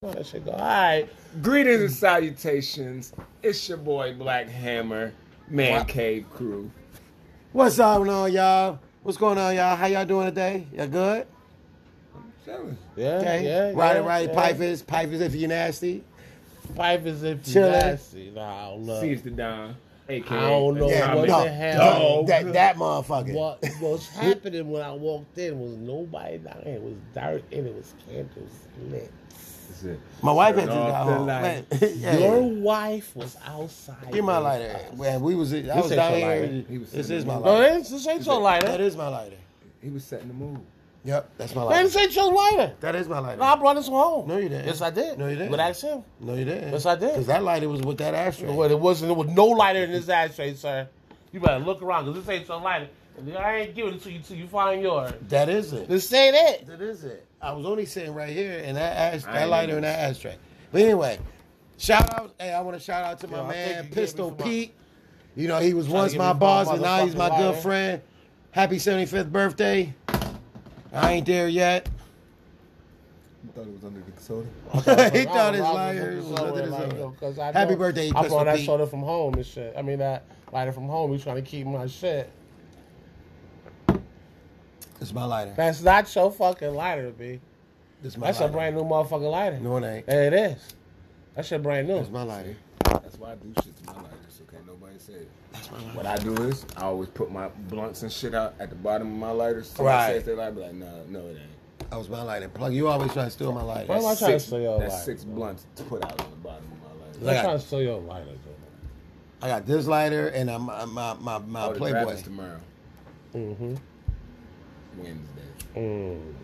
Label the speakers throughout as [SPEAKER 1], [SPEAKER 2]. [SPEAKER 1] Oh, that shit go. All right.
[SPEAKER 2] Greetings
[SPEAKER 1] Mm.
[SPEAKER 2] and salutations. It's your boy Black Hammer, Man Cave Crew.
[SPEAKER 1] What's up, now, y'all? What's going on, y'all? How y'all doing today? Y'all good?
[SPEAKER 2] Chilling.
[SPEAKER 1] Yeah.
[SPEAKER 3] Okay.
[SPEAKER 1] Yeah.
[SPEAKER 3] right,
[SPEAKER 1] yeah,
[SPEAKER 3] right.
[SPEAKER 1] yeah.
[SPEAKER 3] Pipe is pipe is if you nasty.
[SPEAKER 1] Pipe is if you
[SPEAKER 3] Chilling.
[SPEAKER 1] nasty. Nah, I don't know.
[SPEAKER 2] Sees the Don. AKA.
[SPEAKER 1] I don't know
[SPEAKER 3] Yeah,
[SPEAKER 1] what
[SPEAKER 2] Tommy.
[SPEAKER 3] no,
[SPEAKER 1] Oh, the hell.
[SPEAKER 3] dog, that that motherfucker.
[SPEAKER 1] What was happening when I walked in was nobody down here. It was dark and it was candles lit.
[SPEAKER 2] That's it.
[SPEAKER 3] My wife
[SPEAKER 2] Turn
[SPEAKER 3] had to
[SPEAKER 2] off the
[SPEAKER 3] go home.
[SPEAKER 2] light.
[SPEAKER 3] Man, yeah.
[SPEAKER 1] Your wife was outside.
[SPEAKER 3] Give me my
[SPEAKER 1] with
[SPEAKER 3] lighter.
[SPEAKER 1] us.
[SPEAKER 3] Man, we was I was
[SPEAKER 1] ain't
[SPEAKER 3] down
[SPEAKER 1] your
[SPEAKER 3] here.
[SPEAKER 1] lighter.
[SPEAKER 2] He was
[SPEAKER 3] This
[SPEAKER 2] sitting
[SPEAKER 3] is my
[SPEAKER 2] in-
[SPEAKER 1] No,
[SPEAKER 3] lighter.
[SPEAKER 1] this, this ain't your
[SPEAKER 3] That
[SPEAKER 1] lighter.
[SPEAKER 3] is my lighter.
[SPEAKER 2] He was setting the mood.
[SPEAKER 3] Yep, that's my
[SPEAKER 1] Man,
[SPEAKER 3] lighter.
[SPEAKER 1] this ain't your lighter.
[SPEAKER 3] That is my lighter.
[SPEAKER 1] No, I brought this one home.
[SPEAKER 3] No, you didn't.
[SPEAKER 1] Yes, I did.
[SPEAKER 3] No, you didn't.
[SPEAKER 1] But ask him.
[SPEAKER 3] no, you didn't.
[SPEAKER 1] Yes, I did.
[SPEAKER 3] Because that lighter was with that ashtray.
[SPEAKER 1] Well, it wasn't. There was no lighter in this ashtray, sir. You better look around because this ain't your lighter. I ain't giving it to you till you find yours.
[SPEAKER 3] That is it.
[SPEAKER 1] This ain't it.
[SPEAKER 3] That is it. I was only sitting right here in that ash,
[SPEAKER 2] I
[SPEAKER 3] that
[SPEAKER 2] ain't
[SPEAKER 3] lighter in
[SPEAKER 2] noticed.
[SPEAKER 3] that ashtray. But anyway, shout out. Hey, I want to shout out to my
[SPEAKER 1] Yo, I think
[SPEAKER 3] man
[SPEAKER 1] you gave me
[SPEAKER 3] Pistol
[SPEAKER 1] some- uh,
[SPEAKER 3] Pete. You know, he was once
[SPEAKER 1] give
[SPEAKER 3] my
[SPEAKER 1] me some
[SPEAKER 3] boss and now he's my
[SPEAKER 1] motherfucking
[SPEAKER 3] good
[SPEAKER 1] lighter.
[SPEAKER 3] friend. Happy 75th birthday. I ain't there yet.
[SPEAKER 2] I thought it was under the soda.
[SPEAKER 3] he thought his lighter was under his arm. Happy birthday,
[SPEAKER 1] I
[SPEAKER 3] Pistol
[SPEAKER 1] brought that
[SPEAKER 3] Pete.
[SPEAKER 1] soda from home and shit. I mean that lighter from home. He's trying to keep my shit.
[SPEAKER 3] This is my lighter.
[SPEAKER 1] That's not your fucking lighter, b.
[SPEAKER 3] This is my
[SPEAKER 1] That's
[SPEAKER 3] lighter.
[SPEAKER 1] a brand new motherfucking lighter.
[SPEAKER 3] No, it ain't.
[SPEAKER 1] Yeah, it is. That's your brand new.
[SPEAKER 3] That's my lighter.
[SPEAKER 2] That's why I do shit to my life. It's okay. Nobody said it. That's my What I do is I always put my blunts and shit out at the bottom of my lighters. So
[SPEAKER 3] Right.
[SPEAKER 2] I says they light, be like, no, no, it ain't.
[SPEAKER 3] That was my lighter. Plug, you always try to steal my lighter.
[SPEAKER 1] Why am I
[SPEAKER 2] That's
[SPEAKER 1] trying to
[SPEAKER 2] six-
[SPEAKER 1] steal your
[SPEAKER 2] That's
[SPEAKER 1] lighter,
[SPEAKER 2] six
[SPEAKER 1] bro?
[SPEAKER 2] blunts to put out on the bottom of my lighters.
[SPEAKER 1] I'm
[SPEAKER 3] Look,
[SPEAKER 1] trying to steal your lighter, though.
[SPEAKER 3] I got this lighter and I'm, I'm my, my, my
[SPEAKER 2] Oh, the draft
[SPEAKER 3] Uh, Playboy.
[SPEAKER 2] is tomorrow,
[SPEAKER 1] Mm-hmm.
[SPEAKER 2] Wednesday.
[SPEAKER 1] Mm.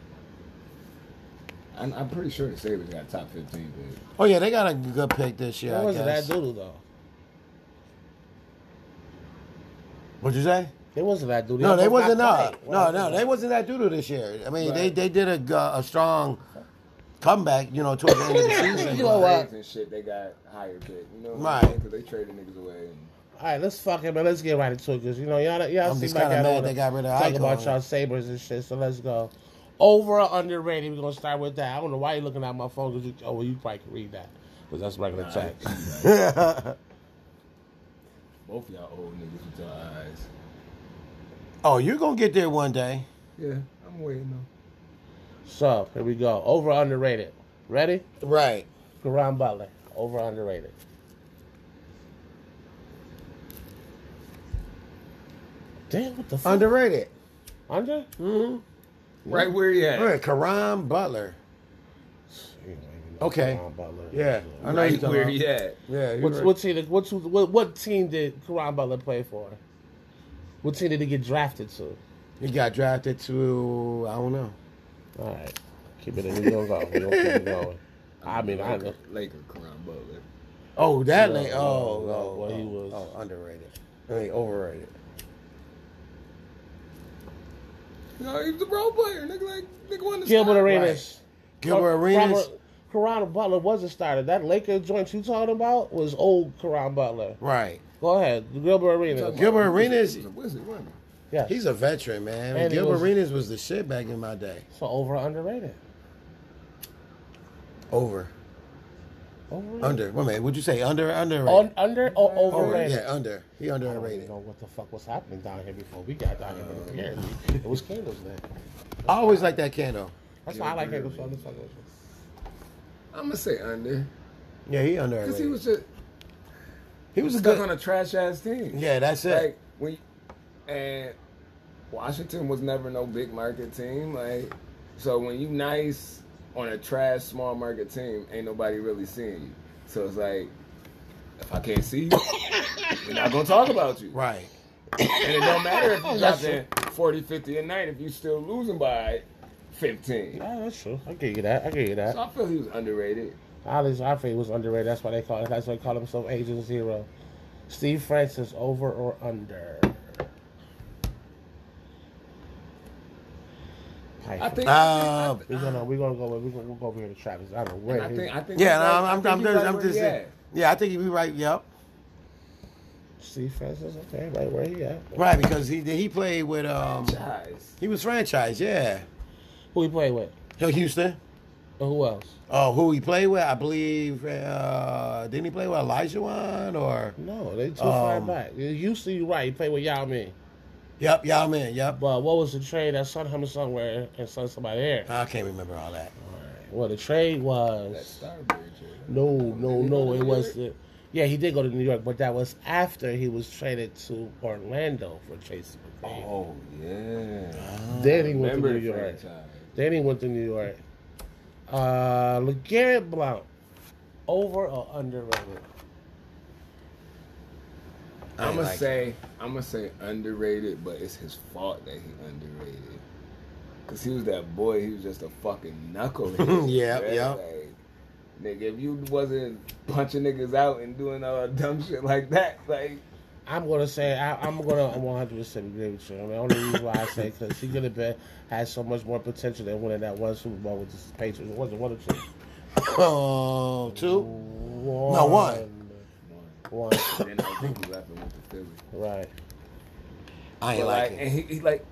[SPEAKER 2] I'm, I'm pretty sure the Sabres got top 15, but
[SPEAKER 3] Oh, yeah, they got a good pick this year.
[SPEAKER 1] What
[SPEAKER 3] I
[SPEAKER 1] was it that
[SPEAKER 3] guess.
[SPEAKER 1] doodle though?
[SPEAKER 3] What'd you say?
[SPEAKER 1] They wasn't that dude.
[SPEAKER 3] No, they wasn't
[SPEAKER 1] not
[SPEAKER 3] up.
[SPEAKER 1] playing.
[SPEAKER 3] No, no, they wasn't that doodle this year. I mean,
[SPEAKER 2] Right.
[SPEAKER 3] they, they did a, uh, a strong comeback, you know, towards the end of the season.
[SPEAKER 1] You know what?
[SPEAKER 2] trades and shit, they got higher pick. You know what
[SPEAKER 3] Right.
[SPEAKER 2] I'm saying? 'Cause they traded niggas away. And
[SPEAKER 1] All right, let's fuck it, man. Let's get right into it, cause you know y'all, y'all
[SPEAKER 3] I'm
[SPEAKER 1] seem
[SPEAKER 3] just
[SPEAKER 1] like
[SPEAKER 3] kinda
[SPEAKER 1] y'all
[SPEAKER 3] mad
[SPEAKER 1] wanna
[SPEAKER 3] they got rid of
[SPEAKER 1] talk
[SPEAKER 3] Eichel.
[SPEAKER 1] about y'all sabers and shit. So let's go. Over or underrated? We're gonna start with that. I don't know why you're looking at my phone, cause you, oh, well, you probably can read that, cause that's regular text.
[SPEAKER 2] both y'all old niggas with y'all eyes.
[SPEAKER 3] oh, you're going to get there one day.
[SPEAKER 2] Yeah, I'm waiting though.
[SPEAKER 1] So here we go. Over or underrated? Ready?
[SPEAKER 3] Right.
[SPEAKER 1] Karan Butler. Over or underrated? Damn, what the fuck?
[SPEAKER 3] Underrated.
[SPEAKER 1] Under?
[SPEAKER 2] Right where you at.
[SPEAKER 3] All right, Karam Butler. Okay.
[SPEAKER 1] Karan Butler.
[SPEAKER 3] Yeah. I know you
[SPEAKER 2] Right
[SPEAKER 3] talking
[SPEAKER 2] where
[SPEAKER 3] about.
[SPEAKER 2] you at.
[SPEAKER 3] Yeah. you're
[SPEAKER 1] What's,
[SPEAKER 3] right.
[SPEAKER 1] what team? Did, what's, what what team did Karan Butler play for? What team did he get drafted to?
[SPEAKER 3] He got drafted to, I don't know.
[SPEAKER 1] All right, keep it. in. We gonna go. We gonna keep it going. I mean, I know.
[SPEAKER 2] Laker, Laker Karan Butler.
[SPEAKER 3] Oh, that
[SPEAKER 1] No,
[SPEAKER 3] late.
[SPEAKER 1] no,
[SPEAKER 3] Oh,
[SPEAKER 1] no,
[SPEAKER 3] oh,
[SPEAKER 1] well,
[SPEAKER 3] oh,
[SPEAKER 1] he was-
[SPEAKER 3] oh, underrated. I mean, overrated.
[SPEAKER 2] No, he was a role player. Nigga, like, nigga won the
[SPEAKER 1] Gilbert
[SPEAKER 2] start.
[SPEAKER 1] Arenas.
[SPEAKER 3] Gilbert
[SPEAKER 1] Robert-
[SPEAKER 3] Arenas.
[SPEAKER 1] Karan Butler was a starter. That Laker joint you talking about was old Karan Butler.
[SPEAKER 3] Right.
[SPEAKER 1] Go ahead, Gilbert Arenas.
[SPEAKER 3] Gilbert
[SPEAKER 2] He was-
[SPEAKER 3] Arenas-
[SPEAKER 2] he was a wizard, wasn't he?
[SPEAKER 1] Yeah, he's
[SPEAKER 3] He's a veteran, man.
[SPEAKER 1] And he
[SPEAKER 3] Gilbert
[SPEAKER 1] was-
[SPEAKER 3] Arenas was the shit back in my day.
[SPEAKER 1] so over or underrated.
[SPEAKER 3] Over.
[SPEAKER 1] Mm-hmm. Overrated.
[SPEAKER 3] Under. Wait a minute. Would you say under? Underrated.
[SPEAKER 1] Un- under or
[SPEAKER 3] Over,
[SPEAKER 1] overrated?
[SPEAKER 3] yeah, under. He
[SPEAKER 1] I
[SPEAKER 2] Oh,
[SPEAKER 3] underrated.
[SPEAKER 1] don't know what the fuck was happening down here before we got down here, but apparently it was candles then.
[SPEAKER 3] I always like that candle.
[SPEAKER 1] That's why I like
[SPEAKER 2] Gilbert
[SPEAKER 1] candles on the fucking.
[SPEAKER 2] I'm going to say under.
[SPEAKER 3] Yeah, he
[SPEAKER 2] Because
[SPEAKER 3] underrated.
[SPEAKER 2] he was just
[SPEAKER 3] he was a
[SPEAKER 2] stuck on
[SPEAKER 3] good.
[SPEAKER 2] a trash ass team.
[SPEAKER 3] yeah, that's it.
[SPEAKER 2] Like, when, and Washington was never no big market team. Like, so when you nice on a trash small market team, ain't nobody really seeing you. So it's like, if I can't see you, we're not gonna talk about you.
[SPEAKER 3] right.
[SPEAKER 2] And it don't matter if you
[SPEAKER 1] That's
[SPEAKER 2] drop in 40, 50 a night if you still losing by 15.
[SPEAKER 1] Yeah, that's true. I give you that. I give you that.
[SPEAKER 2] So I feel he was underrated.
[SPEAKER 1] Alex Ivory was underrated. That's why they call. That's why they call himself Agent Zero. Steve Francis, over or under?
[SPEAKER 2] I think.
[SPEAKER 3] Uh,
[SPEAKER 1] we're gonna we're gonna go we're gonna, we'll go over here to Travis. I don't know where.
[SPEAKER 2] I
[SPEAKER 1] he-
[SPEAKER 2] think. I think. he's
[SPEAKER 3] yeah, no,
[SPEAKER 2] right-
[SPEAKER 3] I'm, I'm,
[SPEAKER 2] think
[SPEAKER 3] I'm,
[SPEAKER 2] he's
[SPEAKER 3] just,
[SPEAKER 2] right
[SPEAKER 3] I'm
[SPEAKER 2] where
[SPEAKER 3] just
[SPEAKER 2] he
[SPEAKER 3] saying.
[SPEAKER 2] at.
[SPEAKER 3] Yeah, I think he'd be right. Yep.
[SPEAKER 1] Steve Francis, okay, right where he at?
[SPEAKER 3] Right, because he he played with um
[SPEAKER 2] Franchise.
[SPEAKER 3] he was franchised. Yeah,
[SPEAKER 1] Who he played with?
[SPEAKER 3] Hill Houston.
[SPEAKER 1] Who else?
[SPEAKER 3] Oh, who he played with? I believe uh, didn't he play with Elijah one or?
[SPEAKER 1] No, they too far
[SPEAKER 3] Um,
[SPEAKER 1] back. Houston, you're right. He played with Yao Ming.
[SPEAKER 3] Yep, y'all man. Yep.
[SPEAKER 1] But what was the trade that sent him somewhere and sent somebody there?
[SPEAKER 3] I can't remember all that.
[SPEAKER 1] Well, the trade
[SPEAKER 2] That
[SPEAKER 1] was
[SPEAKER 2] Starbridge. yeah.
[SPEAKER 1] no, no,
[SPEAKER 2] Did he go
[SPEAKER 1] no.
[SPEAKER 2] to
[SPEAKER 1] It
[SPEAKER 2] New
[SPEAKER 1] was
[SPEAKER 2] York?
[SPEAKER 1] the yeah. He did go to New York, but that was after he was traded to Orlando for Tracy McGrady.
[SPEAKER 2] Oh yeah.
[SPEAKER 1] then he went to
[SPEAKER 2] Oh, Remember
[SPEAKER 1] New
[SPEAKER 2] the
[SPEAKER 1] York.
[SPEAKER 2] franchise.
[SPEAKER 1] Then he went to New York. Uh, LeGarrette Blount, over or underrated?
[SPEAKER 3] I
[SPEAKER 2] I'ma
[SPEAKER 3] like
[SPEAKER 2] say I'ma say underrated, but it's his fault that he underrated. Cause he was that boy. He was just a fucking knucklehead.
[SPEAKER 3] Yeah,
[SPEAKER 2] bruh.
[SPEAKER 3] yeah.
[SPEAKER 2] Like, nigga, if you wasn't punching niggas out and doing all that dumb shit like that, like
[SPEAKER 1] I'm gonna say I, I'm gonna 100 percent agree with you. I mean, the only reason why I say because he could have been had so much more potential than winning that one Super Bowl with the Patriots. It wasn't one or two.
[SPEAKER 3] Oh, two.
[SPEAKER 1] One,
[SPEAKER 3] No, one.
[SPEAKER 1] One.
[SPEAKER 2] then I think he left and went to Philly.
[SPEAKER 1] Right.
[SPEAKER 3] I ain't
[SPEAKER 2] But
[SPEAKER 3] like
[SPEAKER 2] like,
[SPEAKER 3] him.
[SPEAKER 2] and he, he like,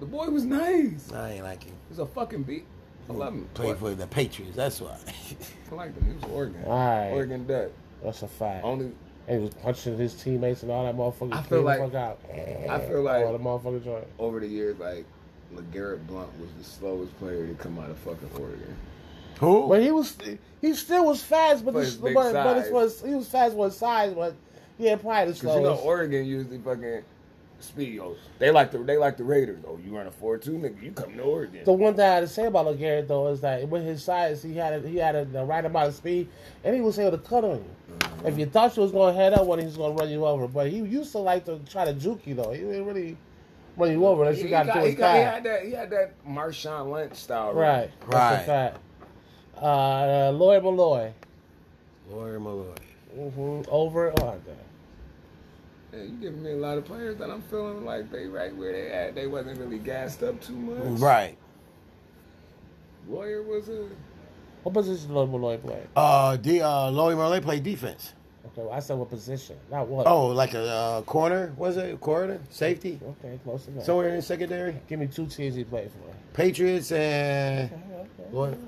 [SPEAKER 2] the boy was nice.
[SPEAKER 3] I ain't like him.
[SPEAKER 2] He was a fucking beat. I love him.
[SPEAKER 3] Played
[SPEAKER 2] Boy,
[SPEAKER 3] for the Patriots. That's why.
[SPEAKER 2] I liked him. He was Oregon.
[SPEAKER 1] All right.
[SPEAKER 2] Oregon Duck.
[SPEAKER 1] That's a fact.
[SPEAKER 2] Only
[SPEAKER 1] and he was punching his teammates and all that motherfucker.
[SPEAKER 2] I feel
[SPEAKER 1] clean the
[SPEAKER 2] like-
[SPEAKER 1] fuck out.
[SPEAKER 2] I feel like-
[SPEAKER 1] all the motherfucker joint.
[SPEAKER 2] over the years, like LeGarrette Blunt was the slowest player to come out of fucking Oregon.
[SPEAKER 3] Who?
[SPEAKER 1] But he was he still was fast, but
[SPEAKER 2] For
[SPEAKER 1] this,
[SPEAKER 2] his
[SPEAKER 1] but,
[SPEAKER 2] big
[SPEAKER 1] but this
[SPEAKER 2] size.
[SPEAKER 1] was he was fast with size, but yeah, probably the
[SPEAKER 2] Because you know
[SPEAKER 1] slowest.
[SPEAKER 2] Oregon usually fucking speed. Oh, they like the they like the Raiders. Oh, you run a four two nigga, you come to Oregon.
[SPEAKER 1] the one thing I had to say about LeGarrette though is that with his size, he had a, he had a, the right amount of speed, and he was able to cut on you. If you thought you was going to head up, one he was going to run you over. But he used to like to try to juke you though. He didn't really run you over unless
[SPEAKER 2] he,
[SPEAKER 1] you
[SPEAKER 2] he
[SPEAKER 1] got to do
[SPEAKER 2] he,
[SPEAKER 1] it
[SPEAKER 2] got, he
[SPEAKER 1] fast.
[SPEAKER 2] had that he had that Marshawn Lynch style.
[SPEAKER 1] Right.
[SPEAKER 3] Right.
[SPEAKER 1] That's a fact. Uh, Lloyd Malloy.
[SPEAKER 3] Lord Malloy.
[SPEAKER 1] hmm Over or under?
[SPEAKER 2] Yeah, you giving me a lot of players that I'm feeling like they right where they at. They wasn't really gassed up too much.
[SPEAKER 3] Right.
[SPEAKER 2] Lawyer was a
[SPEAKER 1] What position did Lloyd Malloy play?
[SPEAKER 3] Uh, D. Uh, Lloyd Marley played defense.
[SPEAKER 1] Okay, well, I said what position, not what.
[SPEAKER 3] Oh, like a uh, corner? Was it corner? Safety?
[SPEAKER 1] Okay, close enough. So,
[SPEAKER 3] Somewhere in the secondary?
[SPEAKER 1] give me two teams he played for.
[SPEAKER 3] Patriots and Lloyd.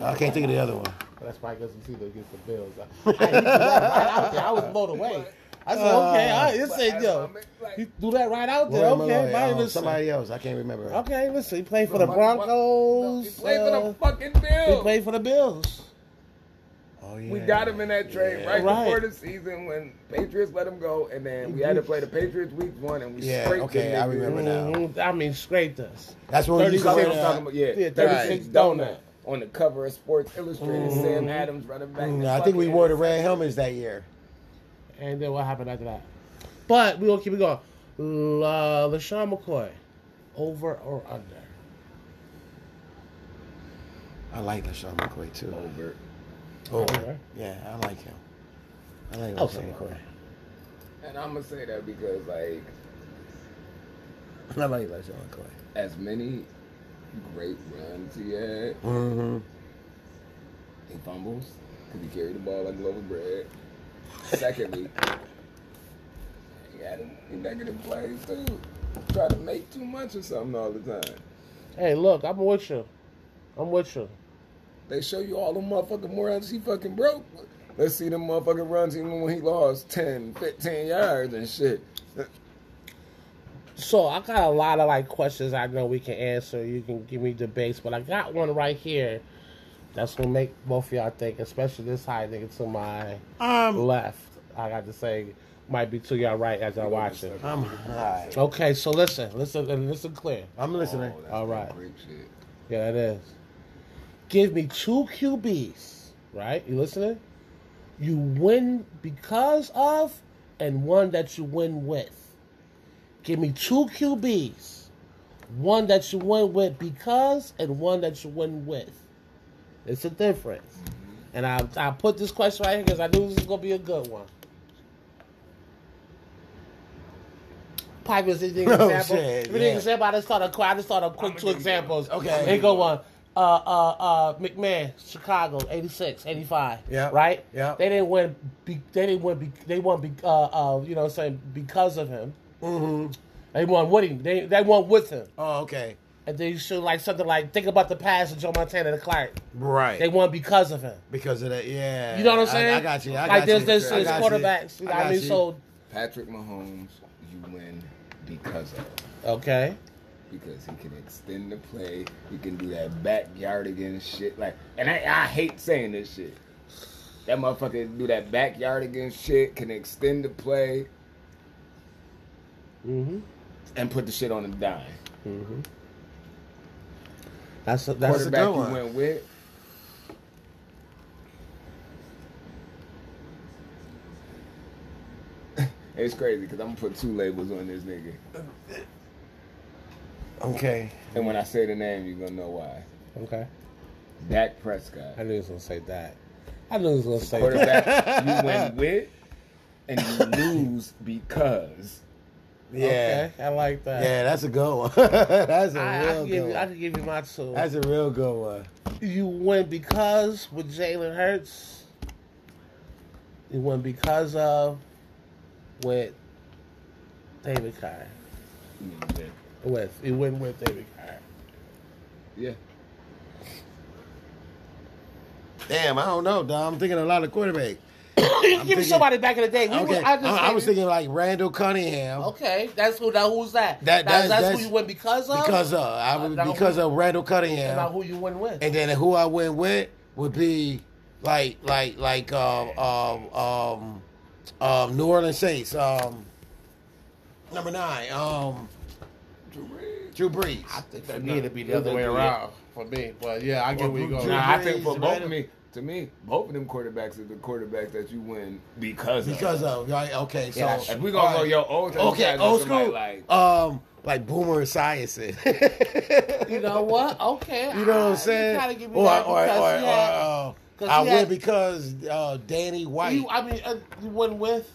[SPEAKER 3] I can't think of the other one.
[SPEAKER 1] That's probably because he's either against the Bills. I, I, he threw that right out there. I was blown away. I said, okay, all right, this
[SPEAKER 2] but
[SPEAKER 1] ain't
[SPEAKER 2] as
[SPEAKER 1] yo.
[SPEAKER 2] my man- like-
[SPEAKER 1] He threw that right out there.
[SPEAKER 3] Lloyd
[SPEAKER 1] okay,
[SPEAKER 3] Malloy,
[SPEAKER 1] Might
[SPEAKER 3] um,
[SPEAKER 1] listen.
[SPEAKER 3] somebody else. I can't remember.
[SPEAKER 1] Okay, listen, he played for the
[SPEAKER 2] Motherfucker, no,
[SPEAKER 1] Broncos.
[SPEAKER 2] He played for
[SPEAKER 1] uh,
[SPEAKER 2] the fucking Bills.
[SPEAKER 1] He played for the Bills.
[SPEAKER 3] Oh, yeah.
[SPEAKER 2] We got him in that trade
[SPEAKER 3] Yeah.
[SPEAKER 2] right,
[SPEAKER 1] Right.
[SPEAKER 2] before the season when Patriots let him go, and then we had to play the Patriots week one, and we
[SPEAKER 3] Yeah,
[SPEAKER 2] scraped
[SPEAKER 3] okay,
[SPEAKER 2] them
[SPEAKER 3] I remember
[SPEAKER 2] niggas.
[SPEAKER 3] now.
[SPEAKER 1] Mhm, I mean, scraped us.
[SPEAKER 3] That's when we
[SPEAKER 1] 36
[SPEAKER 3] used to
[SPEAKER 2] That's
[SPEAKER 3] wear
[SPEAKER 2] what I'm
[SPEAKER 1] Yeah.
[SPEAKER 2] talking about. Yeah,
[SPEAKER 1] Yeah,
[SPEAKER 2] 36
[SPEAKER 1] right.
[SPEAKER 2] donut on the cover of Sports Illustrated. Sam Adams running back.
[SPEAKER 3] the- Mm-hmm. uh, Mm, I think we wore the red helmets that year.
[SPEAKER 1] And then what happened after that? But we're going to keep it going. La, LaShawn McCoy, over or under?
[SPEAKER 3] I like LaShawn McCoy, too.
[SPEAKER 2] over.
[SPEAKER 3] Oh,
[SPEAKER 1] Okay.
[SPEAKER 3] yeah, I like him. I like
[SPEAKER 1] I'll say
[SPEAKER 3] LaShawn McCoy.
[SPEAKER 2] And I'm gonna say that because like
[SPEAKER 3] I like LaShawn McCoy.
[SPEAKER 2] as many great runs he had,
[SPEAKER 3] Mm-hmm.
[SPEAKER 2] he fumbles because he carried the ball like a loaf of bread. Secondly, he had a negative plays too. Try to make too much of something all the time.
[SPEAKER 1] Hey, look, I'm with you. I'm with you.
[SPEAKER 2] They show you all the motherfucking runs he fucking broke. Let's see them motherfucking runs even when he lost 10, 15 yards and shit.
[SPEAKER 1] So I got a lot of like questions I know we can answer. You can give me debates, but I got one right here that's gonna make both of y'all think, especially this high nigga to my
[SPEAKER 3] Mm-hmm. I'm,
[SPEAKER 1] left. I got to say, might be to y'all right as I watch it.
[SPEAKER 3] I'm high.
[SPEAKER 1] Okay, so listen, listen, and listen clear.
[SPEAKER 3] I'm listening.
[SPEAKER 2] Oh, that's
[SPEAKER 1] All right.
[SPEAKER 2] that Great shit.
[SPEAKER 1] Yeah, it is. Give me two QBs, right? You listening? You win because of, and one that you win with. Give me two QBs, one that you win with because, and one that you win with. It's a difference.
[SPEAKER 3] Mm-hmm.
[SPEAKER 1] And I, I put this question right here because I knew this was gonna be a good one. Piper's anything
[SPEAKER 3] Oh,
[SPEAKER 1] example.
[SPEAKER 3] shit,
[SPEAKER 1] If you need an
[SPEAKER 3] yeah.
[SPEAKER 1] example, I just thought of I just thought of quick two examples.
[SPEAKER 3] Okay.
[SPEAKER 1] Here go one. Uh, uh, uh, McMahon, Chicago, 86, 85.
[SPEAKER 3] Yeah.
[SPEAKER 1] Right?
[SPEAKER 3] Yeah.
[SPEAKER 1] They didn't win. Be, they didn't win. Be, they won, be, uh, uh, you know what I'm saying, because of him.
[SPEAKER 3] Mm-hmm.
[SPEAKER 1] They won with him. They, they won with him.
[SPEAKER 3] Oh, okay.
[SPEAKER 1] and they show like something like think about the past of Joe Montana and Clark.
[SPEAKER 3] Right.
[SPEAKER 1] They won because of him.
[SPEAKER 3] because of that, yeah.
[SPEAKER 1] You know what I'm
[SPEAKER 3] I-
[SPEAKER 1] saying?
[SPEAKER 3] I, got you.
[SPEAKER 1] like
[SPEAKER 3] I got
[SPEAKER 1] there's
[SPEAKER 3] you.
[SPEAKER 1] there's,
[SPEAKER 2] I
[SPEAKER 1] there's
[SPEAKER 2] got
[SPEAKER 3] you.
[SPEAKER 1] quarterbacks. You know
[SPEAKER 3] I
[SPEAKER 1] what I
[SPEAKER 3] got
[SPEAKER 1] mean?
[SPEAKER 3] you.
[SPEAKER 1] So
[SPEAKER 2] Patrick Mahomes, you win because of
[SPEAKER 1] okay,
[SPEAKER 2] because he can extend the play. He can do that backyard again shit. Like, and I, I hate saying this shit. That motherfucker do that backyard again shit. Can extend the play
[SPEAKER 1] mm-hmm.
[SPEAKER 2] and put the shit on the dime.
[SPEAKER 1] Mm-hmm. that's a, that's a,
[SPEAKER 2] Quarterback you
[SPEAKER 3] good one.
[SPEAKER 2] went with. It's crazy because I'm gonna put two labels on this nigga,
[SPEAKER 3] Okay.
[SPEAKER 2] and when I say the name, you're gonna know why.
[SPEAKER 1] okay.
[SPEAKER 2] Dak Prescott.
[SPEAKER 1] I knew he was gonna say that. I knew he was gonna say that.
[SPEAKER 2] quarterback you win with and you lose because.
[SPEAKER 3] Yeah.
[SPEAKER 1] okay, I like that.
[SPEAKER 3] Yeah, that's a good one. that's a
[SPEAKER 1] I, I,
[SPEAKER 3] real
[SPEAKER 1] can give
[SPEAKER 3] good
[SPEAKER 1] you, I
[SPEAKER 3] one.
[SPEAKER 1] can give you my two.
[SPEAKER 3] That's a real good one.
[SPEAKER 1] you win because with Jalen Hurts. You win because of with David Carr. With you win with David Carr.
[SPEAKER 2] Yeah.
[SPEAKER 3] Damn, I don't know, Dom. I'm thinking a lot of quarterback.
[SPEAKER 1] you give
[SPEAKER 3] thinking-
[SPEAKER 1] somebody back in the day. We
[SPEAKER 3] Okay.
[SPEAKER 1] was,
[SPEAKER 3] I,
[SPEAKER 1] I, just
[SPEAKER 3] I was
[SPEAKER 1] thinking-
[SPEAKER 3] thinking like Randall Cunningham.
[SPEAKER 1] Okay, that's who. Now who's that?
[SPEAKER 3] That-
[SPEAKER 1] Now,
[SPEAKER 3] that's-
[SPEAKER 1] that's,
[SPEAKER 3] that's-
[SPEAKER 1] who you win because of.
[SPEAKER 3] Because of I would,
[SPEAKER 1] Now who-
[SPEAKER 3] because of Randall
[SPEAKER 1] and now
[SPEAKER 3] Cunningham.
[SPEAKER 1] who you win with?
[SPEAKER 3] And then who I went with would be like like like um um um, um New Orleans Saints. Um number nine, um Drew Brees.
[SPEAKER 4] I think that
[SPEAKER 1] For me,
[SPEAKER 4] need to be the other way around for me. But yeah, I get where you're going.
[SPEAKER 2] Nah, I think for
[SPEAKER 3] Brees,
[SPEAKER 2] both
[SPEAKER 3] right?
[SPEAKER 2] of me, to me, both of them quarterbacks are the quarterbacks that you win because of.
[SPEAKER 3] Because of right, okay, so
[SPEAKER 2] Yeah, if we gonna go your old type of
[SPEAKER 3] Okay,
[SPEAKER 2] guys,
[SPEAKER 3] old
[SPEAKER 2] somebody
[SPEAKER 3] school
[SPEAKER 2] like-
[SPEAKER 3] um like Boomer Esiason.
[SPEAKER 1] You know what? Okay.
[SPEAKER 3] You know what I'm
[SPEAKER 1] You gotta
[SPEAKER 3] saying?
[SPEAKER 1] give me
[SPEAKER 3] Or, or,
[SPEAKER 1] that
[SPEAKER 3] or,
[SPEAKER 1] because
[SPEAKER 3] or,
[SPEAKER 1] he had-
[SPEAKER 3] uh,
[SPEAKER 1] 'cause
[SPEAKER 3] I
[SPEAKER 1] he
[SPEAKER 3] win
[SPEAKER 1] had-
[SPEAKER 3] because uh, Danny White.
[SPEAKER 1] You, I mean, uh, you went with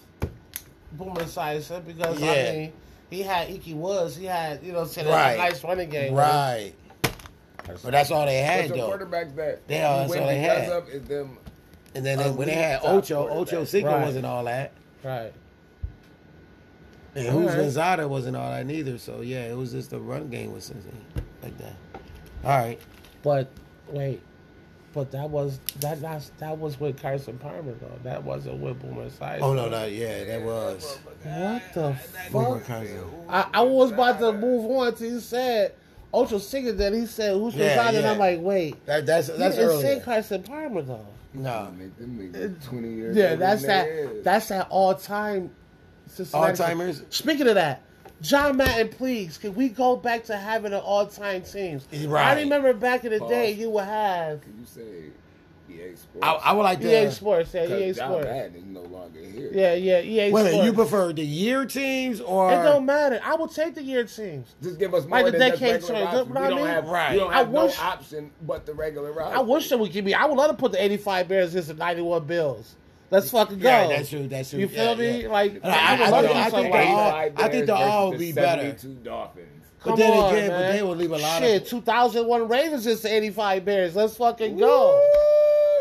[SPEAKER 1] Boomer Esiason because
[SPEAKER 3] Yeah.
[SPEAKER 1] I mean, he had Ike Woods. He had you know, saying
[SPEAKER 3] Right.
[SPEAKER 1] a nice running game.
[SPEAKER 3] right. But that's all they
[SPEAKER 2] But
[SPEAKER 3] had,
[SPEAKER 2] the
[SPEAKER 3] though.
[SPEAKER 2] quarterbacks that
[SPEAKER 3] They are,
[SPEAKER 2] you
[SPEAKER 3] that's
[SPEAKER 2] win
[SPEAKER 3] all they
[SPEAKER 2] because
[SPEAKER 3] had.
[SPEAKER 2] of is them.
[SPEAKER 3] And then
[SPEAKER 1] Oh,
[SPEAKER 3] they, when they
[SPEAKER 2] elite
[SPEAKER 3] had
[SPEAKER 2] top
[SPEAKER 3] Ocho, Ocho
[SPEAKER 2] quarterback.
[SPEAKER 3] Cinco
[SPEAKER 1] Right.
[SPEAKER 3] wasn't all that.
[SPEAKER 1] right.
[SPEAKER 3] And
[SPEAKER 1] All
[SPEAKER 3] Who's
[SPEAKER 1] right.
[SPEAKER 3] Gonzaga wasn't all that neither. So, yeah, it was just the run game was something like that. All right.
[SPEAKER 1] But wait, but that was that that's, that was with Carson Palmer though. That wasn't with Boomer Esiason.
[SPEAKER 3] Oh, no, no. Yeah, that was.
[SPEAKER 1] What the
[SPEAKER 3] Boomer
[SPEAKER 1] fuck?
[SPEAKER 3] Esiason.
[SPEAKER 1] I, I was about to move on to he said Ultra Singer. Then he said who's
[SPEAKER 3] Yeah,
[SPEAKER 1] yeah, and
[SPEAKER 3] yeah.
[SPEAKER 1] I'm like, wait,
[SPEAKER 3] That, that's that's
[SPEAKER 1] you didn't say
[SPEAKER 3] earlier.
[SPEAKER 1] Carson Palmer though.
[SPEAKER 3] No.
[SPEAKER 2] Make them niggas twenty years.
[SPEAKER 1] Yeah,
[SPEAKER 2] older
[SPEAKER 1] that's
[SPEAKER 2] than
[SPEAKER 1] that.
[SPEAKER 2] they is.
[SPEAKER 1] That's that all time. Cincinnati-
[SPEAKER 3] All-timers?
[SPEAKER 1] Speaking of that, John Madden, please, can we go back to having an all time teams?
[SPEAKER 3] Right.
[SPEAKER 1] I remember back in the
[SPEAKER 2] Pause.
[SPEAKER 1] day, you would have
[SPEAKER 2] Can you say EA Sports?
[SPEAKER 3] I, I would like to.
[SPEAKER 1] EA Sports. Yeah,
[SPEAKER 2] 'Cause
[SPEAKER 1] EA
[SPEAKER 2] John
[SPEAKER 1] E Sports.
[SPEAKER 2] Madden is no longer here.
[SPEAKER 1] Yeah, yeah, EA
[SPEAKER 3] Wait, a
[SPEAKER 1] Sports.
[SPEAKER 3] minute, you prefer the year teams or.
[SPEAKER 1] it don't matter. I will take the year teams.
[SPEAKER 2] Just give us more
[SPEAKER 1] Like the
[SPEAKER 2] than just
[SPEAKER 1] decade
[SPEAKER 2] regular
[SPEAKER 1] choice,
[SPEAKER 2] options.
[SPEAKER 1] that's what
[SPEAKER 2] we
[SPEAKER 1] I
[SPEAKER 2] don't
[SPEAKER 1] mean.
[SPEAKER 2] have,
[SPEAKER 3] Right.
[SPEAKER 2] We don't
[SPEAKER 1] I
[SPEAKER 2] have
[SPEAKER 1] wish-
[SPEAKER 2] no option but the regular route.
[SPEAKER 1] I wish they would give me. I would love to put the 85 Bears against the 91 Bills. Let's fucking go.
[SPEAKER 3] Yeah, that's true. That's true.
[SPEAKER 1] You
[SPEAKER 3] Yeah,
[SPEAKER 1] feel me?
[SPEAKER 3] yeah.
[SPEAKER 1] Like,
[SPEAKER 3] I-
[SPEAKER 1] I, would
[SPEAKER 3] I
[SPEAKER 1] love to
[SPEAKER 3] think-
[SPEAKER 1] do
[SPEAKER 3] I
[SPEAKER 1] something
[SPEAKER 3] think
[SPEAKER 1] like
[SPEAKER 3] the all-
[SPEAKER 1] that.
[SPEAKER 3] I think the all be better.
[SPEAKER 2] Two Dolphins.
[SPEAKER 3] But
[SPEAKER 1] Come
[SPEAKER 3] then
[SPEAKER 1] on,
[SPEAKER 3] again,
[SPEAKER 1] man.
[SPEAKER 3] but they would leave a lot
[SPEAKER 1] Shit,
[SPEAKER 3] of.
[SPEAKER 1] 2001 Ravens is the 85 Bears. Let's fucking go.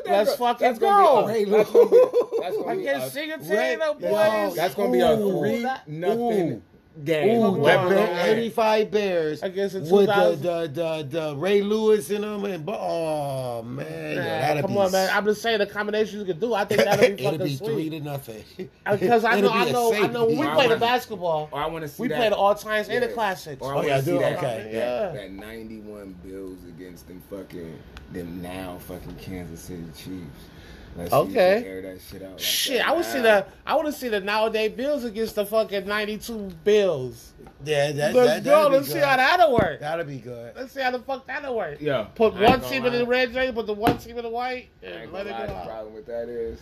[SPEAKER 1] Let's fucking
[SPEAKER 2] that's gonna
[SPEAKER 1] go.
[SPEAKER 2] Be, a- that's gonna be, that's
[SPEAKER 1] I
[SPEAKER 2] gonna be
[SPEAKER 1] can't
[SPEAKER 2] a-
[SPEAKER 1] sing it to
[SPEAKER 3] Uh, Ray- Oh,
[SPEAKER 1] you, no
[SPEAKER 3] Yo,
[SPEAKER 1] boys.
[SPEAKER 2] That's gonna be a
[SPEAKER 1] Ooh,
[SPEAKER 2] three
[SPEAKER 1] that-
[SPEAKER 2] nothing game.
[SPEAKER 3] Ooh,
[SPEAKER 1] Come
[SPEAKER 3] the
[SPEAKER 1] on,
[SPEAKER 3] Bear-
[SPEAKER 1] man.
[SPEAKER 3] 85 Bears
[SPEAKER 1] Against the
[SPEAKER 3] with the,
[SPEAKER 1] 2000.
[SPEAKER 3] the, the, the Ray Lewis in them. And, bu- oh, man.
[SPEAKER 1] Man,
[SPEAKER 3] yo, that'd
[SPEAKER 1] come
[SPEAKER 3] be
[SPEAKER 1] on, man. I'm just saying the combination you could do. I think that'll be
[SPEAKER 3] It'll
[SPEAKER 1] fucking
[SPEAKER 3] be three
[SPEAKER 1] sweet.
[SPEAKER 3] to nothing.
[SPEAKER 1] Because I
[SPEAKER 3] It'll
[SPEAKER 1] know,
[SPEAKER 3] be
[SPEAKER 1] I
[SPEAKER 3] a
[SPEAKER 1] know, I
[SPEAKER 3] safety.
[SPEAKER 1] know. When we
[SPEAKER 2] Or I
[SPEAKER 1] played the
[SPEAKER 2] wanna-
[SPEAKER 1] basketball.
[SPEAKER 2] Or I want to see
[SPEAKER 1] We
[SPEAKER 2] that.
[SPEAKER 1] played all times and the
[SPEAKER 2] Yeah.
[SPEAKER 1] classics.
[SPEAKER 2] Or I
[SPEAKER 3] Oh,
[SPEAKER 2] wanna
[SPEAKER 3] yeah, I
[SPEAKER 2] see
[SPEAKER 3] do?
[SPEAKER 2] That,
[SPEAKER 3] Okay.
[SPEAKER 1] Yeah.
[SPEAKER 2] That, that 91 Bills against them fucking them now fucking Kansas City Chiefs. Let's see if they
[SPEAKER 1] Okay.
[SPEAKER 2] air that shit out. like
[SPEAKER 1] Shit,
[SPEAKER 2] that
[SPEAKER 1] I would
[SPEAKER 2] now.
[SPEAKER 1] see the I would have seen the nowadays Bills against the fucking '92 Bills.
[SPEAKER 3] yeah, that,
[SPEAKER 1] Let's
[SPEAKER 3] that,
[SPEAKER 1] go.
[SPEAKER 3] that'd be
[SPEAKER 1] Let's see
[SPEAKER 3] good.
[SPEAKER 1] how that'll work.
[SPEAKER 3] That'll be good.
[SPEAKER 1] Let's see how the fuck that'll work.
[SPEAKER 2] Yeah.
[SPEAKER 1] Put
[SPEAKER 2] I ain't
[SPEAKER 1] one
[SPEAKER 2] gonna
[SPEAKER 1] team in
[SPEAKER 2] lie.
[SPEAKER 1] the red jersey, put the one team in the white,
[SPEAKER 2] I ain't
[SPEAKER 1] and let
[SPEAKER 2] gonna
[SPEAKER 1] it
[SPEAKER 2] lie,
[SPEAKER 1] go
[SPEAKER 2] the
[SPEAKER 1] out.
[SPEAKER 2] problem with that is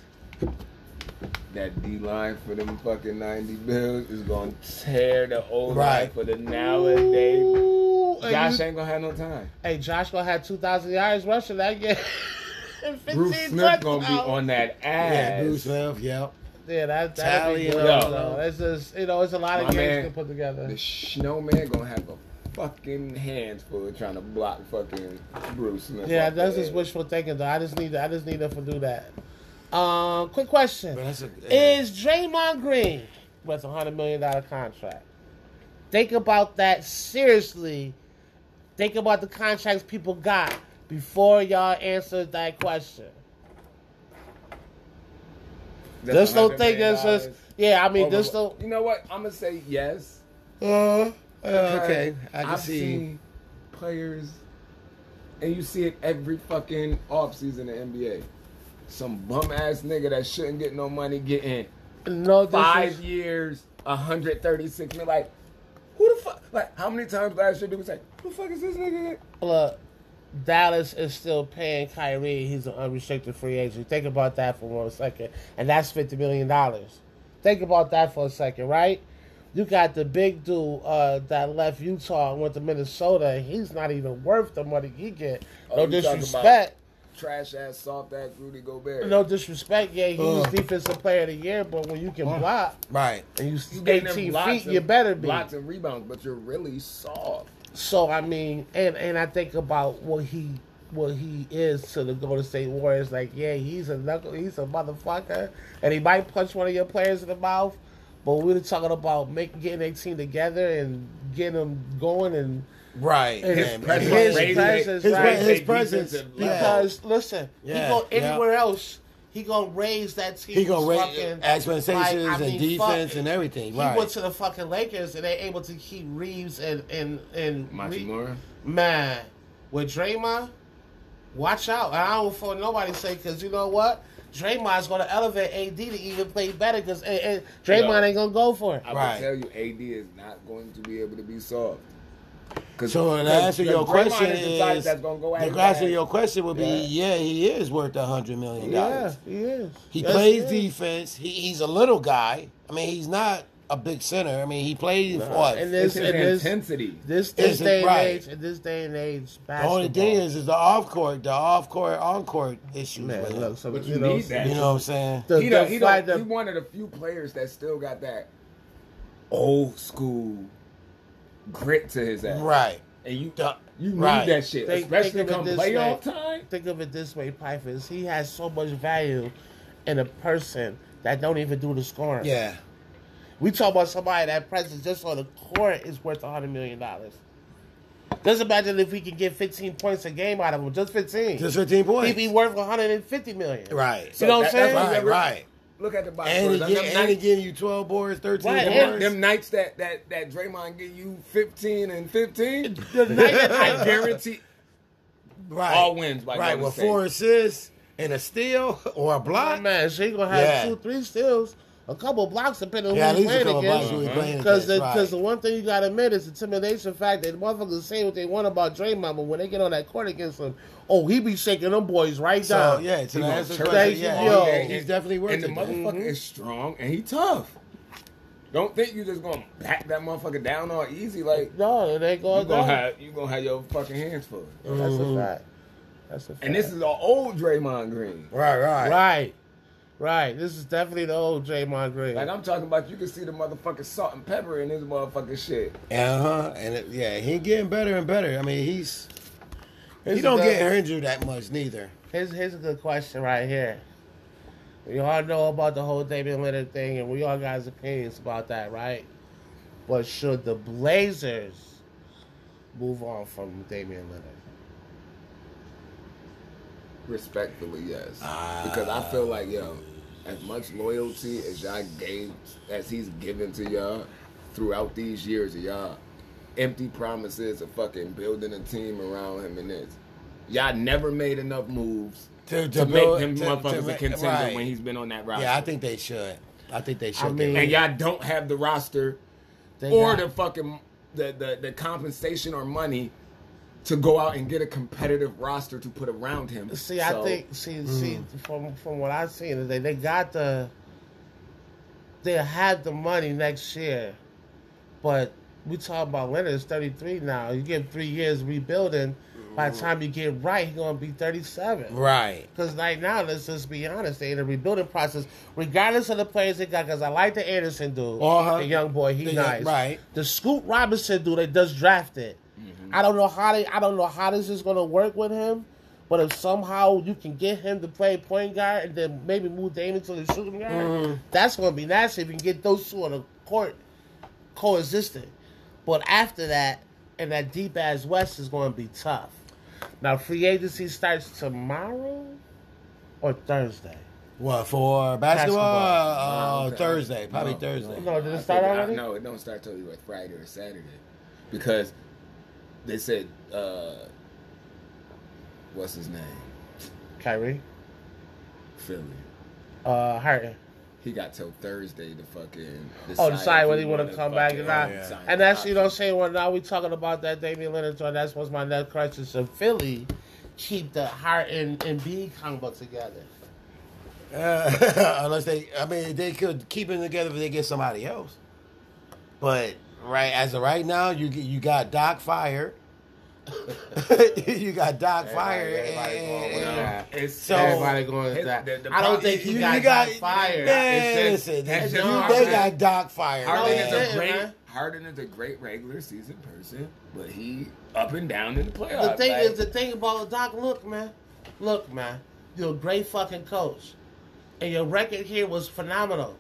[SPEAKER 2] that D line for them fucking 90 Bills is gonna tear the old line
[SPEAKER 3] Right.
[SPEAKER 2] for the nowadays.
[SPEAKER 1] Ooh, and
[SPEAKER 2] Josh
[SPEAKER 1] you-
[SPEAKER 2] ain't gonna have no time.
[SPEAKER 1] hey, Josh gonna have two thousand yards rushing that game. And 15
[SPEAKER 2] Bruce Smith
[SPEAKER 1] touchdowns.
[SPEAKER 2] gonna be on that
[SPEAKER 3] Yeah,
[SPEAKER 2] ass.
[SPEAKER 3] Bruce Love, yeah.
[SPEAKER 1] Yeah, that, that'd be
[SPEAKER 3] Tally
[SPEAKER 1] good.
[SPEAKER 3] it
[SPEAKER 2] up.
[SPEAKER 1] though. That's just you know, it's a lot of
[SPEAKER 2] My
[SPEAKER 1] games
[SPEAKER 2] man,
[SPEAKER 1] to put together.
[SPEAKER 2] the snowman gonna have a fucking hands full trying to block fucking Bruce Smith.
[SPEAKER 1] Yeah,
[SPEAKER 2] off
[SPEAKER 1] that's
[SPEAKER 2] the
[SPEAKER 1] just
[SPEAKER 2] edge.
[SPEAKER 1] wishful thinking though. I just need I just need them to do that. Um, quick question:
[SPEAKER 3] But that's a-
[SPEAKER 1] Is Draymond Green with a hundred million dollar contract? Think about that seriously Think about the contracts people got before y'all answer that question. There's no
[SPEAKER 2] $100
[SPEAKER 1] thing that's just
[SPEAKER 2] million
[SPEAKER 1] yeah. I mean,
[SPEAKER 2] over-
[SPEAKER 1] there's no
[SPEAKER 2] You know what? I'm gonna say yes.
[SPEAKER 3] Uh,
[SPEAKER 1] Oh,
[SPEAKER 2] because
[SPEAKER 3] okay, I can
[SPEAKER 2] I've
[SPEAKER 3] see.
[SPEAKER 2] seen players, and you see it every fucking offseason in the NBA. Some bum ass nigga that shouldn't get no money getting
[SPEAKER 1] no.
[SPEAKER 2] five
[SPEAKER 1] This is,
[SPEAKER 2] years, 136 million. Like, who the fuck? Like, how many times last year did we say, who the fuck is this nigga?
[SPEAKER 1] look, Dallas is still paying Kyrie. He's an unrestricted free agent. Think about that for one second, and that's fifty million dollars. Think about that for a second, right? You got the big dude uh, that left Utah and went to Minnesota. and He's not even worth the money he get.
[SPEAKER 2] Oh,
[SPEAKER 1] No
[SPEAKER 2] you talking about-
[SPEAKER 1] disrespect.
[SPEAKER 2] Trash ass, soft ass Rudy Gobert.
[SPEAKER 1] No disrespect. Yeah, he was
[SPEAKER 3] Ugh.
[SPEAKER 1] defensive player of the year, but when you can block
[SPEAKER 3] Right.
[SPEAKER 1] and you
[SPEAKER 2] You getting them
[SPEAKER 1] 18
[SPEAKER 2] blocks
[SPEAKER 1] feet,
[SPEAKER 2] and-
[SPEAKER 1] you better be.
[SPEAKER 2] Blocks and rebounds, but you're really soft.
[SPEAKER 1] So I mean, and and I think about what he what he is to the Golden State Warriors. Like, yeah, he's a knuckle, he's a motherfucker, and he might punch one of your players in the mouth. But we were talking about making getting their team together and getting them going, and
[SPEAKER 3] Right.
[SPEAKER 1] And
[SPEAKER 3] man,
[SPEAKER 1] his presence-
[SPEAKER 3] his presence-
[SPEAKER 1] presence,
[SPEAKER 3] his,
[SPEAKER 1] right.
[SPEAKER 3] his presence.
[SPEAKER 2] Defensive
[SPEAKER 3] yeah.
[SPEAKER 1] because listen,
[SPEAKER 3] Yeah,
[SPEAKER 1] he go
[SPEAKER 3] yeah.
[SPEAKER 1] anywhere else, he gonna raise that team.
[SPEAKER 3] he gonna raise
[SPEAKER 1] fucking-
[SPEAKER 3] expectations
[SPEAKER 1] like, I mean,
[SPEAKER 3] and
[SPEAKER 1] fuck
[SPEAKER 3] defense
[SPEAKER 1] it.
[SPEAKER 3] and everything.
[SPEAKER 1] He
[SPEAKER 3] Right.
[SPEAKER 1] went to the fucking Lakers and they able to keep Reeves and and and Re-
[SPEAKER 2] Machimura.
[SPEAKER 1] Man, with Draymond, watch out. And I don't want for nobody to say because you know what, Draymond's gonna elevate AD to even play better because and, and Draymond
[SPEAKER 2] No.
[SPEAKER 1] ain't gonna go for it.
[SPEAKER 2] I
[SPEAKER 3] Right.
[SPEAKER 2] will tell you, AD is not going to be able to be soft. Cause,
[SPEAKER 3] So to
[SPEAKER 2] cause-
[SPEAKER 3] answer
[SPEAKER 2] cause
[SPEAKER 3] your
[SPEAKER 2] Draymond
[SPEAKER 3] question
[SPEAKER 2] is the type
[SPEAKER 3] is,
[SPEAKER 2] that's gonna go
[SPEAKER 3] the
[SPEAKER 2] out
[SPEAKER 3] answer to your question would be, yeah.
[SPEAKER 2] Yeah.
[SPEAKER 3] he is worth a hundred million dollars.
[SPEAKER 1] he is.
[SPEAKER 3] He
[SPEAKER 1] Yes,
[SPEAKER 3] plays
[SPEAKER 1] is.
[SPEAKER 3] defense. He, he's a little guy. I mean, he's not a big center. I mean, he plays what?
[SPEAKER 1] And
[SPEAKER 3] The
[SPEAKER 1] this
[SPEAKER 2] it's his
[SPEAKER 1] and this
[SPEAKER 2] intensity.
[SPEAKER 1] this this
[SPEAKER 3] Isn't
[SPEAKER 1] day and
[SPEAKER 3] right.
[SPEAKER 1] age, in this day and age, basketball.
[SPEAKER 3] only thing is, is the off court, the off court, on court issues.
[SPEAKER 1] man,
[SPEAKER 3] with him.
[SPEAKER 1] look, so
[SPEAKER 2] But
[SPEAKER 1] you,
[SPEAKER 2] you
[SPEAKER 1] know,
[SPEAKER 2] need that.
[SPEAKER 3] you know what I'm saying?
[SPEAKER 1] The,
[SPEAKER 2] he,
[SPEAKER 1] the,
[SPEAKER 2] don't, he,
[SPEAKER 1] fly-
[SPEAKER 2] don't,
[SPEAKER 1] the-
[SPEAKER 2] he one of the few players that still got that old school grit to his ass.
[SPEAKER 3] Right.
[SPEAKER 2] And you
[SPEAKER 3] The-
[SPEAKER 2] you need
[SPEAKER 3] right.
[SPEAKER 2] that shit,
[SPEAKER 1] Think-
[SPEAKER 2] especially
[SPEAKER 1] think of
[SPEAKER 2] come
[SPEAKER 1] it this
[SPEAKER 2] playoff
[SPEAKER 1] way.
[SPEAKER 2] time.
[SPEAKER 1] think of it this way, Pipers. He has so much value in a person that don't even do the scoring.
[SPEAKER 3] Yeah.
[SPEAKER 1] We talk about somebody that presence just on the court is worth hundred million dollars. Just imagine if we could get fifteen points a game out of him, just fifteen.
[SPEAKER 3] Just 15 points.
[SPEAKER 1] He'd be worth one hundred and fifty million.
[SPEAKER 3] right.
[SPEAKER 1] You know what I'm
[SPEAKER 2] That- that's
[SPEAKER 1] saying?
[SPEAKER 2] why
[SPEAKER 3] right.
[SPEAKER 2] you
[SPEAKER 3] Right.
[SPEAKER 2] Look at the box.
[SPEAKER 3] And he,
[SPEAKER 2] scores.
[SPEAKER 3] give,
[SPEAKER 2] Them
[SPEAKER 3] and he
[SPEAKER 2] nights-
[SPEAKER 3] give you 12 boards, 13
[SPEAKER 1] Right,
[SPEAKER 3] boards.
[SPEAKER 1] and-
[SPEAKER 2] them nights that that that Draymond give you fifteen and fifteen.
[SPEAKER 1] The night that
[SPEAKER 2] I
[SPEAKER 1] I-
[SPEAKER 2] guarantee
[SPEAKER 3] right.
[SPEAKER 2] all wins by
[SPEAKER 3] Right,
[SPEAKER 2] Golden
[SPEAKER 3] with
[SPEAKER 2] State.
[SPEAKER 3] four assists and a steal or a block.
[SPEAKER 1] Oh, man, she gonna have
[SPEAKER 3] Yeah.
[SPEAKER 1] two, three steals, a couple blocks depending on
[SPEAKER 3] yeah, at
[SPEAKER 1] who
[SPEAKER 3] least
[SPEAKER 1] he's
[SPEAKER 3] a
[SPEAKER 1] playing
[SPEAKER 3] couple blocks
[SPEAKER 1] against.
[SPEAKER 3] we
[SPEAKER 2] Uh-huh.
[SPEAKER 3] playing
[SPEAKER 1] Because the,
[SPEAKER 3] against,
[SPEAKER 1] 'cause the
[SPEAKER 3] right.
[SPEAKER 1] one thing you gotta admit is intimidation factor. The motherfuckers say what they want about Draymond, but when they get on that court against him, oh, he be shaking them boys right
[SPEAKER 3] so,
[SPEAKER 1] down.
[SPEAKER 3] yeah, to
[SPEAKER 2] He
[SPEAKER 3] the
[SPEAKER 2] gonna
[SPEAKER 3] answer
[SPEAKER 2] chirp
[SPEAKER 1] Thank
[SPEAKER 3] question,
[SPEAKER 1] you,
[SPEAKER 3] yeah,
[SPEAKER 1] yo.
[SPEAKER 3] he- he's definitely worth
[SPEAKER 2] And the
[SPEAKER 3] it. man. Mm-hmm.
[SPEAKER 2] motherfucker is strong and he tough. Don't think you just gonna back that motherfucker down all easy. Like
[SPEAKER 1] No, it ain't
[SPEAKER 2] you
[SPEAKER 1] going
[SPEAKER 2] gonna
[SPEAKER 1] down.
[SPEAKER 2] have you gonna have your fucking hands full.
[SPEAKER 1] That's
[SPEAKER 3] Mm-hmm.
[SPEAKER 1] a fact. That's a fact.
[SPEAKER 2] And this is an old Draymond Green.
[SPEAKER 3] Right, right.
[SPEAKER 1] Right. Right. This is definitely the old Draymond Green.
[SPEAKER 2] Like I'm talking about, you can see the motherfucking salt and pepper in this motherfucking shit.
[SPEAKER 3] Uh huh. And it, yeah, he getting better and better. I mean, he's
[SPEAKER 1] Here's
[SPEAKER 3] he don't
[SPEAKER 1] a
[SPEAKER 3] get
[SPEAKER 1] good-
[SPEAKER 3] injured that much neither.
[SPEAKER 1] Here's, here's a good question right here. We all know about the whole Damian Leonard thing, and we all got his opinions about that, right? But should the Blazers move on from Damian Leonard?
[SPEAKER 2] Respectfully, yes. because I feel like yo, as much loyalty as y'all gave, as he's given to y'all throughout these years of y'all empty promises of fucking building a team around him and this. Y'all never made enough moves
[SPEAKER 3] To-
[SPEAKER 2] to,
[SPEAKER 3] to
[SPEAKER 2] make
[SPEAKER 3] build-
[SPEAKER 2] them
[SPEAKER 3] to- to
[SPEAKER 2] motherfuckers
[SPEAKER 3] make-
[SPEAKER 2] a contender
[SPEAKER 3] right.
[SPEAKER 2] when he's been on that roster.
[SPEAKER 3] Yeah, I think they should. I think they should.
[SPEAKER 1] I
[SPEAKER 3] get
[SPEAKER 1] mean-
[SPEAKER 3] rid
[SPEAKER 2] and y'all don't have the roster
[SPEAKER 1] They
[SPEAKER 2] or
[SPEAKER 1] got-
[SPEAKER 2] the fucking the, the the compensation or money to go out and get a competitive roster to put around him.
[SPEAKER 1] See, I
[SPEAKER 2] So,
[SPEAKER 1] think see see
[SPEAKER 3] mm.
[SPEAKER 1] from from what I've seen today, they got the they had the money next year, but we talk about Leonard's thirty three now. You get three years rebuilding. By the time you get right, he's gonna be thirty seven.
[SPEAKER 3] Right.
[SPEAKER 1] Because right now, let's just be honest, they in a rebuilding process, regardless of the players they got. Because I like the Anderson dude,
[SPEAKER 3] Uh-huh.
[SPEAKER 1] the young boy, he
[SPEAKER 3] The young-
[SPEAKER 1] nice.
[SPEAKER 3] right. Mm-hmm.
[SPEAKER 1] The Scoot Robinson dude they just drafted. I don't know how they, I don't know how this is gonna work with him, but if somehow you can get him to play point guard and then maybe move Damon to the shooting guard,
[SPEAKER 3] Mm-hmm.
[SPEAKER 1] that's gonna be nasty if you can get those two on the court coexisting. But after that, and that deep ass West is going to be tough. Now, free agency starts tomorrow or Thursday.
[SPEAKER 3] What for basketball?
[SPEAKER 1] Basketball.
[SPEAKER 3] Uh,
[SPEAKER 2] Oh, okay.
[SPEAKER 3] Thursday, probably
[SPEAKER 2] No.
[SPEAKER 3] Thursday.
[SPEAKER 1] No, did
[SPEAKER 2] I
[SPEAKER 1] it start
[SPEAKER 2] think- I-
[SPEAKER 1] already?
[SPEAKER 2] No, it don't start till like Friday or Saturday, because they said, uh, what's his name,
[SPEAKER 1] Kyrie,
[SPEAKER 2] Philly.
[SPEAKER 1] uh, Harden.
[SPEAKER 2] He got till Thursday to fucking
[SPEAKER 1] Oh, decide
[SPEAKER 2] if
[SPEAKER 1] whether he wanna
[SPEAKER 2] wanna
[SPEAKER 1] come back or
[SPEAKER 2] fucking
[SPEAKER 1] not.
[SPEAKER 2] sign
[SPEAKER 1] And that's
[SPEAKER 2] the
[SPEAKER 1] you know what I'm
[SPEAKER 2] option.
[SPEAKER 1] saying. Well, now we talking about that Damian Leonard joint. That's what's my next question. So Philly keep the heart and and B combo together.
[SPEAKER 3] Uh, unless they, I mean, they could keep it together if they get somebody else. But right as of right now, you get- you got Doc fired. you got Doc fired.
[SPEAKER 4] everybody
[SPEAKER 3] and-
[SPEAKER 4] going with
[SPEAKER 3] and-
[SPEAKER 4] that.
[SPEAKER 1] It's
[SPEAKER 3] So-
[SPEAKER 1] everybody going with
[SPEAKER 2] His-
[SPEAKER 1] that.
[SPEAKER 2] the-
[SPEAKER 1] I don't
[SPEAKER 2] the problem-
[SPEAKER 1] think he
[SPEAKER 3] you-
[SPEAKER 1] got,
[SPEAKER 3] you
[SPEAKER 1] got
[SPEAKER 3] got-
[SPEAKER 1] fired.
[SPEAKER 3] Man,
[SPEAKER 1] It's
[SPEAKER 3] listen,
[SPEAKER 1] just-
[SPEAKER 3] they-
[SPEAKER 1] it's
[SPEAKER 3] you-
[SPEAKER 1] just-
[SPEAKER 3] they got Doc fired.
[SPEAKER 1] Harden
[SPEAKER 2] Harden
[SPEAKER 1] Yeah.
[SPEAKER 2] is
[SPEAKER 3] man.
[SPEAKER 2] a
[SPEAKER 1] Yeah,
[SPEAKER 2] great
[SPEAKER 1] man.
[SPEAKER 2] Harden is a great regular season person, but he up and down in the playoffs.
[SPEAKER 1] The thing
[SPEAKER 2] like,
[SPEAKER 1] is, the thing about Doc, look, man, look, man, you're a great fucking coach, and your record here was phenomenal,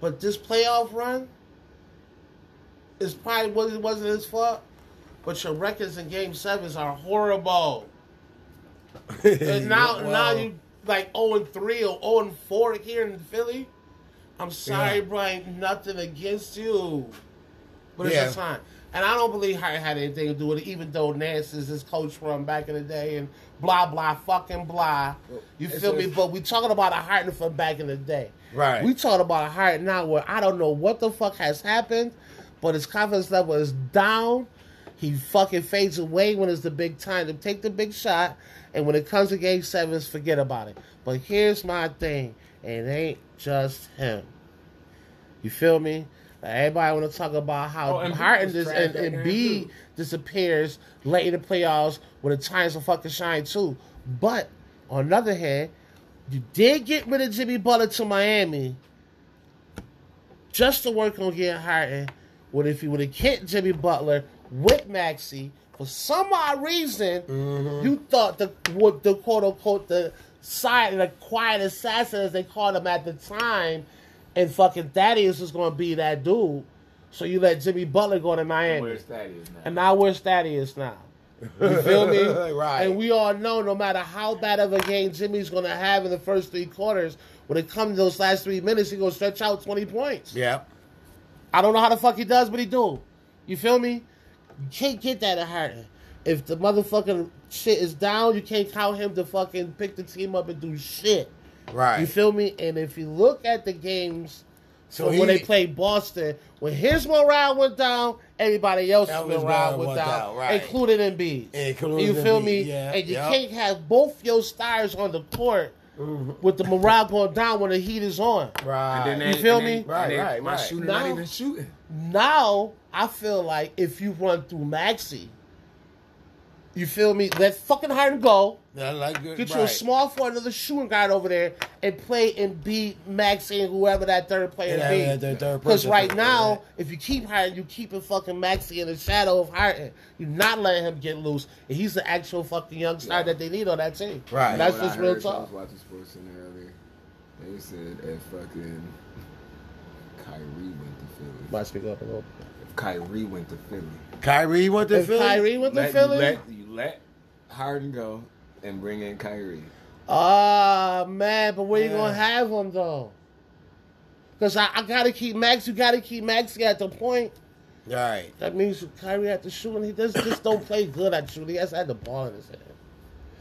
[SPEAKER 1] but this playoff run is probably was it wasn't his fault, but your records in Game Sevens are horrible. And now,
[SPEAKER 3] Well,
[SPEAKER 1] now you like zero and three or zero and four here in Philly. I'm sorry,
[SPEAKER 3] Yeah.
[SPEAKER 1] Brian. Nothing against you, but it's
[SPEAKER 3] Yeah.
[SPEAKER 1] just time. And I don't believe Hart had anything to do with it, even though Nance is his coach from back in the day and blah blah fucking blah. You
[SPEAKER 2] It's
[SPEAKER 1] feel me?
[SPEAKER 2] just-
[SPEAKER 1] But we talking about a Hart from back in the day.
[SPEAKER 3] Right.
[SPEAKER 1] We talking about a Hart now where I don't know what the fuck has happened, but his confidence level is down. He fucking fades away when it's the big time to take the big shot, and when it comes to game sevens, forget about it. But here's my thing, and it ain't just him. You feel me? Like, everybody want to talk about how
[SPEAKER 2] Oh, Embiid
[SPEAKER 1] Harden
[SPEAKER 2] was
[SPEAKER 1] dis-
[SPEAKER 2] trash
[SPEAKER 1] and,
[SPEAKER 2] that
[SPEAKER 1] and
[SPEAKER 2] game,
[SPEAKER 1] B
[SPEAKER 2] too.
[SPEAKER 1] disappears late in the playoffs when the Giants will fucking shine too. But on the other hand, you did get rid of Jimmy Butler to Miami just to work on getting Harden. What if you would have kept Jimmy Butler with Maxi for some odd reason? You thought the what the quote unquote the side the quiet assassin as they called him at the time, and fucking Thaddeus was going to be that dude. So you let Jimmy Butler go to Miami,
[SPEAKER 2] where's Thaddeus now?
[SPEAKER 1] and now where's Thaddeus now? You feel me?
[SPEAKER 3] Right.
[SPEAKER 1] And we all know no matter how bad of a game Jimmy's going to have in the first three quarters, when it comes to those last three minutes, he's going to stretch out 20 points.
[SPEAKER 3] Yep.
[SPEAKER 1] I don't know how the fuck he does, but he do. You feel me? You can't get that at Harden. If the motherfucking shit is down, you can't count him to fucking pick the team up and do shit.
[SPEAKER 3] Right.
[SPEAKER 1] You feel me? And if you look at the games
[SPEAKER 3] So
[SPEAKER 1] from when
[SPEAKER 3] he-
[SPEAKER 1] they played Boston, when his morale went down, everybody else's
[SPEAKER 3] That was
[SPEAKER 1] morale
[SPEAKER 3] where it
[SPEAKER 1] went
[SPEAKER 3] went
[SPEAKER 1] down,
[SPEAKER 3] down, right.
[SPEAKER 1] including Embiid.
[SPEAKER 3] Including
[SPEAKER 1] you feel
[SPEAKER 3] Embiid,
[SPEAKER 1] me?
[SPEAKER 3] yeah,
[SPEAKER 1] And you
[SPEAKER 3] yep.
[SPEAKER 1] can't have both your stars on the court
[SPEAKER 3] Mm-hmm.
[SPEAKER 1] with the morale going down when the heat is on.
[SPEAKER 3] right.
[SPEAKER 2] And then
[SPEAKER 1] You
[SPEAKER 2] they-
[SPEAKER 1] feel
[SPEAKER 2] and then-
[SPEAKER 1] me?
[SPEAKER 2] and
[SPEAKER 3] Right,
[SPEAKER 2] then
[SPEAKER 3] right,
[SPEAKER 2] My
[SPEAKER 3] right.
[SPEAKER 2] shooter not
[SPEAKER 1] Now-
[SPEAKER 2] even shooting.
[SPEAKER 1] Now I feel like if you run through Maxi, you feel me? Let fucking Harden go.
[SPEAKER 3] Yeah, like,
[SPEAKER 1] Get
[SPEAKER 3] right.
[SPEAKER 1] you a small for another shooting guard over there and play and beat Maxi and whoever that third player
[SPEAKER 3] Yeah, yeah,
[SPEAKER 1] be.
[SPEAKER 3] that third
[SPEAKER 1] Because
[SPEAKER 3] person
[SPEAKER 1] right
[SPEAKER 3] thing,
[SPEAKER 1] now,
[SPEAKER 3] right.
[SPEAKER 1] if you keep Harden, you keeping fucking Maxi in the shadow of Harden. You're not letting him get loose. And he's the actual fucking young star
[SPEAKER 2] Yeah.
[SPEAKER 1] that they need on that team.
[SPEAKER 3] Right.
[SPEAKER 1] And that's
[SPEAKER 2] When I
[SPEAKER 1] just real
[SPEAKER 2] heard- so I
[SPEAKER 1] talk.
[SPEAKER 2] was watching Sports Center earlier. They said if fucking Kyrie went to Philly,
[SPEAKER 1] Might speak up a little bit.
[SPEAKER 2] if Kyrie went to Philly,
[SPEAKER 3] Kyrie went to
[SPEAKER 1] If
[SPEAKER 3] Philly.
[SPEAKER 1] Kyrie went to
[SPEAKER 2] let,
[SPEAKER 1] Philly,
[SPEAKER 2] You let, you let Harden go and bring in Kyrie.
[SPEAKER 1] Ah man, but where you
[SPEAKER 3] Yeah.
[SPEAKER 1] gonna have him though? Cause I, I gotta keep Max. You gotta keep Maxi at the point.
[SPEAKER 3] Right.
[SPEAKER 1] That means Kyrie at the shooting. He does just don't play good at shooting. He has to have the ball in his hand.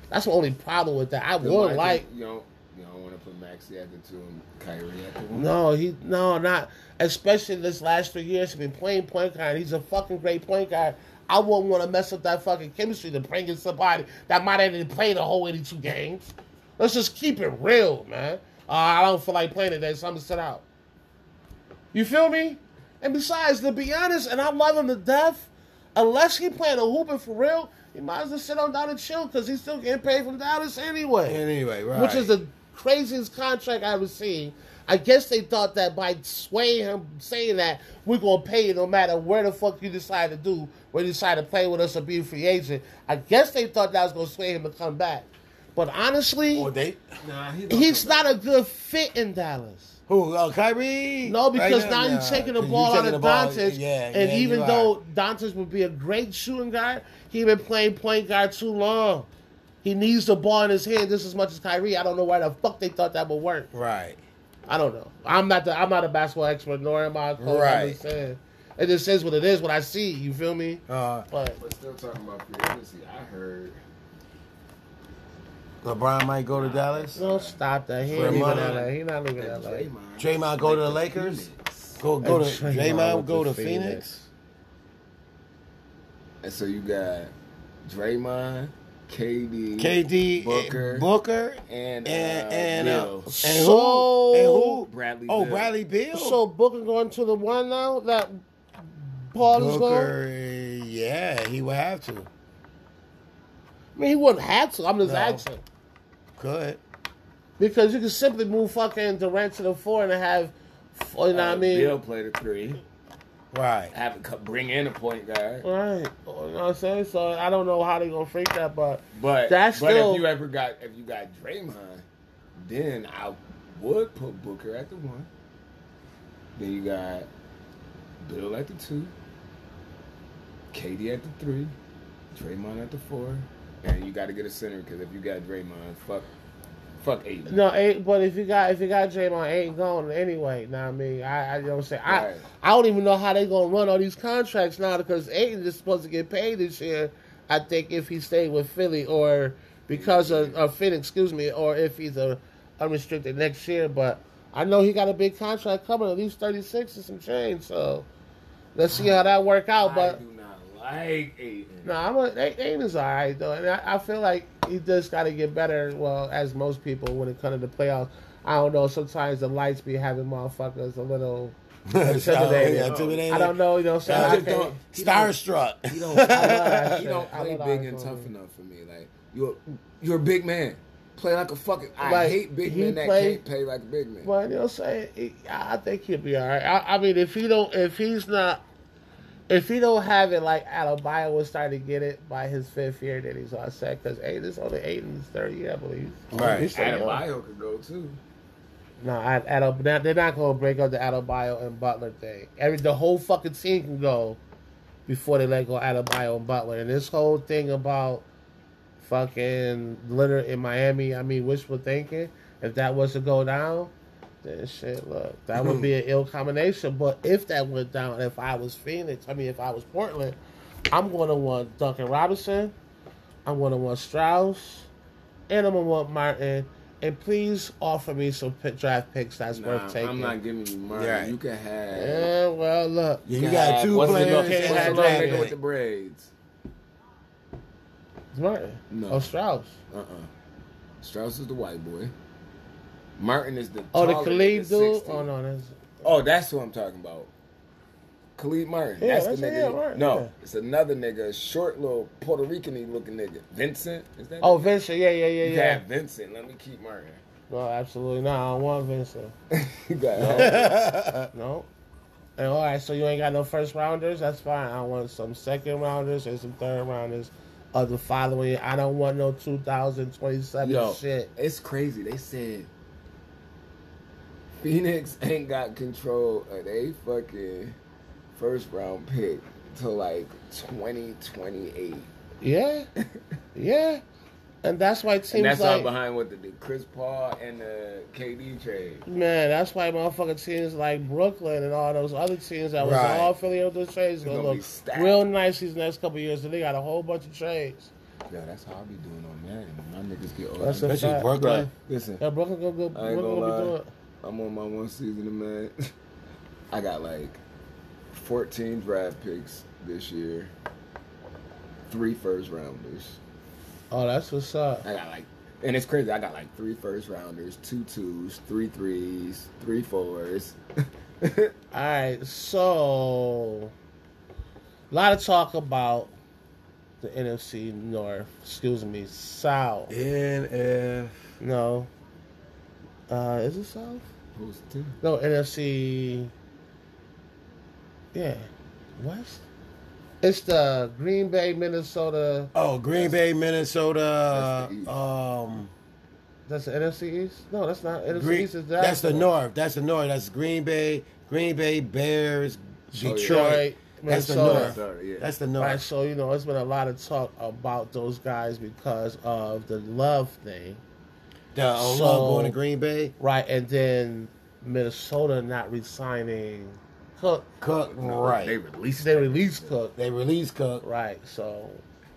[SPEAKER 1] That's the only problem with that. I
[SPEAKER 2] You
[SPEAKER 1] would
[SPEAKER 2] don't
[SPEAKER 1] like
[SPEAKER 2] you don't you don't want to put Maxi at the two and Kyrie at the one.
[SPEAKER 1] no, he no not especially this last three years. He's been playing point guard. He's a fucking great point guard. I wouldn't want to mess up that fucking chemistry to bring in somebody that might have didn't play the whole eighty two games. Let's just keep it real, man. Uh, I don't feel like playing today, so I'm gonna sit out. You feel me? And besides, to be honest, and I love him to death, unless he playing a hooping for real, he might as well sit on down and chill because he's still getting paid from Dallas anyway
[SPEAKER 3] Anyway, right.
[SPEAKER 1] which is the craziest contract I ever seen. I guess they thought that by swaying him, saying that we're gonna pay you no matter where the fuck you decide to do, where you decide to play with us or be a free agent. I guess they thought that was gonna sway him to come back. But honestly,
[SPEAKER 3] Or they?
[SPEAKER 2] Nah, he don't
[SPEAKER 1] he's
[SPEAKER 2] come back.
[SPEAKER 1] not a good fit in Dallas.
[SPEAKER 3] Who? Oh, Kyrie?
[SPEAKER 1] No, because
[SPEAKER 3] Right
[SPEAKER 1] now
[SPEAKER 3] yeah.
[SPEAKER 1] you're taking the
[SPEAKER 3] You
[SPEAKER 1] ball
[SPEAKER 3] taking the
[SPEAKER 1] out
[SPEAKER 3] ball.
[SPEAKER 1] of Dantes,
[SPEAKER 3] Yeah,
[SPEAKER 1] and
[SPEAKER 3] yeah,
[SPEAKER 1] even
[SPEAKER 3] you
[SPEAKER 1] though Dantes would be a great shooting guard, he been playing point guard too long. He needs the ball in his hand just as much as Kyrie. I don't know why the fuck they thought that would work.
[SPEAKER 3] are. right,
[SPEAKER 1] I don't know. I'm not the I'm not a basketball expert, nor am I a coach. I'm
[SPEAKER 3] Right.
[SPEAKER 1] just saying. It just is what it is. What I see, you feel me?
[SPEAKER 3] uh,
[SPEAKER 1] But
[SPEAKER 2] But still talking about free agency, I heard
[SPEAKER 3] LeBron might go to Dallas.
[SPEAKER 1] no, stop that. He
[SPEAKER 3] For
[SPEAKER 1] ain't leaving
[SPEAKER 3] money.
[SPEAKER 1] LA. He not leaving
[SPEAKER 2] that
[SPEAKER 1] LA.
[SPEAKER 2] Draymond.
[SPEAKER 3] Draymond go to the Lakers? Go, go to
[SPEAKER 1] And Draymond
[SPEAKER 3] Draymond.
[SPEAKER 1] with
[SPEAKER 3] Go to
[SPEAKER 1] the
[SPEAKER 3] Phoenix.
[SPEAKER 2] And so you got Draymond, KD,
[SPEAKER 3] KD,
[SPEAKER 2] Booker.
[SPEAKER 3] Booker, Booker,
[SPEAKER 2] and uh,
[SPEAKER 3] and and uh,
[SPEAKER 2] Bill.
[SPEAKER 3] and
[SPEAKER 1] So-
[SPEAKER 3] who? And who?
[SPEAKER 2] Bradley
[SPEAKER 3] Oh,
[SPEAKER 2] Beal.
[SPEAKER 3] Bradley Bill.
[SPEAKER 1] So Booker going to the one now that Paul is going.
[SPEAKER 3] Booker, yeah, he would have to.
[SPEAKER 1] I mean, he wouldn't have to. I'm just
[SPEAKER 3] No.
[SPEAKER 1] asking
[SPEAKER 3] Could.
[SPEAKER 1] because you can simply move fucking Durant to the four and have, you know what I
[SPEAKER 2] Uh,
[SPEAKER 1] mean?
[SPEAKER 2] Bill played a three.
[SPEAKER 3] Right.
[SPEAKER 2] Have a, co- bring in a point guard.
[SPEAKER 1] Right. You know what I'm saying? So I don't know how they gonna fake that, but
[SPEAKER 2] But
[SPEAKER 1] That's
[SPEAKER 2] but
[SPEAKER 1] still-
[SPEAKER 2] if you ever got if you got Draymond, then I would put Booker at the one. Then you got Bill at the two, KD at the three, Draymond at the four, and you got to get a center because if you got Draymond, fuck, fuck eight.
[SPEAKER 1] No, ain't, but if you got if you got Draymond, ain't going anyway. Now I mean, I, I you know what I'm saying. I
[SPEAKER 2] Right.
[SPEAKER 1] I don't even know how they gonna run all these contracts now because Aiden is supposed to get paid this year. I think if he stayed with Philly or because of, of Phoenix, excuse me, or if he's a unrestricted next year. But I know he got a big contract coming, at least thirty six and some change. So let's see how that work out.
[SPEAKER 2] I
[SPEAKER 1] But
[SPEAKER 2] do not like Aiden.
[SPEAKER 1] no, I'm a, they, they was all right though, and I, I feel like he just got to get better. Well, as most people when it comes to the playoffs, I don't know. Sometimes the lights be having motherfuckers a little. Intimidated.
[SPEAKER 3] Intimidated.
[SPEAKER 1] I don't know. You know, what
[SPEAKER 3] I
[SPEAKER 1] I'm saying
[SPEAKER 3] just
[SPEAKER 1] I can't-
[SPEAKER 2] don't-
[SPEAKER 3] Starstruck.
[SPEAKER 2] He don't, I love
[SPEAKER 1] that
[SPEAKER 2] he
[SPEAKER 1] shit.
[SPEAKER 2] don't
[SPEAKER 1] I
[SPEAKER 2] play
[SPEAKER 1] love
[SPEAKER 2] big
[SPEAKER 1] that
[SPEAKER 2] and
[SPEAKER 1] song.
[SPEAKER 2] tough enough for me. Like you're you're a big man. Play like a fucking. I
[SPEAKER 1] Like,
[SPEAKER 2] hate big
[SPEAKER 1] he
[SPEAKER 2] men that
[SPEAKER 1] play-
[SPEAKER 2] can't play like a big man.
[SPEAKER 1] But you know, what I'm saying He- I I think he'll be all right. I, I mean, if he don't, if he's not, if he don't have it like Alabama was starting to get it by his fifth year, then he's all set because eight is only eight and his third year, I believe.
[SPEAKER 3] Right.
[SPEAKER 1] He's still young.
[SPEAKER 2] Adebayo could go too.
[SPEAKER 1] No, I, Adel, they're they're not going to break up the Adebayo and Butler thing. Every the whole fucking team can go before they let go Adebayo and Butler. And this whole thing about fucking Leonard in Miami, I mean, wishful thinking. If that was to go down, then shit, look, that would be an ill combination. But if that went down, if I was Phoenix, I mean, if I was Portland, I'm going to want Duncan Robinson. I'm going to want Strauss and I'm gonna want Martin. And please offer me some pi draft picks that's
[SPEAKER 2] Nah,
[SPEAKER 1] worth taking.
[SPEAKER 2] I'm not giving you Martin.
[SPEAKER 3] Yeah.
[SPEAKER 2] You can have.
[SPEAKER 1] yeah, well, look.
[SPEAKER 3] Yeah, you got two
[SPEAKER 2] what's
[SPEAKER 3] players.
[SPEAKER 2] The,
[SPEAKER 1] and
[SPEAKER 2] what's the
[SPEAKER 1] a
[SPEAKER 2] little
[SPEAKER 3] and
[SPEAKER 1] draft
[SPEAKER 2] nigga with
[SPEAKER 1] pick.
[SPEAKER 2] the braids?
[SPEAKER 1] It's Martin.
[SPEAKER 2] No.
[SPEAKER 1] Oh, Strauss.
[SPEAKER 2] Uh uh Strauss is the white boy. Martin is the.
[SPEAKER 1] Oh, the
[SPEAKER 2] taller
[SPEAKER 1] Khalid
[SPEAKER 2] nigga,
[SPEAKER 1] dude.
[SPEAKER 2] 16.
[SPEAKER 1] Oh, no. That's,
[SPEAKER 2] Oh, that's who I'm talking about. Khalid Martin.
[SPEAKER 1] Yeah,
[SPEAKER 2] that's, the
[SPEAKER 1] that's-
[SPEAKER 2] nigga.
[SPEAKER 1] yeah, Martin,
[SPEAKER 2] no,
[SPEAKER 1] yeah.
[SPEAKER 2] it's another nigga, short little Puerto Rican looking nigga. Vincent? Is that
[SPEAKER 1] oh,
[SPEAKER 2] it?
[SPEAKER 1] Vincent. Yeah, yeah, yeah,
[SPEAKER 2] You
[SPEAKER 1] yeah.
[SPEAKER 2] got Vincent. Let me keep Martin.
[SPEAKER 1] No, absolutely not. I don't want Vincent.
[SPEAKER 2] you got
[SPEAKER 1] No. And all right, so you ain't got no first rounders? That's fine. I want some second rounders and some third rounders of the following year. I don't want no 2027
[SPEAKER 2] Yo,
[SPEAKER 1] shit.
[SPEAKER 2] it's crazy. They said Phoenix ain't got control of they fucking first round pick till like 2028.
[SPEAKER 1] Yeah. yeah. And that's why teams
[SPEAKER 2] and that's
[SPEAKER 1] like.
[SPEAKER 2] all behind what the, the Chris Paul and the KD trade.
[SPEAKER 1] Man, that's why motherfucking teams like Brooklyn and all those other teams that was
[SPEAKER 3] Right.
[SPEAKER 1] all affiliated with those trades gonna,
[SPEAKER 2] gonna be
[SPEAKER 1] look
[SPEAKER 2] stacked.
[SPEAKER 1] real nice these next couple years. And they got a whole bunch of trades.
[SPEAKER 2] Yo, that's how I be doing on that. and My niggas get old.
[SPEAKER 1] That's a
[SPEAKER 3] Especially
[SPEAKER 1] fact.
[SPEAKER 2] Bruh,
[SPEAKER 3] Brooklyn.
[SPEAKER 2] listen,
[SPEAKER 1] Yeah, Brooklyn gonna go.
[SPEAKER 2] I ain't
[SPEAKER 1] Brooklyn
[SPEAKER 2] gonna
[SPEAKER 1] gonna be
[SPEAKER 2] lie.
[SPEAKER 1] doing.
[SPEAKER 2] I'm on my one season of man. I got like 14 draft picks this year, three first rounders.
[SPEAKER 1] Oh, that's what's up.
[SPEAKER 2] I got like, and it's crazy. I got like three first rounders, two twos, three threes, three fours.
[SPEAKER 1] All right, so a lot of talk about the NFC North. Excuse me, South.
[SPEAKER 3] if
[SPEAKER 1] No, uh, is it South?
[SPEAKER 2] Who's the team?
[SPEAKER 1] No, NFC. Yeah, West. It's the Green Bay, Minnesota.
[SPEAKER 3] Oh, Green Bay, Minnesota.
[SPEAKER 2] That's the East.
[SPEAKER 3] Um,
[SPEAKER 1] That's the NFC East. No, that's not NFC
[SPEAKER 3] Green-
[SPEAKER 1] East. Is
[SPEAKER 3] that's the
[SPEAKER 1] Jacksonville.
[SPEAKER 3] North. That's the North. That's Green Bay, Green Bay Bears,
[SPEAKER 2] yeah.
[SPEAKER 3] Detroit.
[SPEAKER 1] Detroit,
[SPEAKER 3] That's the
[SPEAKER 1] Minnesota.
[SPEAKER 3] North.
[SPEAKER 2] Sorry, yeah.
[SPEAKER 3] That's the
[SPEAKER 1] All right,
[SPEAKER 3] North.
[SPEAKER 1] so you know, it's been a lot of talk about those guys because of the love thing,
[SPEAKER 3] The uh,
[SPEAKER 1] So-
[SPEAKER 3] love going to Green Bay.
[SPEAKER 1] right? And then Minnesota not resigning Cook.
[SPEAKER 3] Cook,
[SPEAKER 2] They
[SPEAKER 3] right?
[SPEAKER 2] released
[SPEAKER 1] They released Cook,
[SPEAKER 3] They released Cook,
[SPEAKER 1] right? So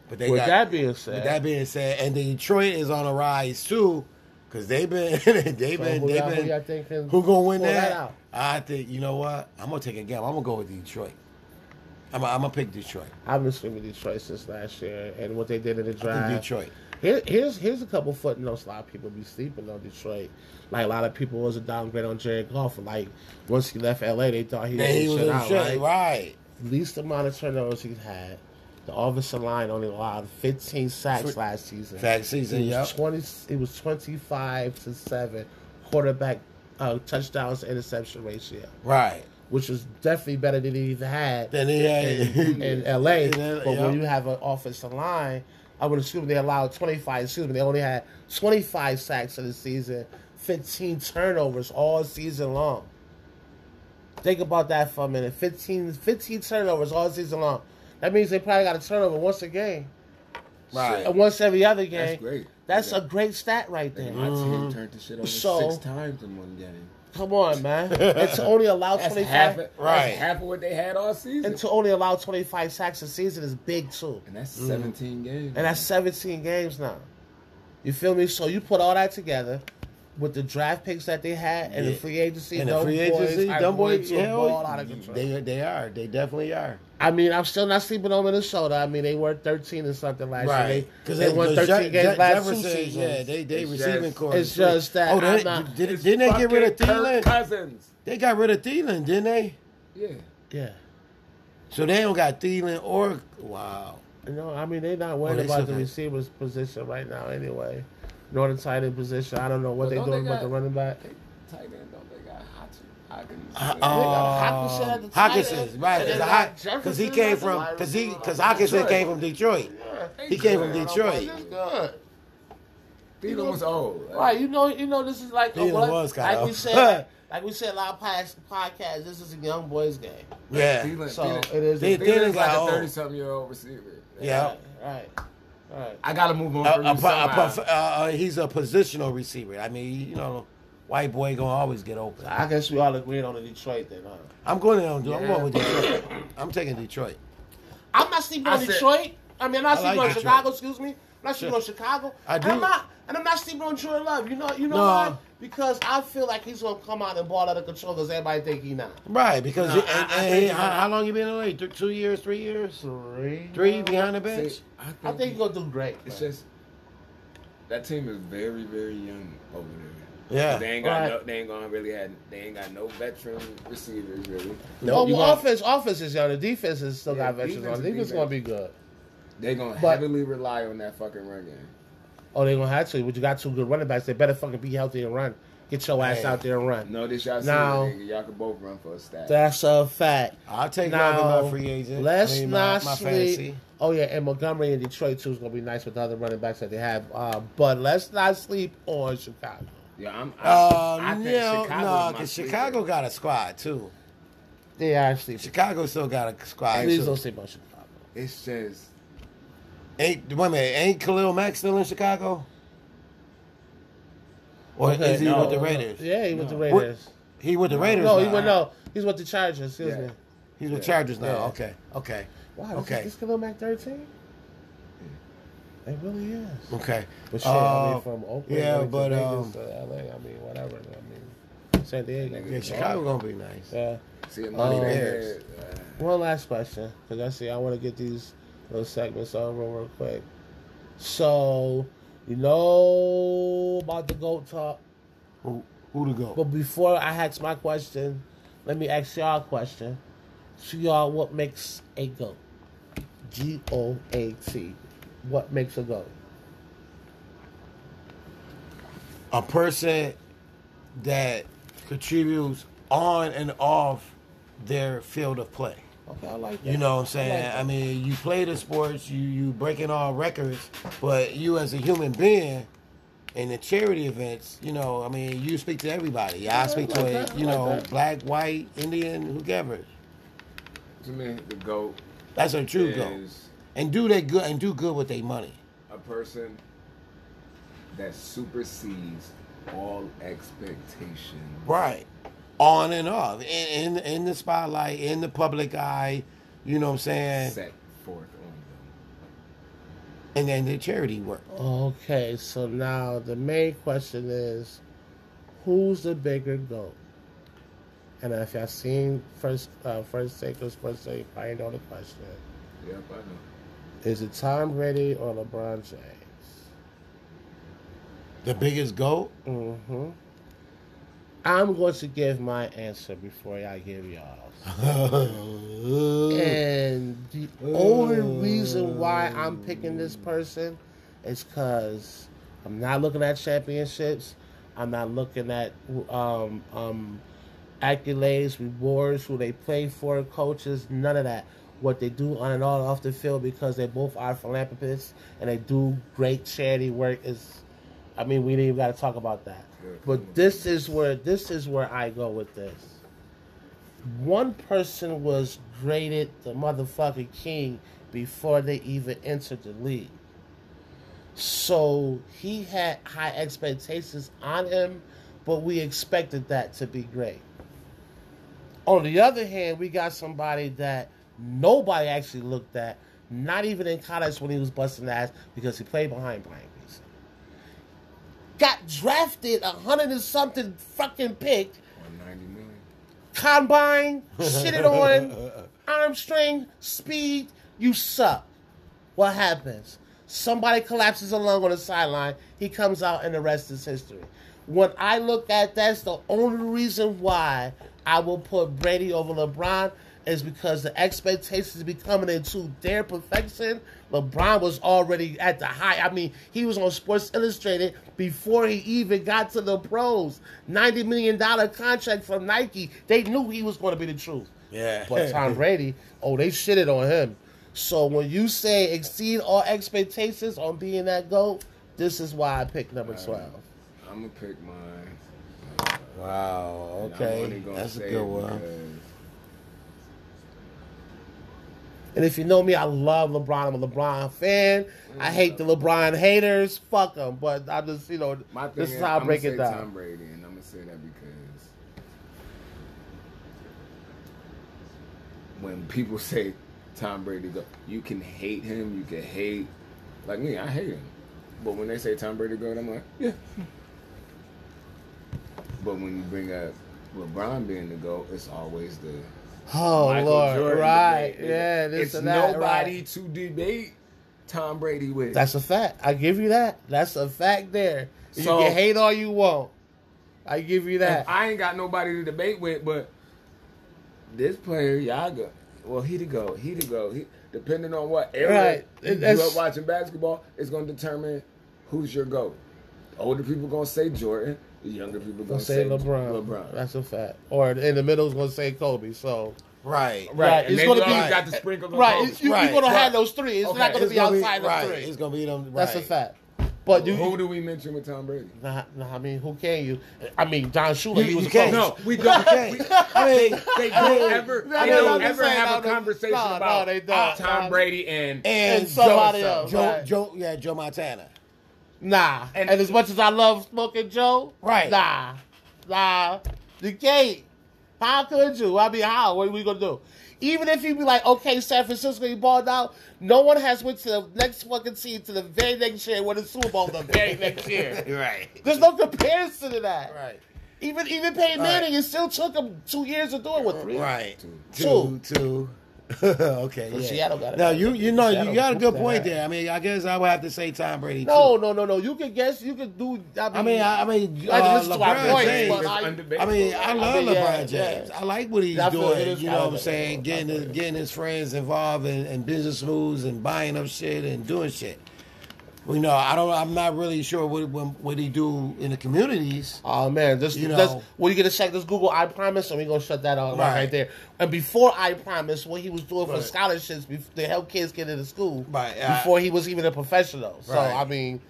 [SPEAKER 3] but they
[SPEAKER 1] with
[SPEAKER 3] got
[SPEAKER 1] that being said,
[SPEAKER 3] With that being said, and Detroit is on a rise too, because they've been, they've
[SPEAKER 1] so
[SPEAKER 3] been,
[SPEAKER 1] who
[SPEAKER 3] they've
[SPEAKER 1] y'all- who
[SPEAKER 3] been.
[SPEAKER 1] y'all think can
[SPEAKER 3] Who gonna win
[SPEAKER 1] pull
[SPEAKER 3] that?
[SPEAKER 1] out?
[SPEAKER 3] I think you know what? I'm gonna take a gamble. I'm gonna go with Detroit. I'm, I'm gonna pick Detroit.
[SPEAKER 1] I've been screaming Detroit since last year and what they did in the
[SPEAKER 3] I
[SPEAKER 1] draft.
[SPEAKER 3] think Detroit.
[SPEAKER 1] Here, here's here's a couple footnotes. A lot of people be sleeping on Detroit. Like a lot of people was a downgrade on Jared Goff. Like once he left LA, they thought he was,
[SPEAKER 3] They was
[SPEAKER 1] shut
[SPEAKER 3] in
[SPEAKER 1] out,
[SPEAKER 3] Detroit,
[SPEAKER 1] right?
[SPEAKER 3] right?
[SPEAKER 1] Least amount of turnovers he's had. The offensive line only allowed 15 sacks
[SPEAKER 3] Sweet.
[SPEAKER 1] last season.
[SPEAKER 3] Fact season,
[SPEAKER 1] It
[SPEAKER 3] yep.
[SPEAKER 1] was 20. It was 25 to seven quarterback uh, touchdowns to interception ratio,
[SPEAKER 3] Right.
[SPEAKER 1] which was definitely better than he even had
[SPEAKER 3] Then they
[SPEAKER 1] in,
[SPEAKER 3] had
[SPEAKER 1] in LA.
[SPEAKER 3] In L-
[SPEAKER 1] but
[SPEAKER 3] yeah.
[SPEAKER 1] when you have an offensive line, I would assume they allowed 25, excuse me, they only had 25 sacks in the season, 15 turnovers all season long. Think about that for a minute 15, 15 turnovers all season long. That means they probably got a turnover once a game,
[SPEAKER 3] right.
[SPEAKER 1] and once every other game.
[SPEAKER 2] That's great.
[SPEAKER 1] That's
[SPEAKER 2] Yeah.
[SPEAKER 1] a great stat right there.
[SPEAKER 2] And my team turned the shit over
[SPEAKER 1] So-
[SPEAKER 2] six times in one game.
[SPEAKER 1] Come on, man. It's only allowed
[SPEAKER 2] That's
[SPEAKER 1] 25.
[SPEAKER 2] half, of-
[SPEAKER 3] Right.
[SPEAKER 2] that's half of what they had all season.
[SPEAKER 1] And to only allow 25 sacks a season is big, too.
[SPEAKER 2] and that's
[SPEAKER 3] Mm.
[SPEAKER 2] 17 games.
[SPEAKER 1] And that's 17 games now. You feel me? So you put all that together with the draft picks that they had and
[SPEAKER 3] Yeah.
[SPEAKER 1] the free agency.
[SPEAKER 3] And
[SPEAKER 1] And
[SPEAKER 3] the free agency,
[SPEAKER 1] boys are
[SPEAKER 3] dumb boy,
[SPEAKER 1] going to
[SPEAKER 3] yeah,
[SPEAKER 1] ball out of control.
[SPEAKER 3] they they are. They definitely are.
[SPEAKER 1] I mean, I'm still not sleeping on Minnesota. I mean, they were 13 or something last year. They,
[SPEAKER 3] Because
[SPEAKER 1] they won 13 games last two seasons.
[SPEAKER 3] Yeah, they they
[SPEAKER 2] It's
[SPEAKER 3] receiving
[SPEAKER 2] just-
[SPEAKER 3] core.
[SPEAKER 1] it's just that
[SPEAKER 3] Oh, they,
[SPEAKER 1] I'm not-
[SPEAKER 3] did, didn't they get rid of
[SPEAKER 2] Fucking Kirk
[SPEAKER 3] Thielen?
[SPEAKER 2] Cousins.
[SPEAKER 3] They got rid of Thielen, didn't they?
[SPEAKER 2] Yeah.
[SPEAKER 1] yeah.
[SPEAKER 3] So they don't got Thielen or wow.
[SPEAKER 1] You know, I mean, they're not worried
[SPEAKER 3] they still
[SPEAKER 1] about the
[SPEAKER 3] got-
[SPEAKER 1] receivers position right now anyway, nor the tight end position. I don't know what
[SPEAKER 2] But
[SPEAKER 1] they're
[SPEAKER 2] don't
[SPEAKER 1] doing
[SPEAKER 2] they
[SPEAKER 1] about the
[SPEAKER 2] got-
[SPEAKER 1] running back.
[SPEAKER 2] They, tight end, don't they got Hodgins?
[SPEAKER 3] Uh,
[SPEAKER 2] Hodgins.
[SPEAKER 1] Hawkinson at
[SPEAKER 3] Um,
[SPEAKER 1] the tight
[SPEAKER 3] Hawkinson,
[SPEAKER 1] end,
[SPEAKER 3] right?
[SPEAKER 1] and then got
[SPEAKER 3] Because he
[SPEAKER 1] Jefferson
[SPEAKER 3] came
[SPEAKER 1] as the
[SPEAKER 3] from
[SPEAKER 1] wide
[SPEAKER 3] because he
[SPEAKER 1] receiver.
[SPEAKER 3] because Hawkinson
[SPEAKER 2] Detroit.
[SPEAKER 3] came from Detroit. oh, He came from Detroit.
[SPEAKER 1] Good.
[SPEAKER 2] Thielen was old. Like,
[SPEAKER 1] Right, you know, you know, this is like
[SPEAKER 3] Neither
[SPEAKER 1] a what?
[SPEAKER 3] was Kyle.
[SPEAKER 1] like we said, like we said, a lot of past podcasts. This is a young boys game,
[SPEAKER 3] Yeah,
[SPEAKER 2] Thielen,
[SPEAKER 1] so
[SPEAKER 2] Thielen,
[SPEAKER 1] it is.
[SPEAKER 3] They-
[SPEAKER 1] a,
[SPEAKER 3] Thielen
[SPEAKER 2] Thielen's
[SPEAKER 3] got
[SPEAKER 2] like
[SPEAKER 3] old.
[SPEAKER 2] a 30 something year old receiver.
[SPEAKER 3] yeah.
[SPEAKER 1] right, right.
[SPEAKER 2] I got to move on
[SPEAKER 3] A-
[SPEAKER 2] from
[SPEAKER 3] a
[SPEAKER 2] you
[SPEAKER 3] pro- a
[SPEAKER 2] somehow.
[SPEAKER 3] prof- uh, uh, he's a positional receiver. I mean, you know, white boy gonna always get open.
[SPEAKER 1] I guess we all agreed on the Detroit then. Huh?
[SPEAKER 3] I'm going on. I'm going with Detroit. I'm taking Detroit.
[SPEAKER 1] I'm not sleeping
[SPEAKER 2] I
[SPEAKER 1] on
[SPEAKER 2] said-
[SPEAKER 1] Detroit. I mean, I'm
[SPEAKER 3] I
[SPEAKER 1] not sleeping
[SPEAKER 3] like
[SPEAKER 1] on
[SPEAKER 3] Detroit.
[SPEAKER 1] Chicago. Excuse me. I'm not sleeping
[SPEAKER 3] Sure.
[SPEAKER 1] on Chicago.
[SPEAKER 3] I
[SPEAKER 1] And
[SPEAKER 3] do.
[SPEAKER 1] I'm not, and I'm not sleeping on Jordan Love. You know, you know
[SPEAKER 3] No.
[SPEAKER 1] why? Because I feel like he's gonna come out and ball out of control because everybody think he not.
[SPEAKER 3] Right, because
[SPEAKER 2] No,
[SPEAKER 3] you-
[SPEAKER 2] I-
[SPEAKER 3] and-
[SPEAKER 2] I
[SPEAKER 3] and
[SPEAKER 2] think-
[SPEAKER 3] how, how long you been in LA? Th- Two years, three years,
[SPEAKER 1] Three,
[SPEAKER 3] three behind the
[SPEAKER 2] See,
[SPEAKER 3] bench.
[SPEAKER 1] I think he's gonna do great.
[SPEAKER 2] It's
[SPEAKER 1] man.
[SPEAKER 2] just that team is very, very young over there. They
[SPEAKER 3] Yeah,
[SPEAKER 2] ain't got
[SPEAKER 1] Right.
[SPEAKER 2] no, they ain't gonna really had they ain't got no veteran receivers really.
[SPEAKER 1] oh,
[SPEAKER 3] Nope, you
[SPEAKER 1] well,
[SPEAKER 3] gonna-
[SPEAKER 1] offense, offense is young. The defense is still
[SPEAKER 2] Yeah,
[SPEAKER 1] got veterans
[SPEAKER 2] defense
[SPEAKER 1] on.
[SPEAKER 2] is
[SPEAKER 1] Defense is
[SPEAKER 2] defense.
[SPEAKER 1] gonna be good.
[SPEAKER 2] They gonna
[SPEAKER 1] But-
[SPEAKER 2] heavily rely on that fucking run game.
[SPEAKER 1] Oh, they gonna have to. But you got two good running backs. They better fucking be healthy and run. Get your ass
[SPEAKER 3] Hey.
[SPEAKER 1] out there and run.
[SPEAKER 2] No, this y'all see
[SPEAKER 1] Now-
[SPEAKER 2] nigga. Y'all could both run for a stat.
[SPEAKER 1] That's a fact.
[SPEAKER 3] I'll take
[SPEAKER 1] Now,
[SPEAKER 3] now, my free agent.
[SPEAKER 1] Let's
[SPEAKER 3] I mean, my-
[SPEAKER 1] not
[SPEAKER 3] my
[SPEAKER 1] sleep.
[SPEAKER 3] fantasy.
[SPEAKER 1] Oh yeah, and Montgomery and Detroit too is gonna be nice with the other running backs that they have. Uh, but let's not sleep on Chicago.
[SPEAKER 2] yeah, I'm. I,
[SPEAKER 3] Uh,
[SPEAKER 2] I think
[SPEAKER 3] no,
[SPEAKER 2] Chicago
[SPEAKER 3] no,
[SPEAKER 2] is my
[SPEAKER 3] because
[SPEAKER 2] sleeper.
[SPEAKER 3] Chicago got a squad too.
[SPEAKER 1] They are sleeping.
[SPEAKER 3] Chicago still got a squad.
[SPEAKER 1] Please
[SPEAKER 3] Too.
[SPEAKER 1] don't sleep on Chicago.
[SPEAKER 2] It's just
[SPEAKER 3] Ain't wait a minute, ain't Khalil Mack still in Chicago? Or
[SPEAKER 1] Okay,
[SPEAKER 3] is he
[SPEAKER 1] no,
[SPEAKER 3] with the
[SPEAKER 1] no.
[SPEAKER 3] Raiders?
[SPEAKER 1] Yeah, he with the
[SPEAKER 2] No.
[SPEAKER 1] Raiders.
[SPEAKER 3] He with the Raiders?
[SPEAKER 1] No,
[SPEAKER 3] now.
[SPEAKER 1] he with no. He's with the Chargers. Excuse
[SPEAKER 2] Yeah.
[SPEAKER 1] me.
[SPEAKER 3] He's with
[SPEAKER 2] Yeah.
[SPEAKER 3] Chargers now.
[SPEAKER 1] Yeah.
[SPEAKER 3] Okay, okay,
[SPEAKER 1] Wow, okay.
[SPEAKER 3] Okay.
[SPEAKER 1] is this Khalil Mack thirteen? It really is.
[SPEAKER 3] okay.
[SPEAKER 1] But shit, I
[SPEAKER 3] Mm. Uh,
[SPEAKER 1] mean, from Oakland,
[SPEAKER 3] yeah,
[SPEAKER 1] really to
[SPEAKER 3] but,
[SPEAKER 1] Vegas uh,
[SPEAKER 3] um,
[SPEAKER 1] to LA, I mean, whatever. I mean, San Diego.
[SPEAKER 3] yeah, Chicago gonna be nice.
[SPEAKER 1] Yeah.
[SPEAKER 2] see it
[SPEAKER 1] Oh.
[SPEAKER 2] money there. Uh,
[SPEAKER 3] Bears.
[SPEAKER 1] One last question, because I see I want to get these little segments over real quick. So, you know about the goat talk,
[SPEAKER 3] Who, who to go?
[SPEAKER 1] but before I ask my question, let me ask y'all a question. To y'all, what makes a goat? G O A T. What makes a goat?
[SPEAKER 3] a person that contributes on and off their field of play.
[SPEAKER 1] Okay, I like that.
[SPEAKER 3] You know what I'm
[SPEAKER 1] I like
[SPEAKER 3] saying?
[SPEAKER 1] that.
[SPEAKER 3] I mean, you play the sports, you you breaking all records, but you as a human being in the charity events, you know, I mean, you speak to everybody. I speak to
[SPEAKER 1] like that, I
[SPEAKER 3] you
[SPEAKER 1] like
[SPEAKER 3] know,
[SPEAKER 1] that.
[SPEAKER 3] black, white, Indian, whoever.
[SPEAKER 2] To me, the GOAT
[SPEAKER 3] That's a true goal.
[SPEAKER 2] is
[SPEAKER 3] And do they good and do good with their money.
[SPEAKER 2] a person that supersedes all expectations.
[SPEAKER 3] Right. On and off. In in, in the spotlight, in the public eye, you know what I'm saying?
[SPEAKER 2] Set forth on
[SPEAKER 3] And then the charity work.
[SPEAKER 1] Okay, so now the main question is, who's the bigger goat? And if y'all seen first uh, first take or first take, I know the question.
[SPEAKER 2] them. Yep, I know.
[SPEAKER 1] Is it Tom Brady or LeBron James?
[SPEAKER 3] The biggest goal?
[SPEAKER 1] Mm-hmm. I'm going to give my answer before I give y'all. And the only reason why I'm picking this person is because I'm not looking at championships. I'm not looking at um, um, accolades, rewards, who they play for, coaches, none of that. What they do on and on off the field because they both are philanthropists and they do great charity work is, I mean, we didn't even got to talk about that. But this is where this is where I go with this one person was graded the motherfucking king before they even entered the league. So he had high expectations on him, but we expected that to be great. On the other hand, we got somebody that nobody actually looked at, not even in college when he was busting ass because he played behind Brian Reason. Got drafted a hundred and something fucking pick
[SPEAKER 2] On 90 million.
[SPEAKER 1] combine, shitted on, arm string, speed, you suck. What happens? Somebody collapses a lung on the sideline, he comes out, and the rest is history. When I look at that's the only reason why I will put Brady over LeBron is because the expectations becoming into their perfection. LeBron was already at the high. I mean, he was on Sports Illustrated before he even got to the pros. $90 million contract from Nike. They knew he was going to be the truth.
[SPEAKER 3] Yeah.
[SPEAKER 1] But Tom Brady, oh, they shitted on him. So when you say exceed all expectations on being that GOAT, this is why I picked number 12.
[SPEAKER 2] I'm going to pick mine.
[SPEAKER 3] Wow.
[SPEAKER 2] And I'm only
[SPEAKER 3] Okay.
[SPEAKER 2] gonna
[SPEAKER 3] That's a
[SPEAKER 2] say
[SPEAKER 3] good
[SPEAKER 2] it
[SPEAKER 3] one.
[SPEAKER 2] because
[SPEAKER 1] And if you know me, I love LeBron. I'm a LeBron fan. I hate the LeBron haters. Fuck them. But I just, you know,
[SPEAKER 2] My thing
[SPEAKER 1] this
[SPEAKER 2] is,
[SPEAKER 1] is how I
[SPEAKER 2] I'm
[SPEAKER 1] break
[SPEAKER 2] gonna
[SPEAKER 1] it
[SPEAKER 2] say
[SPEAKER 1] down.
[SPEAKER 2] Tom Brady, and I'm gonna say that because when people say Tom Brady, go, you can hate him, you can hate, like me, I hate him, but when they say Tom Brady, go, I'm like, yeah. But when you bring up LeBron being the goat, it's always the
[SPEAKER 1] Oh
[SPEAKER 2] Michael
[SPEAKER 1] Lord,
[SPEAKER 2] Jordan
[SPEAKER 1] right?
[SPEAKER 2] debate.
[SPEAKER 1] Yeah, this
[SPEAKER 2] it's
[SPEAKER 1] and that,
[SPEAKER 2] nobody
[SPEAKER 1] right.
[SPEAKER 2] to debate Tom Brady with.
[SPEAKER 1] That's a fact. I give you that. That's a fact. There,
[SPEAKER 2] So-
[SPEAKER 1] you can hate all you want. I give you that.
[SPEAKER 2] I ain't got nobody to debate with, but this player, Yaga, well, he to go, he to go. He, depending on what area
[SPEAKER 1] Right.
[SPEAKER 2] you grew
[SPEAKER 1] That's-
[SPEAKER 2] up watching basketball, it's going to determine who's your goat. Older people going to say Jordan. The younger people going
[SPEAKER 1] gonna
[SPEAKER 2] to say
[SPEAKER 1] say LeBron.
[SPEAKER 2] LeBron.
[SPEAKER 1] That's a fact. Or in the middle is gonna say Kobe. So
[SPEAKER 3] Right.
[SPEAKER 1] Right,
[SPEAKER 2] And
[SPEAKER 1] it's
[SPEAKER 2] then
[SPEAKER 1] gonna
[SPEAKER 2] you
[SPEAKER 1] be-
[SPEAKER 2] always got the sprinkle of
[SPEAKER 1] right,
[SPEAKER 2] Kobe.
[SPEAKER 1] it's- you,
[SPEAKER 3] Right,
[SPEAKER 1] are gonna
[SPEAKER 3] right.
[SPEAKER 1] have those three. It's
[SPEAKER 2] Okay,
[SPEAKER 1] not gonna
[SPEAKER 2] it's
[SPEAKER 1] be
[SPEAKER 3] gonna be-
[SPEAKER 1] outside of
[SPEAKER 3] right.
[SPEAKER 1] three.
[SPEAKER 3] It's gonna be them.
[SPEAKER 1] That's a
[SPEAKER 3] right.
[SPEAKER 1] fact. But you,
[SPEAKER 2] Who do we mention with Tom Brady?
[SPEAKER 1] nah, nah, I mean, who can you? I mean, Don Shula.
[SPEAKER 3] You-
[SPEAKER 1] he was
[SPEAKER 3] you can't.
[SPEAKER 1] close.
[SPEAKER 2] No, we don't.
[SPEAKER 3] Okay.
[SPEAKER 2] We-
[SPEAKER 3] I mean,
[SPEAKER 2] they don't ever,
[SPEAKER 1] no,
[SPEAKER 2] they
[SPEAKER 1] no,
[SPEAKER 2] don't
[SPEAKER 1] I'm
[SPEAKER 2] ever
[SPEAKER 1] saying,
[SPEAKER 2] have a
[SPEAKER 1] no, no,
[SPEAKER 2] conversation
[SPEAKER 1] no, no,
[SPEAKER 2] about
[SPEAKER 1] they don't.
[SPEAKER 2] Tom
[SPEAKER 1] No.
[SPEAKER 2] Brady and
[SPEAKER 3] and
[SPEAKER 1] And somebody
[SPEAKER 3] Joe,
[SPEAKER 1] else,
[SPEAKER 3] Joe,
[SPEAKER 1] right.
[SPEAKER 3] Joe, yeah, Joe Montana.
[SPEAKER 1] Nah.
[SPEAKER 2] And-
[SPEAKER 1] And, as much as I love smoking Joe,
[SPEAKER 3] Right.
[SPEAKER 1] Nah, nah. You can't. How could you? I mean, how? What are we gonna do? Even if you be like, okay, San Francisco, you balled out. No one has went to the next fucking team to the very next year, and won the Super Bowl the very next year.
[SPEAKER 3] Right.
[SPEAKER 1] There's no comparison to that.
[SPEAKER 3] Right.
[SPEAKER 1] Even even Peyton
[SPEAKER 3] Right.
[SPEAKER 1] Manning, it still took him two years to do it with three.
[SPEAKER 3] Right.
[SPEAKER 1] Two.
[SPEAKER 3] Two. Two. okay.
[SPEAKER 1] So
[SPEAKER 3] yeah.
[SPEAKER 1] Seattle got it.
[SPEAKER 3] Now you you know you
[SPEAKER 1] Seattle
[SPEAKER 3] got a good
[SPEAKER 1] whooped
[SPEAKER 3] point
[SPEAKER 1] their ass.
[SPEAKER 3] there. I mean, I guess I would have to say Tom Brady.
[SPEAKER 1] No,
[SPEAKER 3] too.
[SPEAKER 1] no, no, no. You can guess. You can do. I mean,
[SPEAKER 3] I mean, I, I mean,
[SPEAKER 1] I
[SPEAKER 3] uh,
[SPEAKER 1] just listen to our
[SPEAKER 3] LeBron
[SPEAKER 1] voice,
[SPEAKER 3] James.
[SPEAKER 1] but
[SPEAKER 2] It's
[SPEAKER 1] I-
[SPEAKER 2] undebatable.
[SPEAKER 3] I mean, I love
[SPEAKER 1] mean, yeah,
[SPEAKER 3] LeBron
[SPEAKER 1] yeah.
[SPEAKER 3] James. I like what he's
[SPEAKER 1] I feel it
[SPEAKER 3] doing.
[SPEAKER 1] is
[SPEAKER 3] You know what I'm
[SPEAKER 1] kinda
[SPEAKER 3] saying?
[SPEAKER 1] debatable.
[SPEAKER 3] Getting
[SPEAKER 1] I
[SPEAKER 3] his,
[SPEAKER 1] feel it.
[SPEAKER 3] getting his friends involved in, in business moves and buying up shit and doing shit. We know. I don't. I'm not really sure what what, what he do in the communities.
[SPEAKER 1] Oh man, this
[SPEAKER 3] You
[SPEAKER 1] this
[SPEAKER 3] know.
[SPEAKER 1] well you get a check this Google I promise and we're gonna shut that out right.
[SPEAKER 3] Right.
[SPEAKER 1] there. And before I promise what he was doing for
[SPEAKER 3] Right.
[SPEAKER 1] scholarships bef- to help kids get into school
[SPEAKER 3] Right, uh,
[SPEAKER 1] before he was even a professional. So
[SPEAKER 3] Right.
[SPEAKER 1] I mean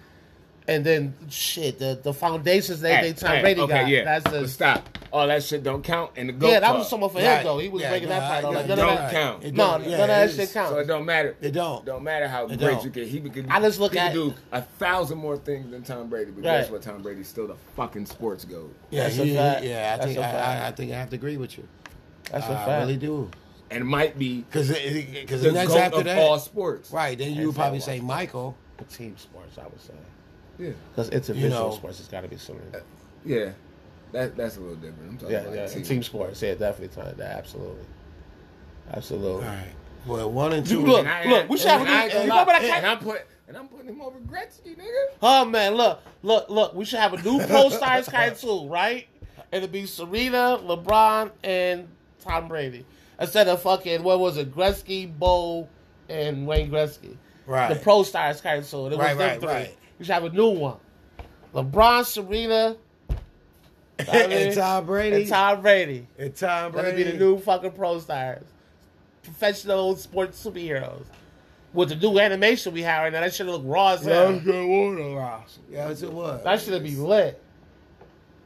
[SPEAKER 1] and then shit, the the foundations they
[SPEAKER 2] Hey,
[SPEAKER 1] they Tom
[SPEAKER 2] hey,
[SPEAKER 1] Brady
[SPEAKER 2] okay,
[SPEAKER 1] got.
[SPEAKER 2] Yeah.
[SPEAKER 1] That's
[SPEAKER 2] But
[SPEAKER 1] a,
[SPEAKER 2] stop. All that shit don't count in the go.
[SPEAKER 1] yeah, that
[SPEAKER 2] club.
[SPEAKER 1] was someone for
[SPEAKER 3] Right.
[SPEAKER 1] him though. He was
[SPEAKER 3] Yeah,
[SPEAKER 1] breaking
[SPEAKER 3] no,
[SPEAKER 1] that part.
[SPEAKER 3] I-
[SPEAKER 1] Like,
[SPEAKER 3] yeah,
[SPEAKER 1] none
[SPEAKER 2] don't
[SPEAKER 1] of that,
[SPEAKER 2] count.
[SPEAKER 3] It
[SPEAKER 1] No,
[SPEAKER 3] don't- yeah,
[SPEAKER 1] none of
[SPEAKER 3] it
[SPEAKER 1] that
[SPEAKER 3] is.
[SPEAKER 1] shit counts.
[SPEAKER 2] So it don't matter.
[SPEAKER 3] It don't.
[SPEAKER 2] Don't matter how
[SPEAKER 3] It
[SPEAKER 2] great
[SPEAKER 3] don't.
[SPEAKER 2] you get. He could.
[SPEAKER 1] I just look
[SPEAKER 2] he could
[SPEAKER 1] at-
[SPEAKER 2] do a thousand more things than Tom Brady. But
[SPEAKER 1] Right.
[SPEAKER 2] guess what? Tom Brady's still the fucking sports goat.
[SPEAKER 3] Yeah,
[SPEAKER 1] That's a
[SPEAKER 3] he- he-
[SPEAKER 1] fact.
[SPEAKER 3] yeah. I
[SPEAKER 1] That's
[SPEAKER 3] think
[SPEAKER 1] a
[SPEAKER 3] I,
[SPEAKER 1] fact.
[SPEAKER 3] I, I think I have to agree with you.
[SPEAKER 1] That's a
[SPEAKER 3] I
[SPEAKER 1] fact.
[SPEAKER 3] really do.
[SPEAKER 2] and might be
[SPEAKER 3] Because because
[SPEAKER 2] the
[SPEAKER 3] the next
[SPEAKER 2] goat
[SPEAKER 3] after
[SPEAKER 2] of
[SPEAKER 3] that,
[SPEAKER 2] all sports.
[SPEAKER 3] right? Then you would
[SPEAKER 1] That's
[SPEAKER 3] probably
[SPEAKER 1] how I
[SPEAKER 3] say
[SPEAKER 1] watch.
[SPEAKER 3] Michael.
[SPEAKER 1] team sports, I would say.
[SPEAKER 2] Yeah.
[SPEAKER 1] Because it's a
[SPEAKER 3] You
[SPEAKER 1] visual
[SPEAKER 3] know. Uh,
[SPEAKER 1] sports, it's got to be something.
[SPEAKER 2] Yeah. That that's a little different. I'm talking
[SPEAKER 1] Yeah,
[SPEAKER 2] about
[SPEAKER 1] yeah,
[SPEAKER 2] team.
[SPEAKER 1] team. sports, yeah, definitely. Time that, absolutely, absolutely.
[SPEAKER 3] All right. Well, one and two.
[SPEAKER 1] You look,
[SPEAKER 2] And I-
[SPEAKER 1] look, we
[SPEAKER 2] and
[SPEAKER 1] should have.
[SPEAKER 2] I
[SPEAKER 1] a
[SPEAKER 2] ain't
[SPEAKER 1] new-
[SPEAKER 2] gonna
[SPEAKER 1] You
[SPEAKER 2] lie.
[SPEAKER 1] remember that?
[SPEAKER 2] And
[SPEAKER 1] cat-
[SPEAKER 2] I'm putting and I'm putting him over Gretzky, nigga.
[SPEAKER 1] Oh man, look, look, look. We should have a new pro stars kind too, right? And it'd be Serena, LeBron, and Tom Brady instead of fucking what was it, Gretzky, Bo, and Wayne Gretzky.
[SPEAKER 3] Right.
[SPEAKER 1] The pro stars kind too. It was
[SPEAKER 3] Right,
[SPEAKER 1] them
[SPEAKER 3] right,
[SPEAKER 1] three.
[SPEAKER 3] right.
[SPEAKER 1] We should have a new one. LeBron, Serena,
[SPEAKER 3] and Tom Brady.
[SPEAKER 1] and Tom Brady.
[SPEAKER 3] And Tom
[SPEAKER 1] That'd
[SPEAKER 3] Brady.
[SPEAKER 1] be the new fucking pro stars. Professional sports superheroes. With the new animation we have right now, that should look raw as hell.
[SPEAKER 3] Yeah, that's it was.
[SPEAKER 1] That should be lit.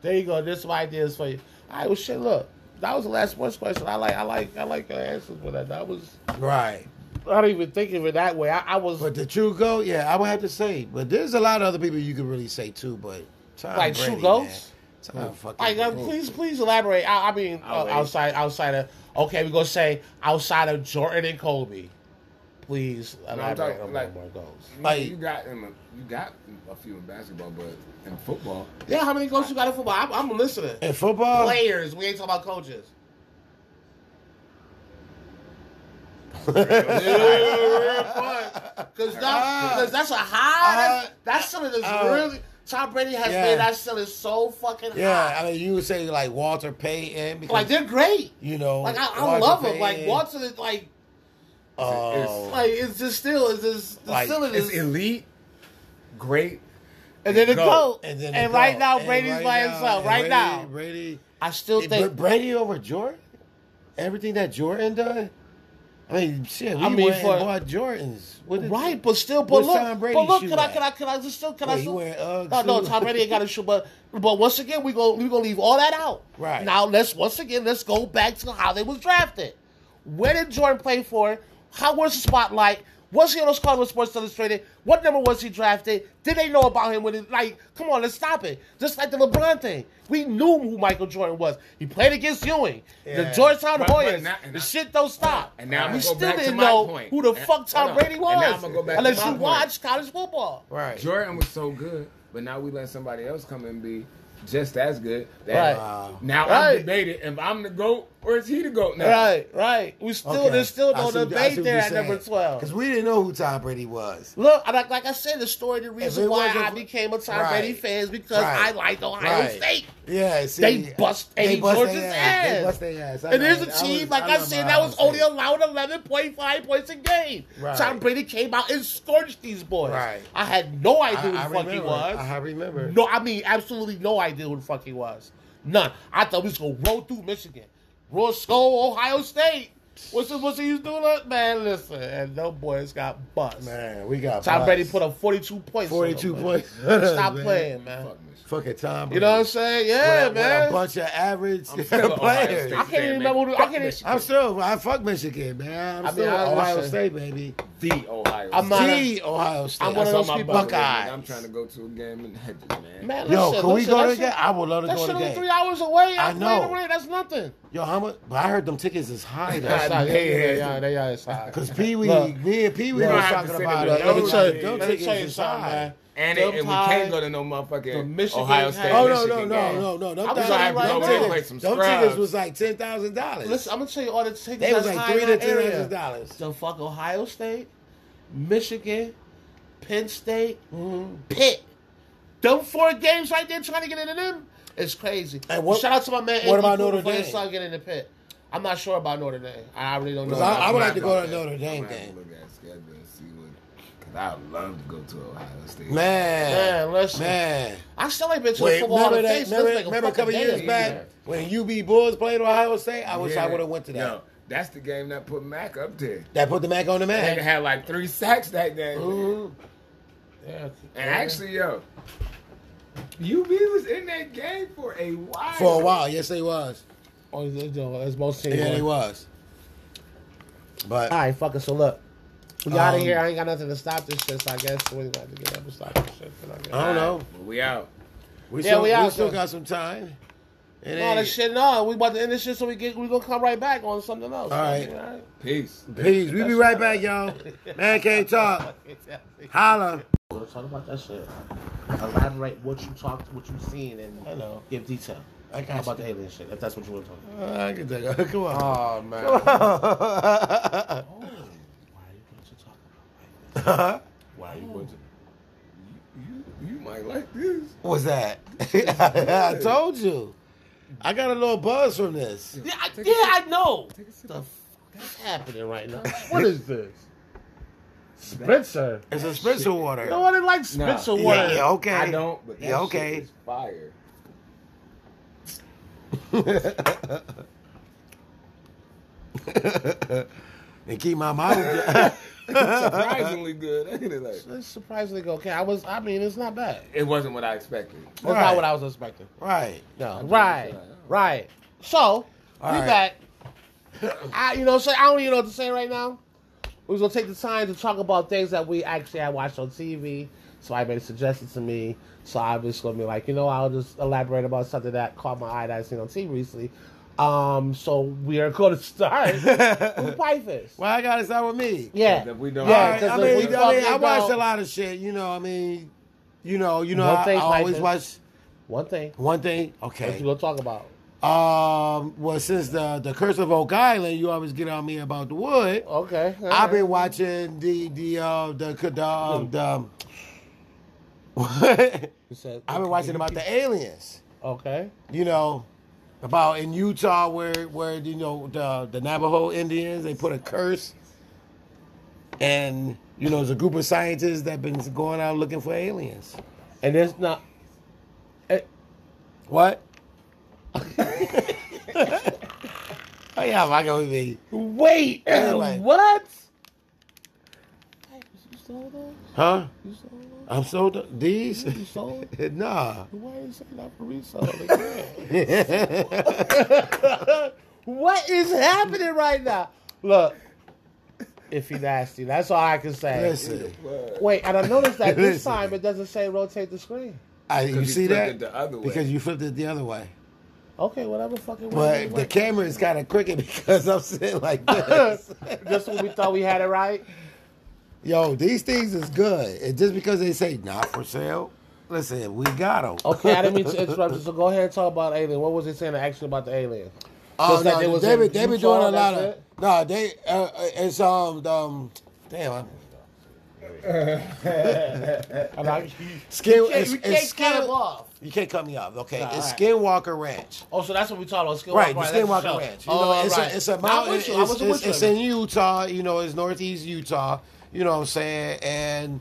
[SPEAKER 1] There you go. There's some ideas for you. All right, well, shit. Look, that was the last sports question. I like, I like, I like your answers for that. That was.
[SPEAKER 3] right.
[SPEAKER 1] I didn't even think of it that way. I, I was
[SPEAKER 3] But the true goat, yeah, I would have to say. But there's a lot of other people you could really say too. But Tom
[SPEAKER 1] Like true
[SPEAKER 3] Brady,
[SPEAKER 1] goats?
[SPEAKER 3] Man, Tom fucking
[SPEAKER 1] like, uh,
[SPEAKER 3] Brady.
[SPEAKER 1] please, please elaborate. I, I mean,
[SPEAKER 2] I'll
[SPEAKER 1] uh,
[SPEAKER 2] wait.
[SPEAKER 1] outside, outside of. Okay, we're gonna say outside of Jordan and Kobe. Please
[SPEAKER 2] I'm
[SPEAKER 1] elaborate
[SPEAKER 2] talking,
[SPEAKER 1] on
[SPEAKER 2] like-
[SPEAKER 1] more goals.
[SPEAKER 3] Like-
[SPEAKER 2] you got him. A, you got a few in basketball, but in football,
[SPEAKER 1] Yeah, how many goals you got in football? I'm, I'm listening.
[SPEAKER 3] in football,
[SPEAKER 1] Players, we ain't talking about coaches. Because
[SPEAKER 3] Ah.
[SPEAKER 1] that's a high.
[SPEAKER 3] Ah.
[SPEAKER 1] That's, that ceiling is
[SPEAKER 3] Ah.
[SPEAKER 1] really. Tom Brady has
[SPEAKER 3] Yeah.
[SPEAKER 1] made that ceiling so fucking
[SPEAKER 3] yeah,
[SPEAKER 1] high.
[SPEAKER 3] I mean, you would say like Walter Payton because
[SPEAKER 1] like they're great.
[SPEAKER 3] you know,
[SPEAKER 1] Like I, I
[SPEAKER 3] Walter
[SPEAKER 1] love him. Like
[SPEAKER 3] Payton,
[SPEAKER 1] Walter is like
[SPEAKER 3] uh,
[SPEAKER 1] like it's just still it's just the
[SPEAKER 3] Like,
[SPEAKER 1] ceiling
[SPEAKER 2] it's
[SPEAKER 1] is
[SPEAKER 2] elite, great.
[SPEAKER 1] and then the
[SPEAKER 2] go.
[SPEAKER 1] goat
[SPEAKER 3] and then the
[SPEAKER 1] right
[SPEAKER 3] goat.
[SPEAKER 1] now
[SPEAKER 3] And
[SPEAKER 1] Brady's
[SPEAKER 3] right
[SPEAKER 1] by
[SPEAKER 3] now-
[SPEAKER 1] himself.
[SPEAKER 3] and
[SPEAKER 1] Right
[SPEAKER 3] Brady-
[SPEAKER 1] now,
[SPEAKER 3] Brady.
[SPEAKER 1] I still
[SPEAKER 3] Hey,
[SPEAKER 1] think
[SPEAKER 3] But Brady over Jordan? Everything that Jordan done? I mean, shit, we
[SPEAKER 1] I mean,
[SPEAKER 3] went
[SPEAKER 1] for-
[SPEAKER 3] and bought Jordans. What did-
[SPEAKER 1] Right, but still, but
[SPEAKER 3] What's Tom
[SPEAKER 1] look,
[SPEAKER 3] Brady's
[SPEAKER 1] but look,
[SPEAKER 3] shoe
[SPEAKER 1] can I,
[SPEAKER 3] at?
[SPEAKER 1] can I, can I just still, can
[SPEAKER 3] Wait,
[SPEAKER 1] I
[SPEAKER 3] he
[SPEAKER 1] still?
[SPEAKER 3] wearing Uggs,
[SPEAKER 1] no, no,
[SPEAKER 3] too?
[SPEAKER 1] Tom Brady ain't got a shoe, but but once again, we gonna we gonna leave all that out.
[SPEAKER 3] Right.
[SPEAKER 1] now, let's once again let's go back to how they was drafted. Where did Jordan play for? How was the spotlight? Was he on those cards with Sports Illustrated? What number was he drafted? Did they know about him? When it, like, come on, let's stop it. Just like the LeBron thing, we knew who Michael Jordan was. He played against Ewing,
[SPEAKER 3] Yeah.
[SPEAKER 1] the Georgetown
[SPEAKER 2] But- but
[SPEAKER 1] Hoyas.
[SPEAKER 2] now- and
[SPEAKER 1] the
[SPEAKER 2] now-
[SPEAKER 1] shit don't stop.
[SPEAKER 2] And now I'm
[SPEAKER 1] we
[SPEAKER 2] gonna go
[SPEAKER 1] still
[SPEAKER 2] back to
[SPEAKER 1] didn't
[SPEAKER 2] my
[SPEAKER 1] know
[SPEAKER 2] point.
[SPEAKER 1] who the
[SPEAKER 2] And-
[SPEAKER 1] fuck Tom
[SPEAKER 2] hold on.
[SPEAKER 1] Brady
[SPEAKER 2] And
[SPEAKER 1] was.
[SPEAKER 2] now I'm gonna go back to
[SPEAKER 1] unless
[SPEAKER 2] my
[SPEAKER 1] you
[SPEAKER 2] point.
[SPEAKER 1] watch college football.
[SPEAKER 3] Right.
[SPEAKER 2] Jordan was so good, but now we let somebody else come and be just as good.
[SPEAKER 1] Right.
[SPEAKER 2] That
[SPEAKER 3] Wow.
[SPEAKER 2] Now
[SPEAKER 1] Right.
[SPEAKER 2] I'm debated if I'm the goat or is he the goat now?
[SPEAKER 1] Right, right. We still
[SPEAKER 3] Okay.
[SPEAKER 1] there's still
[SPEAKER 3] I
[SPEAKER 1] no
[SPEAKER 3] see- I see
[SPEAKER 1] debate
[SPEAKER 3] what
[SPEAKER 1] there
[SPEAKER 3] you're
[SPEAKER 1] at number
[SPEAKER 3] saying. Because
[SPEAKER 1] twelve.
[SPEAKER 3] we didn't know who Tom Brady was.
[SPEAKER 1] Look, I- like, like I said, the story, the
[SPEAKER 3] it
[SPEAKER 1] reason why
[SPEAKER 3] wasn't
[SPEAKER 1] I
[SPEAKER 3] for-
[SPEAKER 1] became a Tom
[SPEAKER 3] Right.
[SPEAKER 1] Brady fan is because
[SPEAKER 3] Right.
[SPEAKER 1] I liked Ohio
[SPEAKER 3] Right.
[SPEAKER 1] State.
[SPEAKER 3] Yeah, see,
[SPEAKER 1] They bust Eddie George's
[SPEAKER 3] their
[SPEAKER 1] ass.
[SPEAKER 3] They bust their ass. I
[SPEAKER 1] and
[SPEAKER 3] know
[SPEAKER 1] there's a
[SPEAKER 3] that. I
[SPEAKER 1] team,
[SPEAKER 3] was-
[SPEAKER 1] like I,
[SPEAKER 3] love
[SPEAKER 1] said,
[SPEAKER 3] my
[SPEAKER 1] that was
[SPEAKER 3] Ohio
[SPEAKER 1] only
[SPEAKER 3] State.
[SPEAKER 1] allowed 11.5 points a game.
[SPEAKER 3] Right.
[SPEAKER 1] Tom Brady came out and scorched these boys.
[SPEAKER 3] Right.
[SPEAKER 1] I had no idea who the
[SPEAKER 3] I, I
[SPEAKER 1] fuck
[SPEAKER 3] remember.
[SPEAKER 1] he was.
[SPEAKER 3] I remember.
[SPEAKER 1] No, I mean absolutely no idea who the fuck he was. None. I thought we was gonna roll through Michigan, roll skull Ohio State. What's this? What's he was doing? Up? Man, listen, and those boys got bust.
[SPEAKER 3] Man, we got
[SPEAKER 1] Tom
[SPEAKER 3] bust.
[SPEAKER 1] Brady put up forty-two points. on them,
[SPEAKER 3] 42
[SPEAKER 1] man.
[SPEAKER 3] points.
[SPEAKER 1] Stop playing, man.
[SPEAKER 2] Fuck Michigan.
[SPEAKER 3] Fucking Tom Brady.
[SPEAKER 1] You know what I'm saying? Yeah,
[SPEAKER 3] With a- with
[SPEAKER 1] man.
[SPEAKER 3] A bunch of average
[SPEAKER 2] I'm still an Ohio
[SPEAKER 3] players.
[SPEAKER 2] State
[SPEAKER 1] I can't
[SPEAKER 2] fan,
[SPEAKER 1] even
[SPEAKER 2] man.
[SPEAKER 1] remember who- I
[SPEAKER 2] Fuck
[SPEAKER 1] can't-
[SPEAKER 2] Michigan.
[SPEAKER 3] I'm still, I fuck Michigan, man. I'm
[SPEAKER 1] I mean,
[SPEAKER 3] still
[SPEAKER 1] I
[SPEAKER 3] Ohio
[SPEAKER 1] understand.
[SPEAKER 3] State, baby.
[SPEAKER 2] the Ohio.
[SPEAKER 1] I'm
[SPEAKER 2] State.
[SPEAKER 1] not-
[SPEAKER 3] The Ohio State.
[SPEAKER 1] I'm one of
[SPEAKER 3] I
[SPEAKER 1] those
[SPEAKER 3] saw my
[SPEAKER 1] people-
[SPEAKER 2] Buckeyes.
[SPEAKER 3] Buckeyes.
[SPEAKER 2] I'm trying to go to a game in Hedges, man.
[SPEAKER 1] man
[SPEAKER 3] Yo,
[SPEAKER 1] listen,
[SPEAKER 3] can we
[SPEAKER 1] listen,
[SPEAKER 3] go to
[SPEAKER 1] that
[SPEAKER 3] the game?
[SPEAKER 1] shit-
[SPEAKER 3] I would love to
[SPEAKER 1] That
[SPEAKER 3] go
[SPEAKER 1] shit
[SPEAKER 3] to the
[SPEAKER 1] only three
[SPEAKER 3] game.
[SPEAKER 1] hours away.
[SPEAKER 3] I
[SPEAKER 1] I
[SPEAKER 3] know.
[SPEAKER 1] know. That's nothing.
[SPEAKER 3] Yo, how much? But I heard them tickets is high
[SPEAKER 1] That's
[SPEAKER 3] though.
[SPEAKER 1] not, yeah, yeah,
[SPEAKER 2] man.
[SPEAKER 1] yeah, yeah, it's high.
[SPEAKER 3] Cause Pee Wee,
[SPEAKER 1] Look.
[SPEAKER 3] me and Pee Wee
[SPEAKER 2] Look,
[SPEAKER 3] was
[SPEAKER 2] I have to
[SPEAKER 3] talking
[SPEAKER 2] say
[SPEAKER 3] about
[SPEAKER 2] that
[SPEAKER 3] it.
[SPEAKER 1] Let me
[SPEAKER 2] Those
[SPEAKER 1] tell
[SPEAKER 2] tickets
[SPEAKER 1] you, let me tell you something, man.
[SPEAKER 2] And,
[SPEAKER 1] Them
[SPEAKER 2] and we
[SPEAKER 1] times-
[SPEAKER 2] can't go to
[SPEAKER 1] The
[SPEAKER 2] no motherfucking
[SPEAKER 1] Michigan
[SPEAKER 2] Ohio State.
[SPEAKER 1] game.
[SPEAKER 3] Oh no, no,
[SPEAKER 2] Michigan game.
[SPEAKER 3] no, no, no. Them
[SPEAKER 1] I'm
[SPEAKER 3] tickets-
[SPEAKER 1] sorry,
[SPEAKER 3] them
[SPEAKER 1] bro, we
[SPEAKER 3] tickets-
[SPEAKER 1] played
[SPEAKER 2] some
[SPEAKER 3] Them
[SPEAKER 2] scrubs.
[SPEAKER 3] tickets was like ten thousand dollars.
[SPEAKER 1] Listen, I'm gonna tell you all the tickets.
[SPEAKER 3] They was
[SPEAKER 1] that's
[SPEAKER 3] like
[SPEAKER 1] high
[SPEAKER 3] three
[SPEAKER 1] in
[SPEAKER 3] to
[SPEAKER 1] our
[SPEAKER 3] ten
[SPEAKER 1] area.
[SPEAKER 3] thousand dollars.
[SPEAKER 1] The fuck Ohio State, Michigan, Penn State, Pitt. Them four games right there trying to get into them. It's crazy.
[SPEAKER 3] And what-
[SPEAKER 1] Shout out to my man.
[SPEAKER 3] what
[SPEAKER 1] Anthony
[SPEAKER 3] about
[SPEAKER 1] Cooper
[SPEAKER 3] Notre
[SPEAKER 1] for his
[SPEAKER 3] Dame?
[SPEAKER 1] Son getting into Pitt. I'm not sure about Notre Dame. I really don't know.
[SPEAKER 3] I- I
[SPEAKER 1] about
[SPEAKER 3] would
[SPEAKER 1] that.
[SPEAKER 3] like to go to
[SPEAKER 2] I'm
[SPEAKER 3] Notre
[SPEAKER 2] gonna
[SPEAKER 3] Dame
[SPEAKER 2] have to
[SPEAKER 3] game.
[SPEAKER 2] Look at schedule and see what 'Cause I would love to go to Ohio State.
[SPEAKER 3] Man,
[SPEAKER 1] Man, listen.
[SPEAKER 3] man.
[SPEAKER 1] I still ain't been to the
[SPEAKER 3] Wait,
[SPEAKER 1] football Hall
[SPEAKER 3] remember
[SPEAKER 1] of Fame.
[SPEAKER 3] that? Remember,
[SPEAKER 1] since, like,
[SPEAKER 3] remember a couple
[SPEAKER 1] fucking
[SPEAKER 3] years
[SPEAKER 1] decade.
[SPEAKER 3] back when UB Bulls played Ohio State? I wish I
[SPEAKER 2] Yeah.
[SPEAKER 3] would have went to that.
[SPEAKER 2] Yo, that's the game that put Mac up there.
[SPEAKER 3] That put the Mac on the
[SPEAKER 2] They
[SPEAKER 3] map.
[SPEAKER 2] had like three sacks that day.
[SPEAKER 1] Mhm. Yeah.
[SPEAKER 2] And actually, yo, UB was in that game for a while.
[SPEAKER 3] For a while, yes, they was.
[SPEAKER 1] Oh, you know, as most teams.
[SPEAKER 3] Yeah,
[SPEAKER 1] are.
[SPEAKER 3] they was. But
[SPEAKER 1] All right, fuck it. So look, we got
[SPEAKER 3] Um,
[SPEAKER 1] of here. I ain't got nothing to stop this shit. So I guess we got to get up and stop this shit. but I guess-
[SPEAKER 2] Um,
[SPEAKER 3] I don't know.
[SPEAKER 2] But we out.
[SPEAKER 3] We
[SPEAKER 1] Yeah,
[SPEAKER 3] still,
[SPEAKER 1] we
[SPEAKER 3] we
[SPEAKER 1] out,
[SPEAKER 3] still
[SPEAKER 1] though.
[SPEAKER 3] got some time. It
[SPEAKER 1] No,
[SPEAKER 3] ain't-
[SPEAKER 1] that shit. No, we about to end this shit. So we get we gonna come right back on something else.
[SPEAKER 3] All right.
[SPEAKER 2] Peace.
[SPEAKER 3] Peace. We be right back, y'all. Man can't talk. Holla.
[SPEAKER 1] Talk about that shit. Elaborate what you talked, what you seen, and
[SPEAKER 3] I know.
[SPEAKER 1] give detail.
[SPEAKER 3] I
[SPEAKER 1] How
[SPEAKER 3] got
[SPEAKER 1] about
[SPEAKER 3] you.
[SPEAKER 1] the alien shit? If that's what you want to talk.
[SPEAKER 3] Uh, I can take a Come on.
[SPEAKER 4] Oh man.
[SPEAKER 1] about. Oh, why are you going to talk about?
[SPEAKER 2] Why you want to? You, you, you might like this.
[SPEAKER 3] What's that? I told you. I got a little buzz from this.
[SPEAKER 1] Yeah, I, yeah, I know.
[SPEAKER 2] Take a sip.
[SPEAKER 1] The fuck is happening right now? What is this? Spritzer.
[SPEAKER 3] It's a Spencer water.
[SPEAKER 1] No one likes
[SPEAKER 2] Nah.
[SPEAKER 1] Spritzer
[SPEAKER 2] Yeah,
[SPEAKER 1] water.
[SPEAKER 3] yeah, okay.
[SPEAKER 2] I don't, but that
[SPEAKER 3] Yeah, okay.
[SPEAKER 2] shit is fire.
[SPEAKER 3] and keep my mouth.
[SPEAKER 2] Surprisingly good. ain't it? Like,
[SPEAKER 1] It's surprisingly okay. I was. I mean, it's not bad.
[SPEAKER 2] it wasn't what I expected.
[SPEAKER 1] It's
[SPEAKER 3] Right.
[SPEAKER 1] not what I was expecting.
[SPEAKER 3] right.
[SPEAKER 1] No.
[SPEAKER 2] think
[SPEAKER 1] Right.
[SPEAKER 2] it's all right.
[SPEAKER 1] Right. So
[SPEAKER 3] All
[SPEAKER 1] we
[SPEAKER 3] right.
[SPEAKER 1] back. I, you know, what I'm saying I don't even know what to say right now. We was gonna take the time to talk about things that we actually had watched on TV. So I made suggested to me. So I was gonna be like, you know, I'll just elaborate about something that caught my eye that I seen on TV recently. Um, so we are gonna start with Wifeist.
[SPEAKER 3] Why I got to start with me?
[SPEAKER 1] Yeah.
[SPEAKER 2] If we don't,
[SPEAKER 1] Yeah,
[SPEAKER 3] Alright,
[SPEAKER 1] 'cause
[SPEAKER 3] I
[SPEAKER 1] if
[SPEAKER 3] mean,
[SPEAKER 1] we
[SPEAKER 3] I, mean,
[SPEAKER 1] talking
[SPEAKER 3] I watched
[SPEAKER 1] about-
[SPEAKER 3] a lot of shit. You know, I mean, you know, you know,
[SPEAKER 1] One
[SPEAKER 3] I,
[SPEAKER 1] thing,
[SPEAKER 3] I always
[SPEAKER 1] Michael.
[SPEAKER 3] watch
[SPEAKER 1] One thing.
[SPEAKER 3] one thing.
[SPEAKER 1] What
[SPEAKER 3] Okay.
[SPEAKER 1] you gonna talk about?
[SPEAKER 3] Um. Well, since the the Curse of Oak Island, you always get on me about the wood.
[SPEAKER 1] Oh, Okay. all
[SPEAKER 3] I've
[SPEAKER 1] right.
[SPEAKER 3] been watching the the uh, the the um, the. um, I've
[SPEAKER 1] You said-
[SPEAKER 3] been watching about the aliens.
[SPEAKER 1] Okay.
[SPEAKER 3] You know, about in Utah where where you know the the Navajo Indians they put a curse, and you know there's a group of scientists that been going out looking for aliens.
[SPEAKER 1] And it's not. eh, It,
[SPEAKER 3] What? oh yeah, I'm not gonna be.
[SPEAKER 1] wait. uh,
[SPEAKER 3] Anyway.
[SPEAKER 1] What? Hey, you sold those?
[SPEAKER 3] Huh?
[SPEAKER 1] You sold those?
[SPEAKER 3] I'm so d- these.
[SPEAKER 1] You sold?
[SPEAKER 3] nah.
[SPEAKER 1] Why are you saying that for resale? what is happening right now? Look, if you nasty, that's all I can say.
[SPEAKER 3] Listen,
[SPEAKER 2] Word.
[SPEAKER 1] Wait, and I noticed that this
[SPEAKER 3] Listen.
[SPEAKER 1] time it doesn't say rotate the screen.
[SPEAKER 3] I, you
[SPEAKER 2] Because
[SPEAKER 3] see
[SPEAKER 2] you
[SPEAKER 3] that
[SPEAKER 2] flipped it the other way.
[SPEAKER 3] because you flipped it the other way.
[SPEAKER 1] Okay, whatever fucking way.
[SPEAKER 3] But the camera is kind of crooked because I'm sitting like this.
[SPEAKER 1] Just when we thought we had it right.
[SPEAKER 3] Yo, these things is good. And just because they say not for sale, listen, we got them.
[SPEAKER 1] Okay, I didn't mean to interrupt you. So go ahead and talk about alien. What was it saying actually about the alien?
[SPEAKER 3] Oh
[SPEAKER 1] Just
[SPEAKER 3] no,
[SPEAKER 1] like they was
[SPEAKER 3] they,
[SPEAKER 1] in
[SPEAKER 3] be, they be
[SPEAKER 1] Utah,
[SPEAKER 3] doing a lot
[SPEAKER 1] that's
[SPEAKER 3] of
[SPEAKER 1] it?
[SPEAKER 3] no. They uh, uh, it's um um damn. I'm,
[SPEAKER 1] And I, you
[SPEAKER 3] skin,
[SPEAKER 1] can't,
[SPEAKER 3] it's,
[SPEAKER 1] you can't
[SPEAKER 3] it's
[SPEAKER 1] cut
[SPEAKER 3] skin-
[SPEAKER 1] him off.
[SPEAKER 3] You can't cut me off. Okay,
[SPEAKER 1] Nah,
[SPEAKER 3] it's
[SPEAKER 1] alright.
[SPEAKER 3] Skinwalker Ranch.
[SPEAKER 1] Oh, so that's what we talking about. Skinwalker
[SPEAKER 3] Right, the
[SPEAKER 1] Ranch. That's the show.
[SPEAKER 3] Skinwalker Ranch. You
[SPEAKER 1] Oh,
[SPEAKER 3] know, it's,
[SPEAKER 1] right.
[SPEAKER 3] a, it's a
[SPEAKER 1] I
[SPEAKER 3] mountain.
[SPEAKER 1] was,
[SPEAKER 3] It's,
[SPEAKER 1] you. I was
[SPEAKER 3] it's-
[SPEAKER 1] with
[SPEAKER 3] it's
[SPEAKER 1] you.
[SPEAKER 3] in Utah. You know, it's northeast Utah. You know what I'm saying? And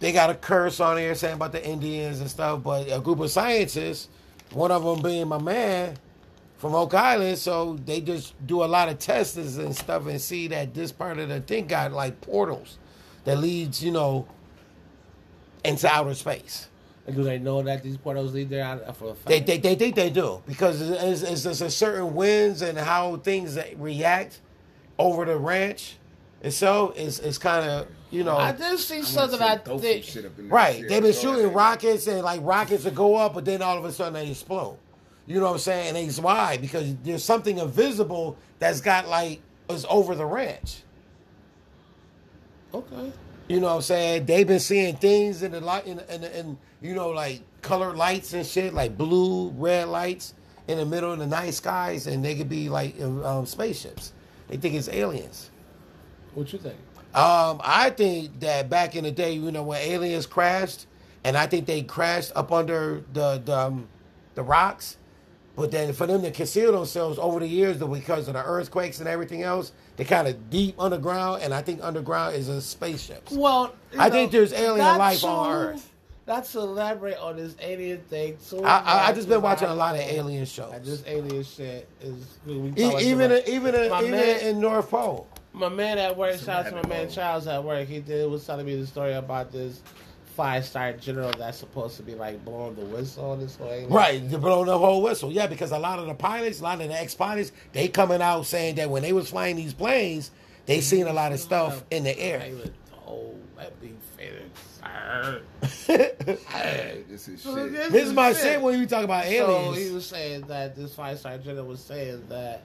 [SPEAKER 3] they got a curse on here saying about the Indians and stuff. But a group of scientists, one of them being my man from Oak Island, so they just do a lot of tests and stuff and see that this part of the thing got like portals that leads, you know, into outer space.
[SPEAKER 1] And do they know that these portals lead there out for a fact?
[SPEAKER 3] They, they, they think they do because it's, it's just a certain winds and how things that react over the ranch itself is it's kind of you know
[SPEAKER 1] I did see
[SPEAKER 2] Wanna
[SPEAKER 1] something
[SPEAKER 2] see
[SPEAKER 1] I
[SPEAKER 2] tofu
[SPEAKER 1] think.
[SPEAKER 2] shit up in this
[SPEAKER 3] right
[SPEAKER 2] shit.
[SPEAKER 3] they've been
[SPEAKER 2] Go
[SPEAKER 3] shooting
[SPEAKER 2] ahead.
[SPEAKER 3] rockets and like rockets that go up but then all of a sudden they explode you know what I'm saying and it's why because there's something invisible that's got like is over the ranch
[SPEAKER 1] Okay.
[SPEAKER 3] you know what I'm saying they've been seeing things in the light in, in, in you know like colored lights and shit like blue red lights in the middle of the night skies and they could be like um, spaceships they think it's aliens
[SPEAKER 1] What you think?
[SPEAKER 3] Um, I think that back in the day, you know, when aliens crashed, and I think they crashed up under the the, um, the rocks, But then for them to conceal themselves over the years, though, because of the earthquakes and everything else, they kind of deep underground, and I think underground is a spaceships.
[SPEAKER 1] Well, you
[SPEAKER 3] I think
[SPEAKER 1] know,
[SPEAKER 3] there's alien
[SPEAKER 1] not
[SPEAKER 3] life on
[SPEAKER 1] to-
[SPEAKER 3] Earth.
[SPEAKER 1] Not to elaborate on this alien thing. So
[SPEAKER 3] I, I, I just been
[SPEAKER 1] much,
[SPEAKER 3] watching a
[SPEAKER 1] I-
[SPEAKER 3] lot of alien shows.
[SPEAKER 1] I just alien shit is we
[SPEAKER 3] E-
[SPEAKER 1] talking
[SPEAKER 3] even
[SPEAKER 1] about-
[SPEAKER 3] even even,
[SPEAKER 1] my man-
[SPEAKER 3] in North Pole.
[SPEAKER 1] my man at work, shout out to my
[SPEAKER 4] rabbit
[SPEAKER 1] man
[SPEAKER 4] hole.
[SPEAKER 1] Charles at work. He did was telling me the story about this five star general that's supposed to be like blowing the whistle on this way.
[SPEAKER 3] Right, to blow the whole whistle. Yeah, because a lot of the pilots, a lot of the ex pilots, they coming out saying that when they was flying these planes, they seen a lot of stuff in the air.
[SPEAKER 1] I was told, let me finish, sir.
[SPEAKER 2] Hey, this is
[SPEAKER 1] So
[SPEAKER 2] shit.
[SPEAKER 1] this-
[SPEAKER 3] this is my shit when you talk about
[SPEAKER 1] So he
[SPEAKER 3] aliens.
[SPEAKER 1] was saying that this five star general was saying that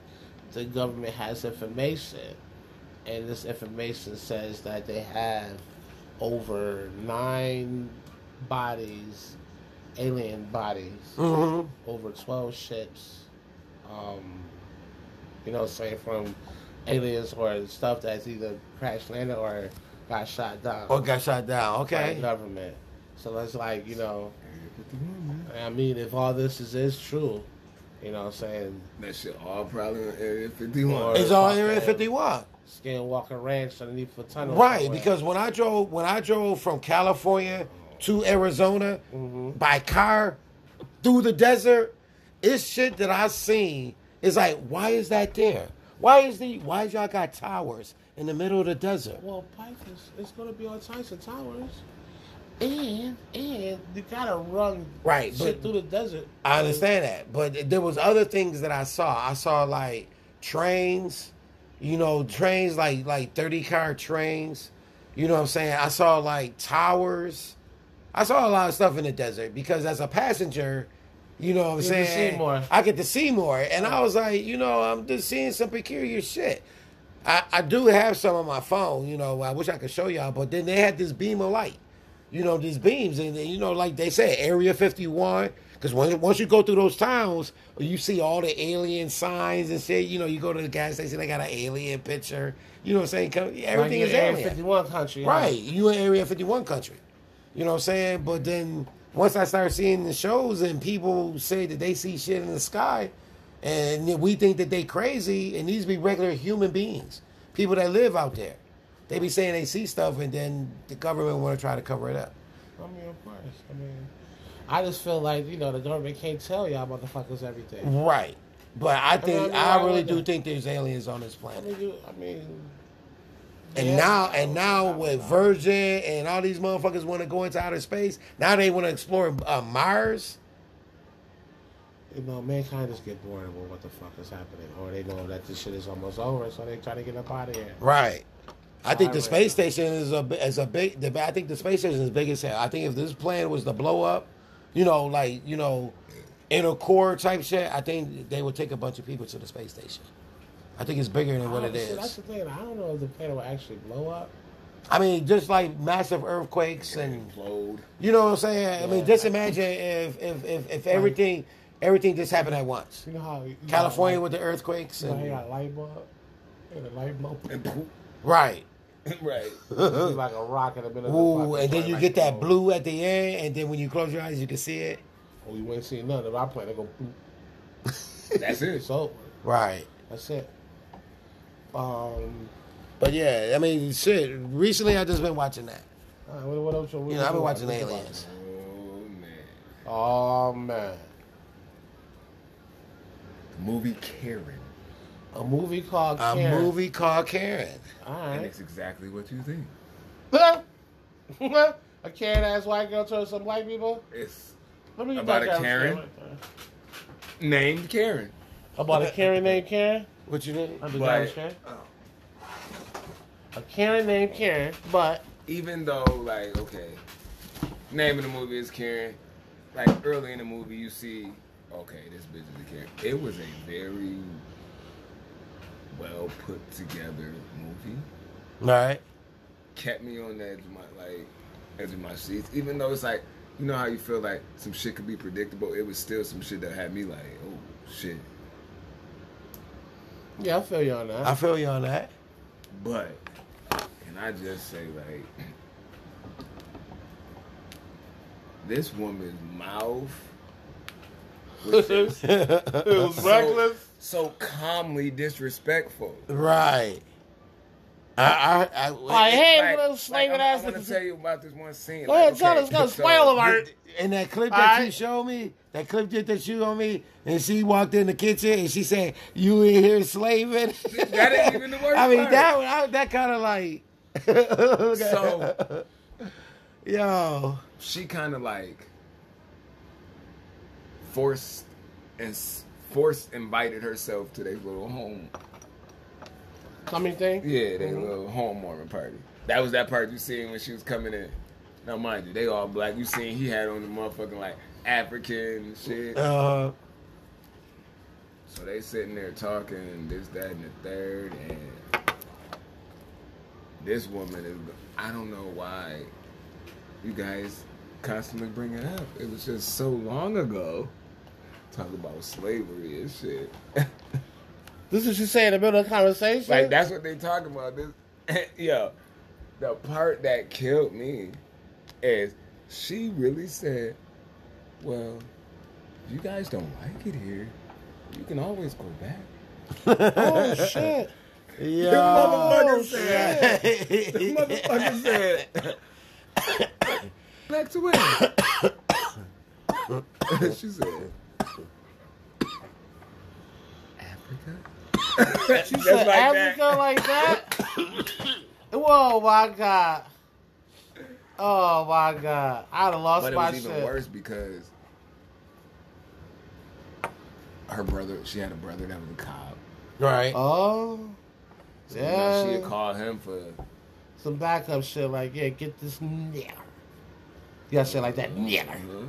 [SPEAKER 1] the government has information, and this information says that they have over nine bodies, alien bodies,
[SPEAKER 3] hmm
[SPEAKER 1] over twelve ships. Um, you know, say from aliens or stuff that's either crash landed or got shot down
[SPEAKER 3] Or got shot down.
[SPEAKER 1] by the
[SPEAKER 3] Okay.
[SPEAKER 1] government. So it's like you know. I mean, if all this is, is true, you know what I'm saying?
[SPEAKER 2] That shit all probably in Area 51.
[SPEAKER 3] It's all Area 51.
[SPEAKER 1] Skinwalker Ranch underneath a tunnel.
[SPEAKER 3] Right,
[SPEAKER 1] somewhere.
[SPEAKER 3] because when I drove when I drove from California to Arizona by car through the desert, it's shit that I seen is like, why is that there? Why is the why y'all got towers in the middle of the desert?
[SPEAKER 1] Well, Pike is it's going to be all types of towers. And, and you got to run
[SPEAKER 3] Right,
[SPEAKER 1] shit
[SPEAKER 3] but-
[SPEAKER 1] through the desert.
[SPEAKER 3] I understand that, but there was other things that I saw. I saw like trains, you know, trains like like thirty car trains. You know what I'm saying? I saw like towers. I saw a lot of stuff in the desert because as a passenger, you know what I'm
[SPEAKER 1] You get to
[SPEAKER 3] saying?
[SPEAKER 1] see more.
[SPEAKER 3] I get to see more, and I was like, you know, I'm just seeing some peculiar shit. I, I do have some on my phone, you know. I wish I could show y'all, but then they had this beam of light, you know, these beams, and you know, like they said, Area 51. Because once, once you go through those towns, you see all the alien signs and shit. You know, you go to the gas station, they got an alien picture. You know what I'm saying? 'Cause Everything
[SPEAKER 1] Like
[SPEAKER 3] is
[SPEAKER 1] in Area
[SPEAKER 3] alien.
[SPEAKER 1] 51 country. huh?
[SPEAKER 3] Right. You in Area 51 country. You know what I'm saying? But then once I start seeing the shows and people say that they see shit in the sky and then we think that they crazy and these be regular human beings, people that live out there. They be saying they see stuff and then the government want to try to cover it up.
[SPEAKER 1] I mean, of course. I mean, I just feel like, you know, the government can't tell y'all motherfuckers everything.
[SPEAKER 3] Right. But I think I,
[SPEAKER 1] mean, why
[SPEAKER 3] really
[SPEAKER 1] would
[SPEAKER 3] do
[SPEAKER 1] they?
[SPEAKER 3] think there's aliens on this
[SPEAKER 1] I
[SPEAKER 3] planet.
[SPEAKER 1] mean, you, I mean
[SPEAKER 3] And
[SPEAKER 1] yeah.
[SPEAKER 3] now and now with Virgin and all these motherfuckers want to go into outer space. Now they want to explore uh, Mars.
[SPEAKER 1] you know, mankind just get bored with what the fuck is happening, or they know that this shit is almost over, so they try to get up out of here.
[SPEAKER 3] Right. I think the
[SPEAKER 1] Highway.
[SPEAKER 3] space station is a is a big. The, I think the space station is big as hell. I think if this plan was to blow up, you know, like you know, inner core type shit, I think they would take a bunch of people to the space station. I think it's bigger than what it
[SPEAKER 1] Honestly, That's
[SPEAKER 3] is.
[SPEAKER 1] the thing. I don't know if the planet will actually blow up.
[SPEAKER 3] I mean, just like massive earthquakes and
[SPEAKER 2] Implode.
[SPEAKER 3] you know what I'm saying. I mean,
[SPEAKER 1] Yeah.
[SPEAKER 3] just imagine if if if, if everything everything just happened at once.
[SPEAKER 1] You know how you got
[SPEAKER 3] California
[SPEAKER 1] light-
[SPEAKER 3] with the earthquakes
[SPEAKER 1] you know how you
[SPEAKER 3] and
[SPEAKER 1] got a light bulb, and the light bulb
[SPEAKER 2] And poop.
[SPEAKER 3] right.
[SPEAKER 2] right.
[SPEAKER 1] be like a rock in the middle. of
[SPEAKER 3] Ooh,
[SPEAKER 1] the
[SPEAKER 3] and then you
[SPEAKER 1] like,
[SPEAKER 3] get that
[SPEAKER 1] oh,
[SPEAKER 3] blue at the end, and then when you close your eyes, you can see it.
[SPEAKER 1] Oh, you ain't seen nothing. If I plan to go, boop,
[SPEAKER 2] That's it.
[SPEAKER 1] it's over.
[SPEAKER 3] Right.
[SPEAKER 1] That's it. Um,
[SPEAKER 3] But yeah, I mean, shit. Recently, I just been watching that.
[SPEAKER 1] all right, what, what else? You
[SPEAKER 3] You know, I've been watching Aliens.
[SPEAKER 2] Oh, man.
[SPEAKER 1] Oh man,
[SPEAKER 2] The movie Karen.
[SPEAKER 1] a movie called
[SPEAKER 3] A
[SPEAKER 1] Karen.
[SPEAKER 3] movie called Karen.
[SPEAKER 1] All
[SPEAKER 2] And
[SPEAKER 1] right.
[SPEAKER 2] it's exactly what you think.
[SPEAKER 1] a Karen ass white girl turns some white people.
[SPEAKER 2] It's
[SPEAKER 1] Let me
[SPEAKER 2] About
[SPEAKER 1] back
[SPEAKER 2] a
[SPEAKER 1] out and say
[SPEAKER 2] Karen?
[SPEAKER 1] right there.
[SPEAKER 2] named Karen.
[SPEAKER 1] About a Karen named Karen.
[SPEAKER 3] What you mean?
[SPEAKER 1] I think that was Karen.
[SPEAKER 2] oh,
[SPEAKER 1] A Karen named Karen, but
[SPEAKER 2] even though, like, okay, name of the movie is Karen. Like early in the movie, you see, okay, this bitch is a Karen. It was a very well put together movie.
[SPEAKER 3] All right.
[SPEAKER 2] kept me on the edge of my like edge of my seats. Even though it's like you know how you feel like some shit could be predictable, it was still some shit that had me like, oh shit.
[SPEAKER 1] yeah, I feel you on that.
[SPEAKER 3] I feel you on that.
[SPEAKER 2] But and I just say like this woman's mouth
[SPEAKER 4] It was reckless.
[SPEAKER 2] so calmly disrespectful.
[SPEAKER 3] right. I, I, I,
[SPEAKER 2] Oh,
[SPEAKER 1] Like, hey,
[SPEAKER 2] Like-
[SPEAKER 1] little
[SPEAKER 2] like,
[SPEAKER 1] slaving
[SPEAKER 2] I'm,
[SPEAKER 1] ass.
[SPEAKER 2] I'm gonna tell you about this one scene.
[SPEAKER 1] Go ahead, tell us. Go spoil them, Art.
[SPEAKER 3] And that clip that you
[SPEAKER 4] Alright.
[SPEAKER 3] showed me, that clip that that you on me, and she walked in the kitchen and she said, "You in here slaving?"
[SPEAKER 2] That ain't even the worst
[SPEAKER 3] I mean,
[SPEAKER 2] part.
[SPEAKER 3] that I, that kind of like,
[SPEAKER 2] So
[SPEAKER 3] yo,
[SPEAKER 2] she kind of like forced and s- forced invited herself to their little home.
[SPEAKER 1] Coming thing.
[SPEAKER 2] Yeah, their little home warming party. That was that part you seen when she was coming in. Now mind you, they all black. You seen he had on the motherfucking like African shit.
[SPEAKER 3] uh,
[SPEAKER 2] So they sitting there talking and this, that, and the third, and this woman is. I don't know why you guys constantly bring it up. It was just so long ago. Talk about slavery and shit.
[SPEAKER 1] This is what you say in the middle of a conversation.
[SPEAKER 2] like that's what they talking about. This, yo, the part that killed me is she really said, "Well, you guys don't like it here. You can always go back."
[SPEAKER 1] Oh shit.
[SPEAKER 2] The
[SPEAKER 3] yo,
[SPEAKER 2] motherfucker said. The motherfucker said. Back to where? she said. Africa?
[SPEAKER 1] She
[SPEAKER 2] Just
[SPEAKER 1] said
[SPEAKER 2] like
[SPEAKER 1] Africa
[SPEAKER 2] that.
[SPEAKER 1] like that. Whoa, my god. Oh my god. I'd have lost
[SPEAKER 2] But it
[SPEAKER 1] my
[SPEAKER 2] was even
[SPEAKER 1] shit.
[SPEAKER 2] worse because her brother, she had a brother that was a cop.
[SPEAKER 3] right?
[SPEAKER 1] Oh.
[SPEAKER 2] So, you
[SPEAKER 1] Yeah.
[SPEAKER 2] know, she had called him for
[SPEAKER 1] Some backup shit like, yeah, get this now. Yeah, shit like that. Yeah. Pipe
[SPEAKER 2] Mhm.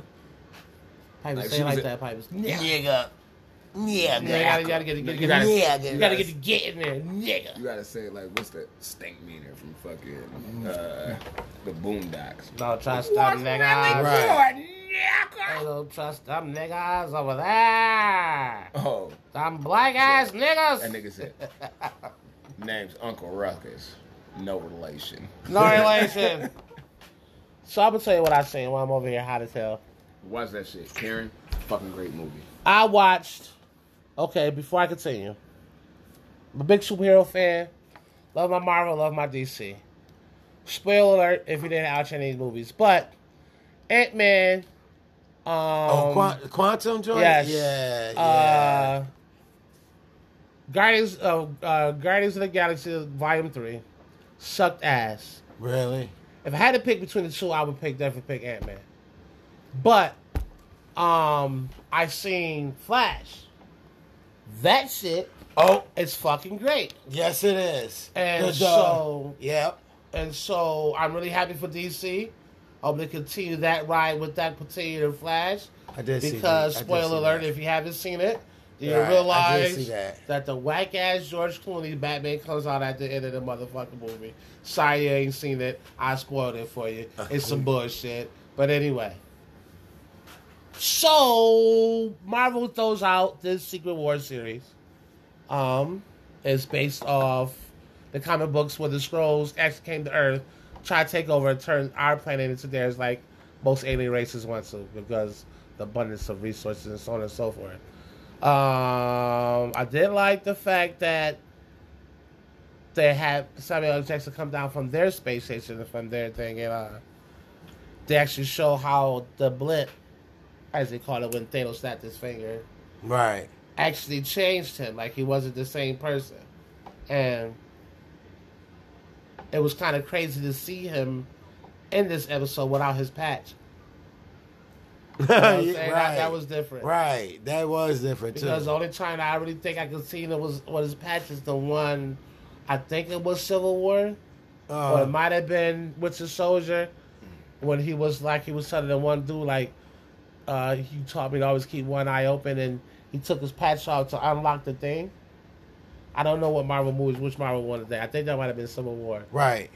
[SPEAKER 2] Like,
[SPEAKER 1] like,
[SPEAKER 2] she
[SPEAKER 1] saying
[SPEAKER 2] was
[SPEAKER 1] like
[SPEAKER 2] a-
[SPEAKER 1] that. Pipe was.
[SPEAKER 3] Nigga,
[SPEAKER 1] Yeah,
[SPEAKER 3] nigga,
[SPEAKER 1] you gotta get it.
[SPEAKER 2] You
[SPEAKER 1] Get, get,
[SPEAKER 2] gotta-
[SPEAKER 1] you gotta get the get in there,
[SPEAKER 2] You
[SPEAKER 1] nigga.
[SPEAKER 2] gotta say like, what's the stink meaner from fucking uh, the Boondocks?
[SPEAKER 1] No, trust them niggas.
[SPEAKER 3] Right.
[SPEAKER 1] I don't trust them niggas over there.
[SPEAKER 2] Oh,
[SPEAKER 1] Some black ass niggas.
[SPEAKER 2] that nigga said, name's Uncle Ruckus, no relation.
[SPEAKER 1] No relation. so I'm gonna tell you what I seen while I'm over here hot as hell.
[SPEAKER 2] Watch that shit, Karen. Fucking great movie.
[SPEAKER 1] I watched. Okay, before I continue, I'm a big superhero fan. Love my Marvel. Love my DC. Spoiler alert: If you didn't watch any of these movies, but Ant Man. Um,
[SPEAKER 3] oh, Quan- quantum joint,
[SPEAKER 1] yes.
[SPEAKER 3] yeah, yeah.
[SPEAKER 1] Uh, Guardians of uh, Guardians of the Galaxy Volume Three sucked ass.
[SPEAKER 3] really?
[SPEAKER 1] If I had to pick between the two, I would pick definitely pick Ant Man. But um I seen Flash. That shit
[SPEAKER 3] Oh,
[SPEAKER 1] is fucking great.
[SPEAKER 3] yes, it is.
[SPEAKER 1] And
[SPEAKER 3] The- the-
[SPEAKER 1] so-
[SPEAKER 3] yep.
[SPEAKER 1] And so I'm really happy for DC. Hope they continue that ride with that particular Flash.
[SPEAKER 3] I did see
[SPEAKER 1] Because
[SPEAKER 3] that. I did see
[SPEAKER 1] spoiler alert,
[SPEAKER 3] that.
[SPEAKER 1] if you haven't seen it, you
[SPEAKER 3] Right, I did
[SPEAKER 1] realize
[SPEAKER 3] see that.
[SPEAKER 1] the whack ass George Clooney Batman comes out at the end of the motherfucking movie. Sorry you ain't seen it. I spoiled it for you.
[SPEAKER 3] Uh,
[SPEAKER 1] It's some bullshit. But anyway. So Marvel throws out this Secret War series. Um, it's based off the comic books where the scrolls actually came to Earth, try to take over and turn our planet into theirs, like most alien races want to, because the abundance of resources and so on and so forth. Um, I did like the fact that they had Samuel L. Jackson come down from their space station and from their thing, and uh, they actually show how the blip, as they call it, when Thanos snapped his finger
[SPEAKER 3] Right.
[SPEAKER 1] actually changed him. Like he wasn't the same person. And it was kind of crazy to see him in this episode without his patch. You know what I'm saying?
[SPEAKER 3] right.
[SPEAKER 1] that, that was different.
[SPEAKER 3] Right. That was different too.
[SPEAKER 1] Because the only China I really think I could see that was was his patch is the one I think it was Civil War.
[SPEAKER 3] Uh,
[SPEAKER 1] or it might have been Winter Soldier when he was like he was telling the one dude like uh he taught me to always keep one eye open and he took his patch off to unlock the thing. I don't know what Marvel movies which Marvel one is that. I think that might have been Civil War.
[SPEAKER 3] right.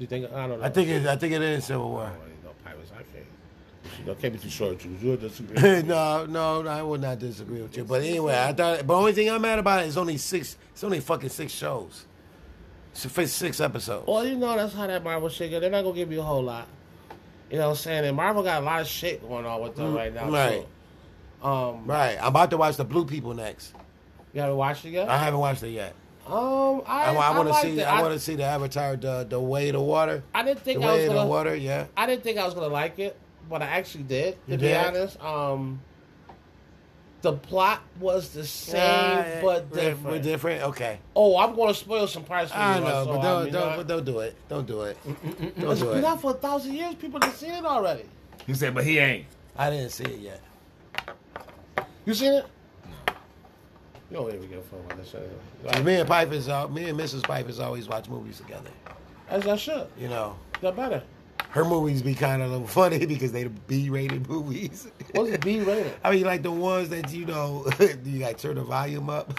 [SPEAKER 1] You think I don't know.
[SPEAKER 3] I think it. I think it is Civil
[SPEAKER 1] I
[SPEAKER 3] War.
[SPEAKER 1] don't really know pirates, I can't. You know, can't be too short you. You're just
[SPEAKER 3] no, no, I would not disagree with you. But anyway, I thought. But only thing I'm mad about is only six. It's only fucking six shows. It's a fi- six episodes.
[SPEAKER 1] Well, you know that's how that Marvel shit go. They're not gonna give you a whole lot. You know what I'm saying? And Marvel got a lot of shit going on with them right now.
[SPEAKER 3] Mm, right.
[SPEAKER 1] too. Um,
[SPEAKER 3] Right. I'm about to watch the Blue People next.
[SPEAKER 1] you haven't watched it yet.
[SPEAKER 3] I haven't watched it yet.
[SPEAKER 1] um, I
[SPEAKER 3] I, want to
[SPEAKER 1] liked
[SPEAKER 3] see.
[SPEAKER 1] It.
[SPEAKER 3] I, want to see the Avatar, the the way of the water,
[SPEAKER 1] I didn't
[SPEAKER 3] the
[SPEAKER 1] think I
[SPEAKER 3] way
[SPEAKER 1] was
[SPEAKER 3] of the
[SPEAKER 1] gonna.
[SPEAKER 3] water. Yeah.
[SPEAKER 1] I didn't think I was gonna like it, but I actually did. To
[SPEAKER 3] You
[SPEAKER 1] be
[SPEAKER 3] did?
[SPEAKER 1] honest, um, the plot was the same
[SPEAKER 3] Yeah,
[SPEAKER 1] but
[SPEAKER 3] we're-
[SPEAKER 1] different.
[SPEAKER 3] We're different. Okay.
[SPEAKER 1] Oh, I'm gonna spoil some parts for you.
[SPEAKER 3] I
[SPEAKER 1] so
[SPEAKER 3] know, but
[SPEAKER 1] I
[SPEAKER 3] don't
[SPEAKER 1] mean,
[SPEAKER 3] don't,
[SPEAKER 1] I-
[SPEAKER 3] but don't do it. Don't do
[SPEAKER 1] Mm,
[SPEAKER 3] it. Don't
[SPEAKER 1] It's
[SPEAKER 3] do
[SPEAKER 1] been
[SPEAKER 3] it.
[SPEAKER 1] out for a thousand years. People have seen it already.
[SPEAKER 2] He said, but he ain't.
[SPEAKER 3] I didn't see it yet.
[SPEAKER 1] You seen it? No. You don't even give a fuck about that shit.
[SPEAKER 3] So me and Piper's, uh, me and Mrs. Piper's always watch movies together.
[SPEAKER 1] As I should.
[SPEAKER 3] You know,
[SPEAKER 1] That better.
[SPEAKER 3] her movies be kind of little funny because they the B-rated movies.
[SPEAKER 1] What's it B rated?
[SPEAKER 3] I mean, like the ones that you know, you like turn the volume up.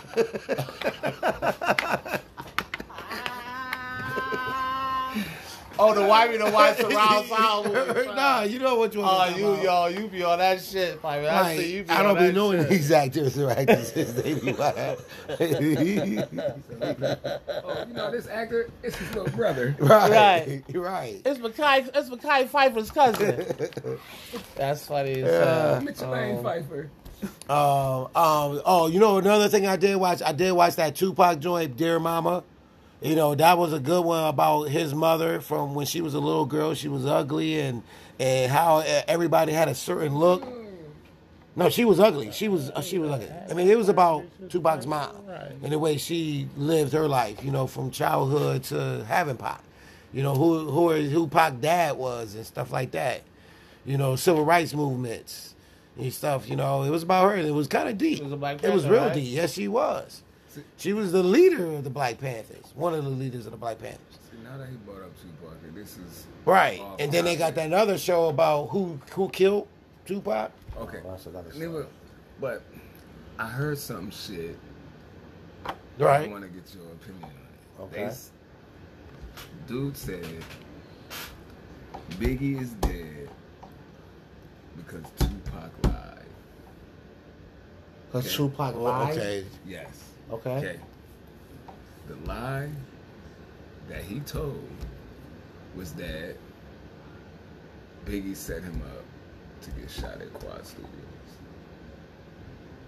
[SPEAKER 1] Oh, the why we don't watch surround sound.
[SPEAKER 3] nah, you know what you
[SPEAKER 1] Oh,
[SPEAKER 3] want.
[SPEAKER 1] you yo, you be on that shit, Piper. I
[SPEAKER 3] Like,
[SPEAKER 1] see you be
[SPEAKER 3] I
[SPEAKER 1] on
[SPEAKER 3] don't be
[SPEAKER 1] that
[SPEAKER 3] knowing
[SPEAKER 1] shit.
[SPEAKER 3] these actors or actresses. They be like-
[SPEAKER 2] Oh, you know this actor? It's his little brother.
[SPEAKER 3] right, right, right.
[SPEAKER 1] It's Mackay. It's Mackay Pfeiffer's cousin. That's funny. as hell.
[SPEAKER 2] Mitchell
[SPEAKER 3] Oh.
[SPEAKER 2] Lane Pfeiffer.
[SPEAKER 3] Um, um, oh, you know another thing I did watch. I did watch that Tupac joint, Dear Mama. You know that was a good one about his mother from when she was a little girl. She was ugly and and how uh, everybody had a certain look. No, she was ugly. She was uh, she was ugly. I mean, it was about Tupac's mom and the way she lived her life. You know, from childhood to having Pac. You know who who who Pac dad was and stuff like that. You know, civil rights movements and stuff. You know, it was about her. and It was kind of deep.
[SPEAKER 1] She was a Black
[SPEAKER 3] it was
[SPEAKER 1] Panther,
[SPEAKER 3] real
[SPEAKER 1] right?
[SPEAKER 3] deep. Yes, she was. She was the leader of the Black Panthers. One of the leaders of the Black Panthers.
[SPEAKER 2] See, now that he brought up Tupac, and this is
[SPEAKER 3] Right.
[SPEAKER 2] Oh,
[SPEAKER 3] and then they got that other show about who who killed Tupac.
[SPEAKER 2] okay.
[SPEAKER 1] That's another story.
[SPEAKER 2] Nigga, but I heard some shit. I
[SPEAKER 3] Right.
[SPEAKER 2] want to get your opinion on it.
[SPEAKER 1] Okay.
[SPEAKER 2] They s- dude said Biggie is dead because Tupac lied.
[SPEAKER 1] Cause Tupac lied.
[SPEAKER 3] Oh, Okay.
[SPEAKER 2] Yes.
[SPEAKER 1] Okay.
[SPEAKER 2] Okay. The lie that he told was that Biggie set him up to get shot at Quad Studios.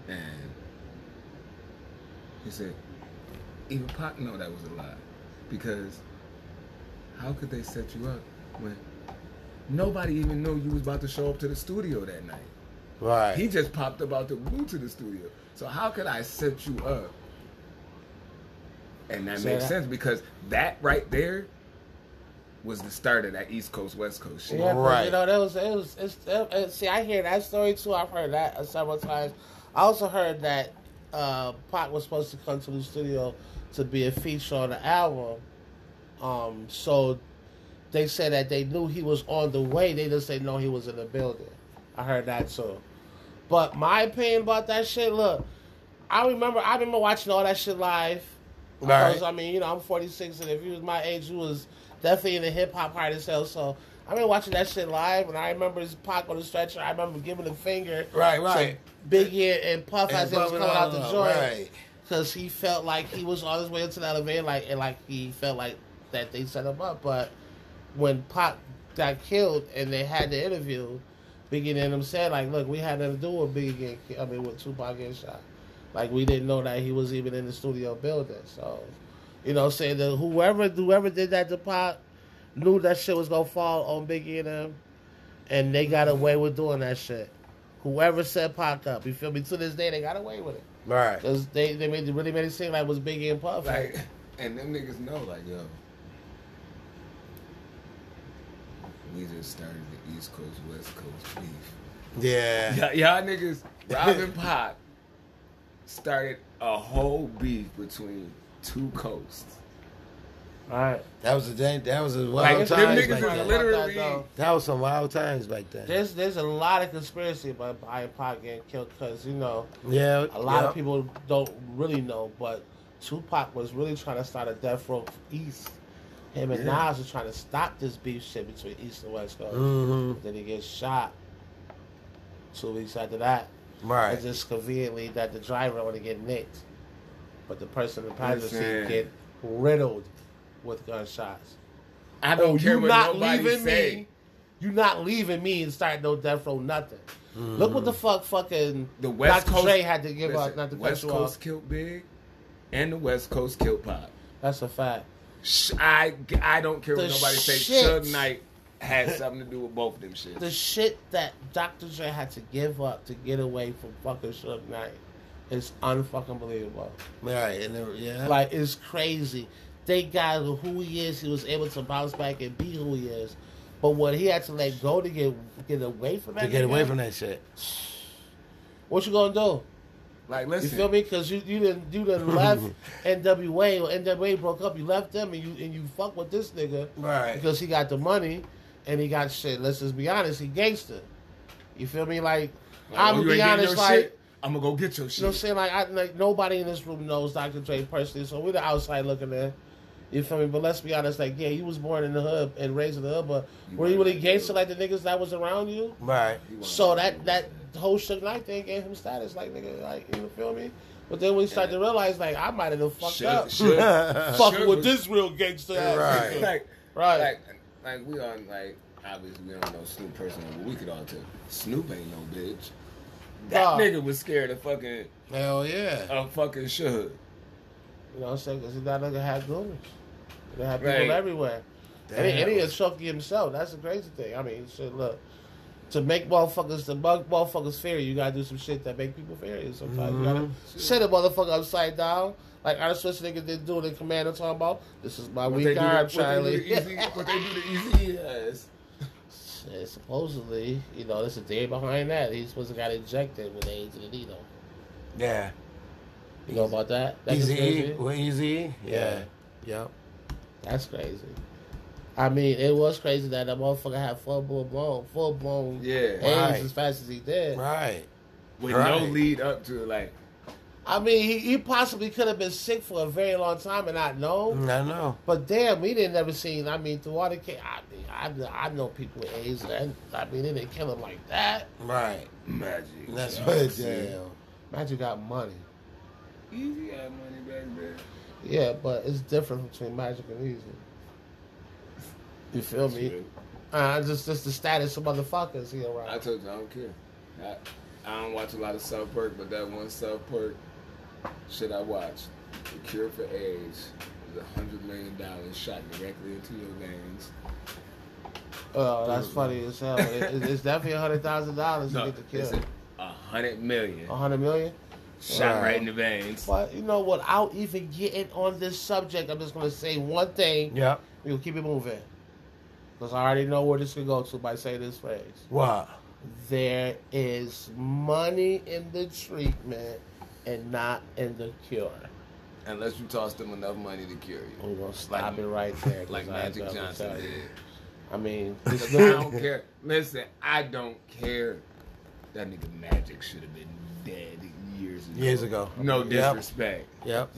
[SPEAKER 2] And he said, even Pac know that was a lie. Because how could they set you up when nobody even knew you was about to show up to the studio that night?
[SPEAKER 3] Right.
[SPEAKER 2] He just popped up out the blue to the studio. So how could I set you up? And that
[SPEAKER 1] So
[SPEAKER 2] makes
[SPEAKER 1] that-
[SPEAKER 2] sense because that right there was the start of that East Coast West Coast shit.
[SPEAKER 1] Yeah, right.
[SPEAKER 3] Right.
[SPEAKER 1] You know, that was it was it's it, it- see I hear that story too. I've heard that uh, several times. I also heard that uh Pac was supposed to come to the studio to be a feature on the album. Um so they said that they knew he was on the way, they just didn't know he was in the building. I heard that too. But my opinion about that shit, look, I remember I remember watching all that shit live. Because,
[SPEAKER 3] Right.
[SPEAKER 1] I mean, you know, I'm 46, and if you was my age, you was definitely in the hip hop heart as hell. So I been watching that shit live, and I remember his Pac on the stretcher. I remember giving the finger.
[SPEAKER 3] Right, right.
[SPEAKER 1] to Biggie and Puff
[SPEAKER 3] And
[SPEAKER 1] as they was
[SPEAKER 3] Bubba
[SPEAKER 1] coming out the
[SPEAKER 3] Love,
[SPEAKER 1] joint.
[SPEAKER 3] right.
[SPEAKER 1] Because he felt like he was on his way into the elevator, like, and like he felt like that they set him up. But when Pac got killed and they had the interview, Biggie and them said, like, look, we had nothing to do with Biggie getting ki- I mean, with Tupac getting shot. Like, we didn't know that he was even in the studio building. So, you know, saying that whoever whoever did that to Pac knew that shit was going to fall on Biggie and them, and they got away with doing that shit. Whoever set Pac up, you feel me? To this day, they got away with it.
[SPEAKER 3] Right.
[SPEAKER 1] Because they, they made, really made it seem like it was Biggie and Puff.
[SPEAKER 2] Like, and them niggas know, like, yo, we just started the East Coast West Coast beef.
[SPEAKER 3] Yeah.
[SPEAKER 2] Y'all, y'all niggas, Robin Pop started a whole beef between two coasts.
[SPEAKER 1] all right.
[SPEAKER 3] That was a day, that was a wild
[SPEAKER 2] Like, them
[SPEAKER 3] times
[SPEAKER 2] niggas
[SPEAKER 3] back
[SPEAKER 2] is
[SPEAKER 3] then.
[SPEAKER 2] literally-
[SPEAKER 3] That was some wild times back then.
[SPEAKER 1] There's there's a lot of conspiracy about Iron Pac getting killed because you know
[SPEAKER 3] yeah.
[SPEAKER 1] a lot
[SPEAKER 3] yeah.
[SPEAKER 1] of people don't really know, but Tupac was really trying to start a death row for East. Him and Nas was trying to stop this beef shit between East and West Coast.
[SPEAKER 2] Mm.
[SPEAKER 3] Mhm.
[SPEAKER 1] But then he gets shot. Two weeks after that,
[SPEAKER 3] Right.
[SPEAKER 1] it's just conveniently that the driver want to get nicked, but the person in the passenger
[SPEAKER 2] Listen.
[SPEAKER 1] seat get riddled with gunshots.
[SPEAKER 2] I don't
[SPEAKER 1] Oh,
[SPEAKER 2] care
[SPEAKER 1] you
[SPEAKER 2] what
[SPEAKER 1] not
[SPEAKER 2] nobody
[SPEAKER 1] leaving
[SPEAKER 2] say.
[SPEAKER 1] me. You not leaving me and start no death row nothing. Look what the fuck fucking
[SPEAKER 2] Mm-hmm. The West
[SPEAKER 1] Dr.
[SPEAKER 2] Coast
[SPEAKER 1] Dre had to give up.
[SPEAKER 2] listen,
[SPEAKER 1] Not to
[SPEAKER 2] West
[SPEAKER 1] cut you off.
[SPEAKER 2] Coast killed Big, and the West Coast killed Pop.
[SPEAKER 1] That's a fact.
[SPEAKER 2] Sh- I I don't care what
[SPEAKER 1] The
[SPEAKER 2] nobody says.
[SPEAKER 1] shit.
[SPEAKER 2] Suge Knight had something to do with both of them shits.
[SPEAKER 1] The shit that Dr. Dre had to give up to get away from fucking Suge Knight is unfucking believable.
[SPEAKER 3] Right, and there, yeah.
[SPEAKER 1] Like it's crazy. Thank God for who he is, he was able to bounce back and be who he is. But what he had to let go to get get away from that
[SPEAKER 3] to get away
[SPEAKER 1] nigga,
[SPEAKER 3] from that shit.
[SPEAKER 1] what you gonna do?
[SPEAKER 2] like
[SPEAKER 1] You
[SPEAKER 2] listen,
[SPEAKER 1] feel me? Because you you didn't you didn't left NWA or NWA broke up. You left them and you and you fuck with this nigga
[SPEAKER 3] Right.
[SPEAKER 1] because he got the money and he got shit. Let's just be honest, he gangster. You feel me? Like I'm
[SPEAKER 2] oh,
[SPEAKER 1] gonna
[SPEAKER 2] you
[SPEAKER 1] be
[SPEAKER 2] ain't getting
[SPEAKER 1] honest,
[SPEAKER 2] your
[SPEAKER 1] like.
[SPEAKER 2] shit? I'm gonna go get your
[SPEAKER 1] You know what I'm
[SPEAKER 2] shit.
[SPEAKER 1] saying? Like, I, like nobody in this room knows Dr. Dre personally, so we're the outside looking in. You feel me? But let's be honest, like, yeah, you was born in the hood and raised in the hood, but
[SPEAKER 2] You
[SPEAKER 1] were you
[SPEAKER 2] weren't
[SPEAKER 1] really
[SPEAKER 2] in the
[SPEAKER 1] gangster like
[SPEAKER 2] hood.
[SPEAKER 1] the niggas that was around you?
[SPEAKER 3] Right.
[SPEAKER 2] He wanna
[SPEAKER 1] So
[SPEAKER 2] go
[SPEAKER 1] that
[SPEAKER 2] get
[SPEAKER 1] that
[SPEAKER 2] your shit.
[SPEAKER 1] whole Suge Knight thing gave him status, like nigga, like you feel me? But then we start to realize, like, I might have done fucked
[SPEAKER 2] Suge-
[SPEAKER 1] up,
[SPEAKER 2] Suge-
[SPEAKER 1] fucking
[SPEAKER 2] Suge
[SPEAKER 1] with
[SPEAKER 2] was-
[SPEAKER 1] this real gangster, ass
[SPEAKER 3] Right.
[SPEAKER 1] nigga.
[SPEAKER 2] Like,
[SPEAKER 1] right?
[SPEAKER 2] like, like we on like obviously we don't know Snoop personally, but we could all tell Snoop ain't no bitch. That
[SPEAKER 1] Nah.
[SPEAKER 2] nigga was scared of fucking
[SPEAKER 3] Hell yeah.
[SPEAKER 2] of fucking Suge.
[SPEAKER 1] You know what I'm saying? Because that nigga had goons. They had people
[SPEAKER 2] Right.
[SPEAKER 1] everywhere. And he, and he is Chucky himself. That's the crazy thing. I mean, shit, look. To make motherfuckers, to bug motherfuckers fear you, you gotta do some shit that make people fear you sometimes. You
[SPEAKER 3] Mm-hmm.
[SPEAKER 1] gotta
[SPEAKER 2] Mm-hmm.
[SPEAKER 1] set a motherfucker upside down. Like Arnold Schwarzenegger did do it in Commando talking about, this is my
[SPEAKER 2] What they
[SPEAKER 1] weak
[SPEAKER 2] do
[SPEAKER 1] arm,
[SPEAKER 2] to- what they do
[SPEAKER 1] Charlie.
[SPEAKER 2] to Easy, what they do to Easy is
[SPEAKER 1] Shit, supposedly, you know, there's a theory behind that. He supposed to got injected with AIDS and the needle.
[SPEAKER 3] Yeah.
[SPEAKER 1] You know about that? That's
[SPEAKER 3] Easy E.
[SPEAKER 1] crazy.
[SPEAKER 3] Well, Easy E. Yeah. Yep.
[SPEAKER 1] That's crazy. I mean, it was crazy that that motherfucker had full blown, full blown AIDS
[SPEAKER 2] yeah,
[SPEAKER 3] Right.
[SPEAKER 1] as fast as he did.
[SPEAKER 3] Right.
[SPEAKER 2] with no
[SPEAKER 3] Right.
[SPEAKER 2] lead up to it, like
[SPEAKER 1] I mean, he, he possibly could have been sick for a very long time and not know.
[SPEAKER 3] Mm, I
[SPEAKER 2] Mm.
[SPEAKER 3] know.
[SPEAKER 1] But damn, we didn't never seen. I mean, through all the ca- I mean, I, kn- I know people with AIDS, and I mean, they didn't kill him like that.
[SPEAKER 3] Right.
[SPEAKER 2] magic.
[SPEAKER 3] That's
[SPEAKER 2] Yeah. E.
[SPEAKER 3] what.
[SPEAKER 2] Yeah.
[SPEAKER 3] Damn.
[SPEAKER 1] Magic got money.
[SPEAKER 2] Easy had money back then.
[SPEAKER 1] Yeah, but it's different between Magic and Easy. You feel me? Uh, just just the status of motherfuckers here,
[SPEAKER 2] I
[SPEAKER 1] right?
[SPEAKER 2] told you I don't care. I, I don't watch a lot of South Park, but that one South Park shit I watched, The Cure for AIDS, was a hundred million dollars shot directly into your veins.
[SPEAKER 1] Oh, that's funny as hell. It, it- it's definitely a hundred thousand dollars to
[SPEAKER 2] No,
[SPEAKER 1] get the
[SPEAKER 2] it's
[SPEAKER 1] kill.
[SPEAKER 2] a hundred million
[SPEAKER 1] A hundred million.
[SPEAKER 2] shot
[SPEAKER 1] Wow.
[SPEAKER 2] right in the veins.
[SPEAKER 1] But you know, without even getting on this subject, I'm just gonna say one thing.
[SPEAKER 3] Yep.
[SPEAKER 1] We'll keep it moving. Because I already know where this could go to by saying this phrase.
[SPEAKER 3] What?
[SPEAKER 1] There is money in the treatment and not in the cure.
[SPEAKER 2] Unless you toss them enough money to cure you,
[SPEAKER 1] We're gonna stop it right there. 'cause
[SPEAKER 2] like
[SPEAKER 1] I ain't
[SPEAKER 2] Magic
[SPEAKER 1] gonna
[SPEAKER 2] Johnson
[SPEAKER 1] tell you.
[SPEAKER 2] did.
[SPEAKER 1] I mean,
[SPEAKER 2] I
[SPEAKER 1] this
[SPEAKER 2] don't
[SPEAKER 1] little-
[SPEAKER 2] care. Listen, I don't care. That nigga Magic should have been dead years ago.
[SPEAKER 3] Years ago.
[SPEAKER 2] No
[SPEAKER 3] Yep.
[SPEAKER 2] disrespect.
[SPEAKER 3] Yep.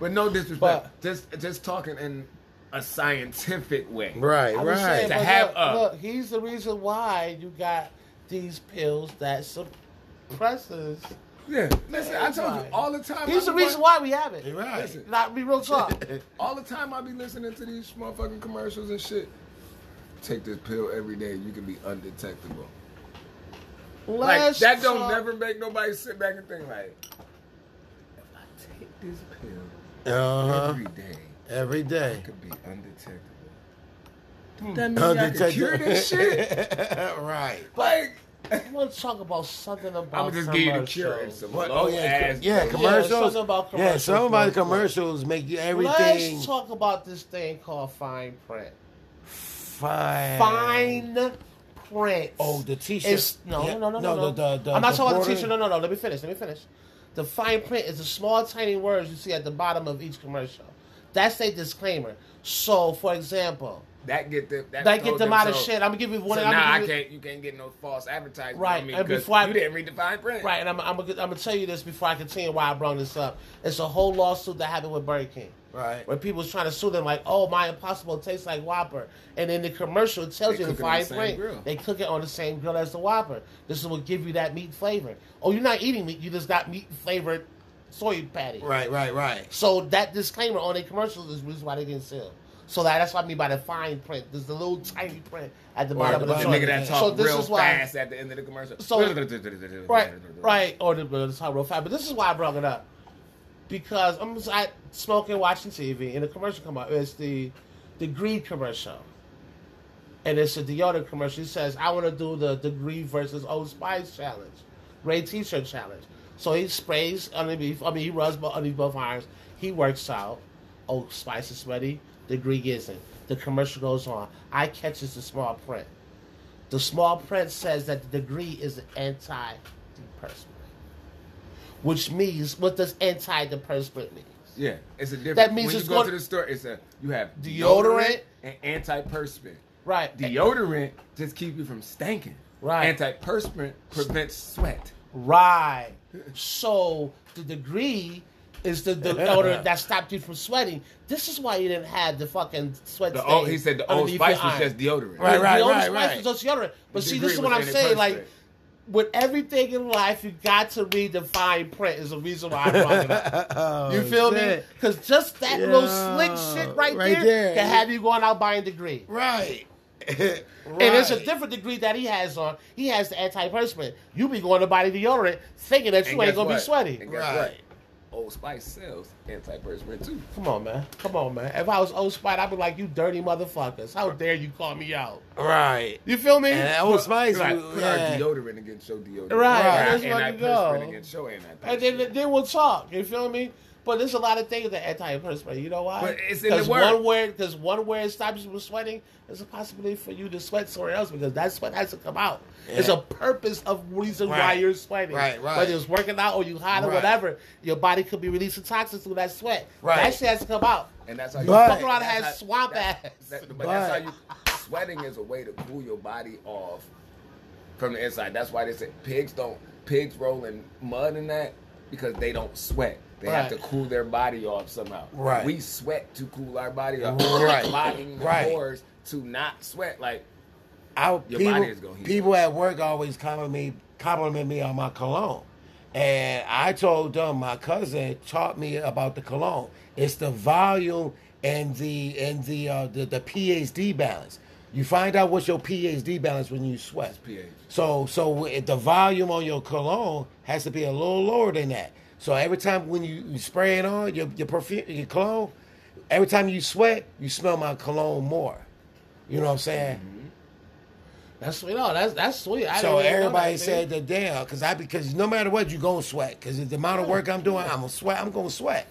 [SPEAKER 2] But no disrespect.
[SPEAKER 1] But-
[SPEAKER 2] just just talking in a scientific way.
[SPEAKER 3] Right.
[SPEAKER 1] I'm just saying,
[SPEAKER 2] To
[SPEAKER 3] Right.
[SPEAKER 1] but
[SPEAKER 2] have
[SPEAKER 1] look,
[SPEAKER 2] a-
[SPEAKER 1] look, he's the reason why you got these pills that suppresses.
[SPEAKER 2] Yeah. Listen, I told you
[SPEAKER 1] Right.
[SPEAKER 2] all the time. I
[SPEAKER 1] He's the
[SPEAKER 2] be
[SPEAKER 1] reason
[SPEAKER 2] wa-
[SPEAKER 1] why we have it.
[SPEAKER 3] Right. Uh-huh.
[SPEAKER 2] Listen.
[SPEAKER 1] Not be real talk.
[SPEAKER 2] All the time I be listening to these motherfucking commercials and shit. Take this pill every day, you can be undetectable. Like
[SPEAKER 1] Let's
[SPEAKER 2] that don't
[SPEAKER 1] talk-
[SPEAKER 2] never make nobody sit back and think like, if I take this pill
[SPEAKER 3] Uh huh.
[SPEAKER 2] every day,
[SPEAKER 3] Every
[SPEAKER 2] I
[SPEAKER 3] day.
[SPEAKER 2] could be undetectable. That means I could
[SPEAKER 3] Undetected-
[SPEAKER 2] cure this shit.
[SPEAKER 3] right.
[SPEAKER 2] Like,
[SPEAKER 1] I want to talk about something about.
[SPEAKER 2] I'm just give you the
[SPEAKER 1] commercials.
[SPEAKER 2] cure. It's some
[SPEAKER 3] What?
[SPEAKER 2] low
[SPEAKER 3] Oh yeah,
[SPEAKER 2] ass
[SPEAKER 3] yeah.
[SPEAKER 2] pill.
[SPEAKER 3] Commercials. Yeah,
[SPEAKER 1] something about commercials
[SPEAKER 3] somebody
[SPEAKER 1] real quick.
[SPEAKER 3] commercials make you everything
[SPEAKER 1] Let's talk about this thing called fine print.
[SPEAKER 3] fine.
[SPEAKER 1] Fine print.
[SPEAKER 3] Oh, the t-shirt.
[SPEAKER 1] It's, no,
[SPEAKER 3] Yeah,
[SPEAKER 1] no, no, no, no,
[SPEAKER 3] The, the, the,
[SPEAKER 1] I'm not talking
[SPEAKER 3] the
[SPEAKER 1] about the
[SPEAKER 3] border-
[SPEAKER 1] t-shirt. No, no, no. Let me finish. Let me finish. The fine print is the small, tiny words you see at the bottom of each commercial. That's a disclaimer. So, for example,
[SPEAKER 2] That get them. That,
[SPEAKER 1] that
[SPEAKER 2] told
[SPEAKER 1] get them out of
[SPEAKER 2] so-
[SPEAKER 1] shit. I'm gonna give you one.
[SPEAKER 2] so
[SPEAKER 1] I'm
[SPEAKER 2] now I
[SPEAKER 1] give you-
[SPEAKER 2] can't. You can't get no false advertising.
[SPEAKER 1] Right,
[SPEAKER 2] I mean,
[SPEAKER 1] and
[SPEAKER 2] 'cause
[SPEAKER 1] before I-
[SPEAKER 2] you didn't read the fine print.
[SPEAKER 1] Right, and I'm, I'm, gonna, I'm gonna tell you this before I continue why I brought this up. It's a whole lawsuit that happened with Burger King,
[SPEAKER 3] Right.
[SPEAKER 1] where people was trying to sue them like, "Oh, my Impossible tastes like Whopper," and in the commercial it tells
[SPEAKER 2] They
[SPEAKER 1] you the
[SPEAKER 2] cook it on
[SPEAKER 1] fine
[SPEAKER 2] the same
[SPEAKER 1] print.
[SPEAKER 2] grill.
[SPEAKER 1] They cook it on the same grill as the Whopper. This will give you that meat flavor. Oh, you're not eating meat; you just got meat flavored soy patty.
[SPEAKER 3] Right. Right. Right.
[SPEAKER 1] So that disclaimer on a commercial is the reason why they didn't sell. So that, that's what I mean by the fine print. There's the little tiny print at the
[SPEAKER 2] Or
[SPEAKER 1] bottom
[SPEAKER 2] the
[SPEAKER 1] of the
[SPEAKER 2] nigga that
[SPEAKER 1] chart. So
[SPEAKER 2] talk
[SPEAKER 1] this
[SPEAKER 2] real
[SPEAKER 1] is why.
[SPEAKER 2] fast at the end of the commercial.
[SPEAKER 1] So- Right, right, or the, the top real fast. But this is why I brought it up because I'm just I, smoking, watching TV, and the commercial come up. It's the the greed commercial, and it's a deodorant commercial. It says, "I want to do the the greed versus Old Spice challenge, Ray T-shirt challenge." So he sprays underneath. I mean, he runs bo- underneath both arms. He works out. Old Spice is ready. The greed isn't. The commercial goes on. I catches the small print. The small print says that the degree is an antidepressant, which means what does antidepressant mean?
[SPEAKER 2] Yeah, it's a different.
[SPEAKER 1] That means
[SPEAKER 2] when
[SPEAKER 1] it's
[SPEAKER 2] you go
[SPEAKER 1] going-
[SPEAKER 2] to the store. It's a you have
[SPEAKER 1] Deodorant?
[SPEAKER 2] deodorant and antiperspirant.
[SPEAKER 1] Right.
[SPEAKER 2] Deodorant just keep you from stanking.
[SPEAKER 1] Eh. Right.
[SPEAKER 2] Antiperspirant prevents sweat.
[SPEAKER 1] Right. So the degree is the deodorant that stopped you from sweating. This is why you didn't have the fucking sweat.
[SPEAKER 2] The
[SPEAKER 1] stain
[SPEAKER 2] old, he said the old
[SPEAKER 1] underneath your
[SPEAKER 2] spice was
[SPEAKER 1] iron.
[SPEAKER 2] just deodorant.
[SPEAKER 3] Right,
[SPEAKER 1] The-
[SPEAKER 3] right,
[SPEAKER 1] the old
[SPEAKER 3] right,
[SPEAKER 1] spice
[SPEAKER 3] right.
[SPEAKER 1] was just deodorant. But
[SPEAKER 2] The
[SPEAKER 1] see, this
[SPEAKER 2] degree
[SPEAKER 1] is what I'm
[SPEAKER 2] was
[SPEAKER 1] saying. Like,
[SPEAKER 2] antiperspirant.
[SPEAKER 1] with everything in life, you got to read the fine print. Is the reason why I brought it up.
[SPEAKER 3] Oh,
[SPEAKER 1] You feel me? Because just that little slick shit right,
[SPEAKER 3] right
[SPEAKER 1] there,
[SPEAKER 3] there.
[SPEAKER 1] can have you going out buying degree.
[SPEAKER 3] Right. right.
[SPEAKER 1] And it's a different degree that he has on. He has the antiperspirant. You be going to buy the deodorant thinking that you
[SPEAKER 2] And
[SPEAKER 1] ain't
[SPEAKER 2] guess
[SPEAKER 1] gonna be
[SPEAKER 2] what?
[SPEAKER 1] sweaty.
[SPEAKER 2] And guess
[SPEAKER 3] Right.
[SPEAKER 2] what? Old Spice sells antiperspirant too.
[SPEAKER 1] Come on, man. Come on, man. If I was old spot, I'd be like, you dirty motherfuckers. How dare you call me out?
[SPEAKER 3] Right.
[SPEAKER 1] You feel me?
[SPEAKER 3] And that old spice.
[SPEAKER 2] Right.
[SPEAKER 3] was-
[SPEAKER 2] Put
[SPEAKER 3] yeah.
[SPEAKER 2] our deodorant against your
[SPEAKER 1] Right.
[SPEAKER 2] deodorant. Put our
[SPEAKER 1] That's what you
[SPEAKER 2] antiperspirant
[SPEAKER 1] go.
[SPEAKER 2] against your antiperspirant.
[SPEAKER 1] and then, then we'll talk. You feel me? But there's a lot of things that antiperspirant. You know why?
[SPEAKER 2] But it's in the word.
[SPEAKER 1] One word, because one word stops you from sweating. There's a possibility for you to sweat somewhere else because that sweat has to come out. There's a purpose of reason why
[SPEAKER 3] Right.
[SPEAKER 1] you're sweating.
[SPEAKER 3] Right, right.
[SPEAKER 1] Whether it's working out or you hot or
[SPEAKER 3] Right.
[SPEAKER 1] whatever, your body could be releasing toxins through that sweat.
[SPEAKER 3] Right.
[SPEAKER 1] That shit has to come out.
[SPEAKER 2] And that's how you
[SPEAKER 3] But-
[SPEAKER 2] sweat.
[SPEAKER 1] Fuck around
[SPEAKER 2] That's
[SPEAKER 1] and
[SPEAKER 2] how-
[SPEAKER 1] have swamp
[SPEAKER 2] that-
[SPEAKER 1] ass.
[SPEAKER 2] that- but, that's how
[SPEAKER 3] But-
[SPEAKER 2] you sweating is a way to cool your body off from the inside. That's why they say pigs don't pigs roll in mud and that because they don't sweat. They have to
[SPEAKER 1] Right.
[SPEAKER 2] cool their body off somehow.
[SPEAKER 3] Right.
[SPEAKER 2] We sweat to cool our body off.
[SPEAKER 3] Right.
[SPEAKER 2] We're Locking the
[SPEAKER 3] Right.
[SPEAKER 2] doors to not sweat. Like
[SPEAKER 3] I,
[SPEAKER 2] Your
[SPEAKER 3] people,
[SPEAKER 2] body is gonna heat
[SPEAKER 3] people at work always compliment me, compliment me on my cologne, and I told them my cousin taught me about the cologne. It's the volume and the and the uh, the, the PhD balance. You find out what's your PhD balance when you sweat.
[SPEAKER 2] pH.
[SPEAKER 3] So so if the volume on your cologne has to be a little lower than that. So every time when you, you spray it on your your perfume your cologne, every time you sweat, you smell my cologne more. You know what I'm saying?
[SPEAKER 1] That's sweet. No, that's that's sweet. I
[SPEAKER 3] So
[SPEAKER 1] didn't even know
[SPEAKER 3] everybody
[SPEAKER 1] that,
[SPEAKER 3] said
[SPEAKER 1] dude.
[SPEAKER 3] that damn, because I because no matter what you gonna sweat because the amount of work I'm doing, I'm gonna sweat. I'm gonna sweat,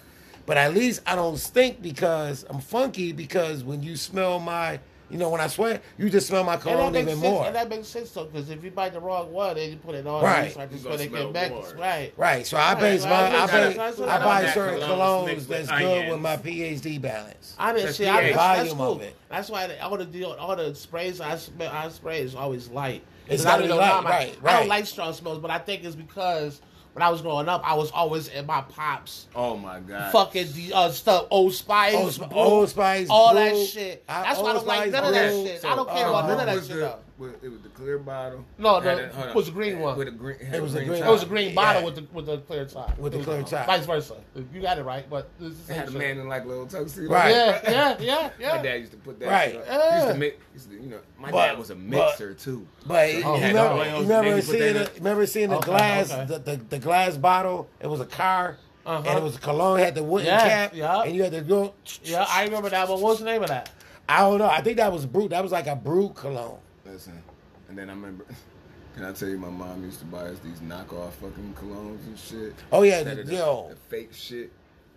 [SPEAKER 3] but at least I don't stink because I'm funky. Because when you smell my, you know, when I sweat, you just smell my
[SPEAKER 1] And that
[SPEAKER 3] cologne
[SPEAKER 1] makes
[SPEAKER 3] even
[SPEAKER 1] sense.
[SPEAKER 3] more.
[SPEAKER 1] And that makes sense though, because if you buy the wrong one, then you put it on,
[SPEAKER 3] Right.
[SPEAKER 1] and you start to
[SPEAKER 4] You
[SPEAKER 1] sweat
[SPEAKER 4] gonna smell
[SPEAKER 1] again back.
[SPEAKER 4] more.
[SPEAKER 1] Right.
[SPEAKER 3] Right, so I base
[SPEAKER 1] Right,
[SPEAKER 3] my
[SPEAKER 1] right,
[SPEAKER 3] I,
[SPEAKER 1] right,
[SPEAKER 3] base,
[SPEAKER 1] right, right,
[SPEAKER 3] I buy
[SPEAKER 1] right.
[SPEAKER 3] certain
[SPEAKER 4] That cologne
[SPEAKER 3] colognes
[SPEAKER 4] mixed with
[SPEAKER 3] that's good with
[SPEAKER 4] onions.
[SPEAKER 3] my PhD balance.
[SPEAKER 1] I didn't
[SPEAKER 2] That's
[SPEAKER 1] see. I,
[SPEAKER 2] the
[SPEAKER 1] that's, that's
[SPEAKER 3] volume of
[SPEAKER 1] cool.
[SPEAKER 3] it.
[SPEAKER 1] That's why all the deal, all the sprays I sm- I spray is always light. 'Cause
[SPEAKER 3] It's gotta
[SPEAKER 1] I
[SPEAKER 3] be
[SPEAKER 1] don't know
[SPEAKER 3] light,
[SPEAKER 1] why my-
[SPEAKER 3] right,
[SPEAKER 1] I
[SPEAKER 3] right.
[SPEAKER 1] don't like strong smells, but I think it's because when I was growing up, I was always in my pops.
[SPEAKER 2] Oh my god.
[SPEAKER 1] Fucking the uh, stuff, Old Spice,
[SPEAKER 3] Old Sp-
[SPEAKER 1] Blue,
[SPEAKER 3] Old Spice,
[SPEAKER 1] all
[SPEAKER 3] Blue.
[SPEAKER 1] that shit.
[SPEAKER 3] I-
[SPEAKER 1] That's why I
[SPEAKER 3] Old
[SPEAKER 1] don't like
[SPEAKER 3] Spice,
[SPEAKER 1] none of that
[SPEAKER 3] Blue.
[SPEAKER 1] shit. I don't
[SPEAKER 3] So,
[SPEAKER 1] care about
[SPEAKER 3] uh,
[SPEAKER 1] none of
[SPEAKER 2] What
[SPEAKER 1] that
[SPEAKER 2] was
[SPEAKER 1] shit.
[SPEAKER 2] the-
[SPEAKER 1] though.
[SPEAKER 2] was- It was the clear bottle.
[SPEAKER 1] No, no,
[SPEAKER 2] Had hold
[SPEAKER 1] it
[SPEAKER 2] on.
[SPEAKER 1] was a green one.
[SPEAKER 2] With a green, had
[SPEAKER 3] It was a green-
[SPEAKER 1] It was a
[SPEAKER 2] top.
[SPEAKER 1] green
[SPEAKER 3] Yeah.
[SPEAKER 1] bottle with the with the clear top.
[SPEAKER 3] With the
[SPEAKER 1] It was-
[SPEAKER 3] clear top.
[SPEAKER 1] Vice versa. You got it right, but it's the
[SPEAKER 2] It
[SPEAKER 1] same
[SPEAKER 2] had a
[SPEAKER 1] shit.
[SPEAKER 2] man in like a little tuxedo.
[SPEAKER 3] Right.
[SPEAKER 1] Yeah, yeah, yeah,
[SPEAKER 2] My
[SPEAKER 1] yeah.
[SPEAKER 2] dad used to put that.
[SPEAKER 3] Right.
[SPEAKER 2] Shit up.
[SPEAKER 1] Yeah.
[SPEAKER 2] Used to mix, used to, you know, my
[SPEAKER 3] But-
[SPEAKER 2] dad was a mixer too.
[SPEAKER 3] But
[SPEAKER 2] Oh,
[SPEAKER 3] you
[SPEAKER 2] had
[SPEAKER 3] remember,
[SPEAKER 2] oils,
[SPEAKER 3] you
[SPEAKER 2] and
[SPEAKER 3] remember
[SPEAKER 2] then you put
[SPEAKER 3] seeing
[SPEAKER 2] that
[SPEAKER 3] the, remember seeing the
[SPEAKER 1] Okay,
[SPEAKER 3] glass
[SPEAKER 1] okay.
[SPEAKER 3] the, the, the glass bottle. It was a car,
[SPEAKER 1] Uh-huh.
[SPEAKER 3] and it was a cologne. It had the wooden
[SPEAKER 1] Yeah,
[SPEAKER 3] cap,
[SPEAKER 1] yeah.
[SPEAKER 3] and you had to go.
[SPEAKER 1] Yeah, I remember that one. What was the name of that?
[SPEAKER 3] I don't know. I think that was brute. That was like a brute cologne.
[SPEAKER 2] Listen, and then I remember. Can I tell you, my mom used to buy us these knockoff fucking colognes and shit.
[SPEAKER 3] Oh yeah,
[SPEAKER 2] Instead of the,
[SPEAKER 3] yo,
[SPEAKER 2] the fake shit.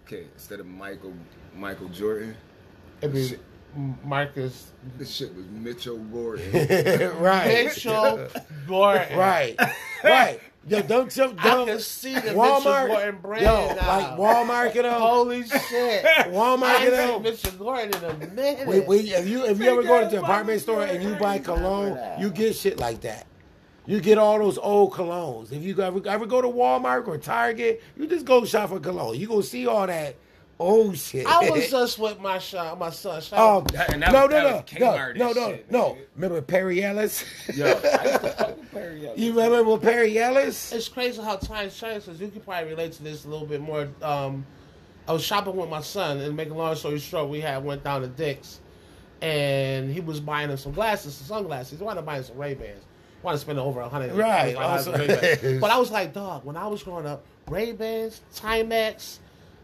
[SPEAKER 2] Okay, instead of Michael Michael Jordan,
[SPEAKER 1] It'd be
[SPEAKER 2] Shit.
[SPEAKER 1] Marcus
[SPEAKER 2] this shit was Mitchell Gordon.
[SPEAKER 3] right,
[SPEAKER 1] Mitchell Gordon.
[SPEAKER 3] right, right. Yo, don't jump.
[SPEAKER 1] I
[SPEAKER 3] Don't
[SPEAKER 1] can see the Mitchell Gordon
[SPEAKER 3] Walmart.
[SPEAKER 1] brand
[SPEAKER 3] Yo,
[SPEAKER 1] now.
[SPEAKER 3] like Walmart and all.
[SPEAKER 1] Holy shit.
[SPEAKER 3] Walmart
[SPEAKER 1] I ain't
[SPEAKER 3] and all.
[SPEAKER 1] seen Mitchell Gordon in a minute.
[SPEAKER 3] Wait, wait, if you if you ever go to the
[SPEAKER 2] Figure
[SPEAKER 3] department
[SPEAKER 2] out
[SPEAKER 3] store and you buy
[SPEAKER 2] why you
[SPEAKER 3] cologne,
[SPEAKER 1] that.
[SPEAKER 3] you get shit like that. You get all those old colognes. If you ever ever go to Walmart or Target, you just go shop for cologne. You gonna see all that old shit.
[SPEAKER 1] I was uh, just with my son, my son. Shout
[SPEAKER 3] um,
[SPEAKER 1] out-
[SPEAKER 2] That- and that
[SPEAKER 3] no,
[SPEAKER 2] was- that
[SPEAKER 3] no,
[SPEAKER 2] was
[SPEAKER 3] no,
[SPEAKER 2] Kmart
[SPEAKER 3] no, no,
[SPEAKER 2] and
[SPEAKER 3] no,
[SPEAKER 2] shit,
[SPEAKER 3] no.
[SPEAKER 2] nigga.
[SPEAKER 3] Remember Perry Ellis?
[SPEAKER 2] Yo, I used to fuck with Perry Ellis.
[SPEAKER 3] you remember with Perry Ellis?
[SPEAKER 1] it's crazy how time changes. You can probably relate to this a little bit more. Um, I was shopping with my son, and to make a long story short, we had went down to Dick's, and he was buying him some glasses, some sunglasses. He wanted to buy him some Ray Bans. Wanted to spend over a hundred.
[SPEAKER 3] Right, also-
[SPEAKER 1] But I was like, dog, when I was growing up, Ray Bans, Timex,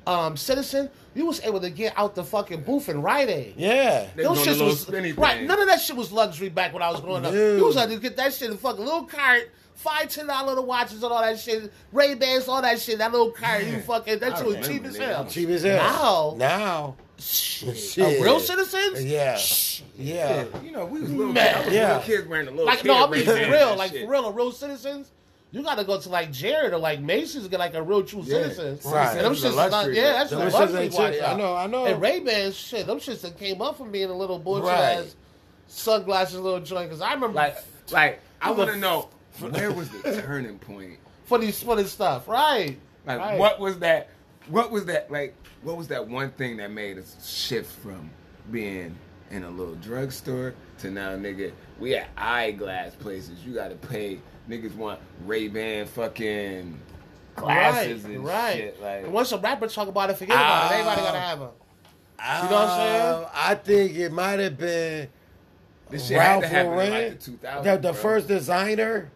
[SPEAKER 1] um, Citizen, you was able to get out the fucking booth and Rite Aid.
[SPEAKER 3] Yeah.
[SPEAKER 2] They
[SPEAKER 1] Those
[SPEAKER 2] doing the
[SPEAKER 1] shits
[SPEAKER 2] little
[SPEAKER 1] was
[SPEAKER 2] spinny
[SPEAKER 1] right.
[SPEAKER 2] thing.
[SPEAKER 1] None of that shit was luxury back when I was growing up.
[SPEAKER 3] Dude.
[SPEAKER 1] You was like to get that shit in a fucking little cart, five ten dollar little watches and all that shit, Ray Bans, all that shit. That little cart, you fucking that
[SPEAKER 2] I
[SPEAKER 1] shit was
[SPEAKER 2] remember,
[SPEAKER 1] cheap as
[SPEAKER 2] nigga.
[SPEAKER 1] hell.
[SPEAKER 3] Cheap as hell.
[SPEAKER 1] Now-
[SPEAKER 3] Now.
[SPEAKER 1] Shit.
[SPEAKER 3] Shit.
[SPEAKER 1] A real citizens?
[SPEAKER 3] Yeah.
[SPEAKER 1] Shit.
[SPEAKER 3] Yeah.
[SPEAKER 2] You know, we was little,
[SPEAKER 1] Man.
[SPEAKER 2] kids,
[SPEAKER 3] Yeah.
[SPEAKER 2] little kids wearing the little
[SPEAKER 1] Like
[SPEAKER 2] kid
[SPEAKER 1] no, I mean
[SPEAKER 2] Ray-Bans
[SPEAKER 1] for
[SPEAKER 2] and
[SPEAKER 1] real, like
[SPEAKER 2] shit.
[SPEAKER 1] for real, a real citizens. You gotta go to like Jared or like Macy's to get like a real true
[SPEAKER 2] Yeah.
[SPEAKER 1] citizens.
[SPEAKER 3] Right.
[SPEAKER 1] And them shits
[SPEAKER 2] Citizens are
[SPEAKER 1] not,
[SPEAKER 2] luxury,
[SPEAKER 1] yeah,
[SPEAKER 2] right?
[SPEAKER 1] that's
[SPEAKER 3] Them
[SPEAKER 1] a
[SPEAKER 3] shits
[SPEAKER 1] luxury
[SPEAKER 3] ain't cheap.
[SPEAKER 1] watch.
[SPEAKER 3] I know, I know.
[SPEAKER 1] And Ray Bans shit, them shits that came up from being a little bullshit
[SPEAKER 3] Right.
[SPEAKER 1] ass sunglasses little joint. Cause I remember
[SPEAKER 2] Like, like I
[SPEAKER 1] Who
[SPEAKER 2] want to
[SPEAKER 1] the-
[SPEAKER 2] know where was the turning point?
[SPEAKER 1] for these for this stuff, right?
[SPEAKER 2] Like,
[SPEAKER 1] right.
[SPEAKER 2] what was that? What was that? Like, what was that one thing that made us shift from being in a little drugstore to now, nigga, we at eyeglass places. You got to pay. Niggas want Ray Ban fucking glasses
[SPEAKER 1] right,
[SPEAKER 2] and
[SPEAKER 1] right.
[SPEAKER 2] shit. Like,
[SPEAKER 1] and once a rapper talk about it, forget
[SPEAKER 3] Ah.
[SPEAKER 1] about it. Everybody gotta have it. You know what I'm saying?
[SPEAKER 3] Um, Uh, I think it might have been
[SPEAKER 2] this shit
[SPEAKER 3] Ralph
[SPEAKER 2] had to happen in
[SPEAKER 3] Lauren.
[SPEAKER 2] like the 2000s.
[SPEAKER 3] the,
[SPEAKER 2] bro.
[SPEAKER 3] the first designer.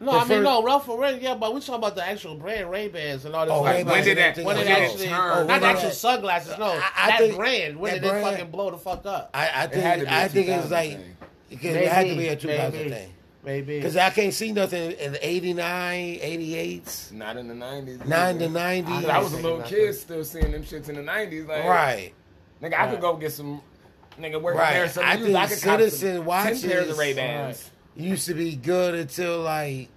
[SPEAKER 1] No,
[SPEAKER 3] The
[SPEAKER 1] I mean
[SPEAKER 3] first-
[SPEAKER 1] no, Ralph Lauren, yeah, but we talking about the actual brand Ray Bans and all this.
[SPEAKER 3] Oh,
[SPEAKER 1] like,
[SPEAKER 2] Like, when
[SPEAKER 3] Ray-Bans
[SPEAKER 2] did that?
[SPEAKER 3] and
[SPEAKER 1] when
[SPEAKER 2] When
[SPEAKER 1] it
[SPEAKER 2] did
[SPEAKER 3] everything
[SPEAKER 2] that
[SPEAKER 1] actually,
[SPEAKER 2] turn?
[SPEAKER 3] Oh,
[SPEAKER 1] not
[SPEAKER 3] when
[SPEAKER 1] the
[SPEAKER 3] did
[SPEAKER 1] actual
[SPEAKER 3] that-
[SPEAKER 1] sunglasses, no,
[SPEAKER 3] I- I
[SPEAKER 1] that
[SPEAKER 3] think-
[SPEAKER 1] brand. When
[SPEAKER 3] that
[SPEAKER 1] did it
[SPEAKER 3] brand-
[SPEAKER 1] fucking blow the fuck up?
[SPEAKER 3] I, I
[SPEAKER 2] had to
[SPEAKER 3] think
[SPEAKER 2] be a
[SPEAKER 3] I think it was
[SPEAKER 2] 2000
[SPEAKER 3] like
[SPEAKER 2] thing.
[SPEAKER 3] because it had to be a 2000
[SPEAKER 1] maybe,
[SPEAKER 3] thing.
[SPEAKER 1] Maybe.
[SPEAKER 3] Because I can't see nothing in the 89, 88,
[SPEAKER 2] Not in the nineties.
[SPEAKER 3] 9 to
[SPEAKER 2] Mm-hmm. I was a
[SPEAKER 3] 90.
[SPEAKER 2] little kid still seeing them shits in the nineties. Like,
[SPEAKER 3] Right.
[SPEAKER 2] Nigga, I could go get some. Nigga, work
[SPEAKER 3] Right.
[SPEAKER 2] right. there. Some
[SPEAKER 3] I
[SPEAKER 2] used-
[SPEAKER 3] think
[SPEAKER 2] I could cop
[SPEAKER 3] Citizen
[SPEAKER 2] some
[SPEAKER 3] watches-
[SPEAKER 2] ten pairs of Ray Bans.
[SPEAKER 3] Used to be good until like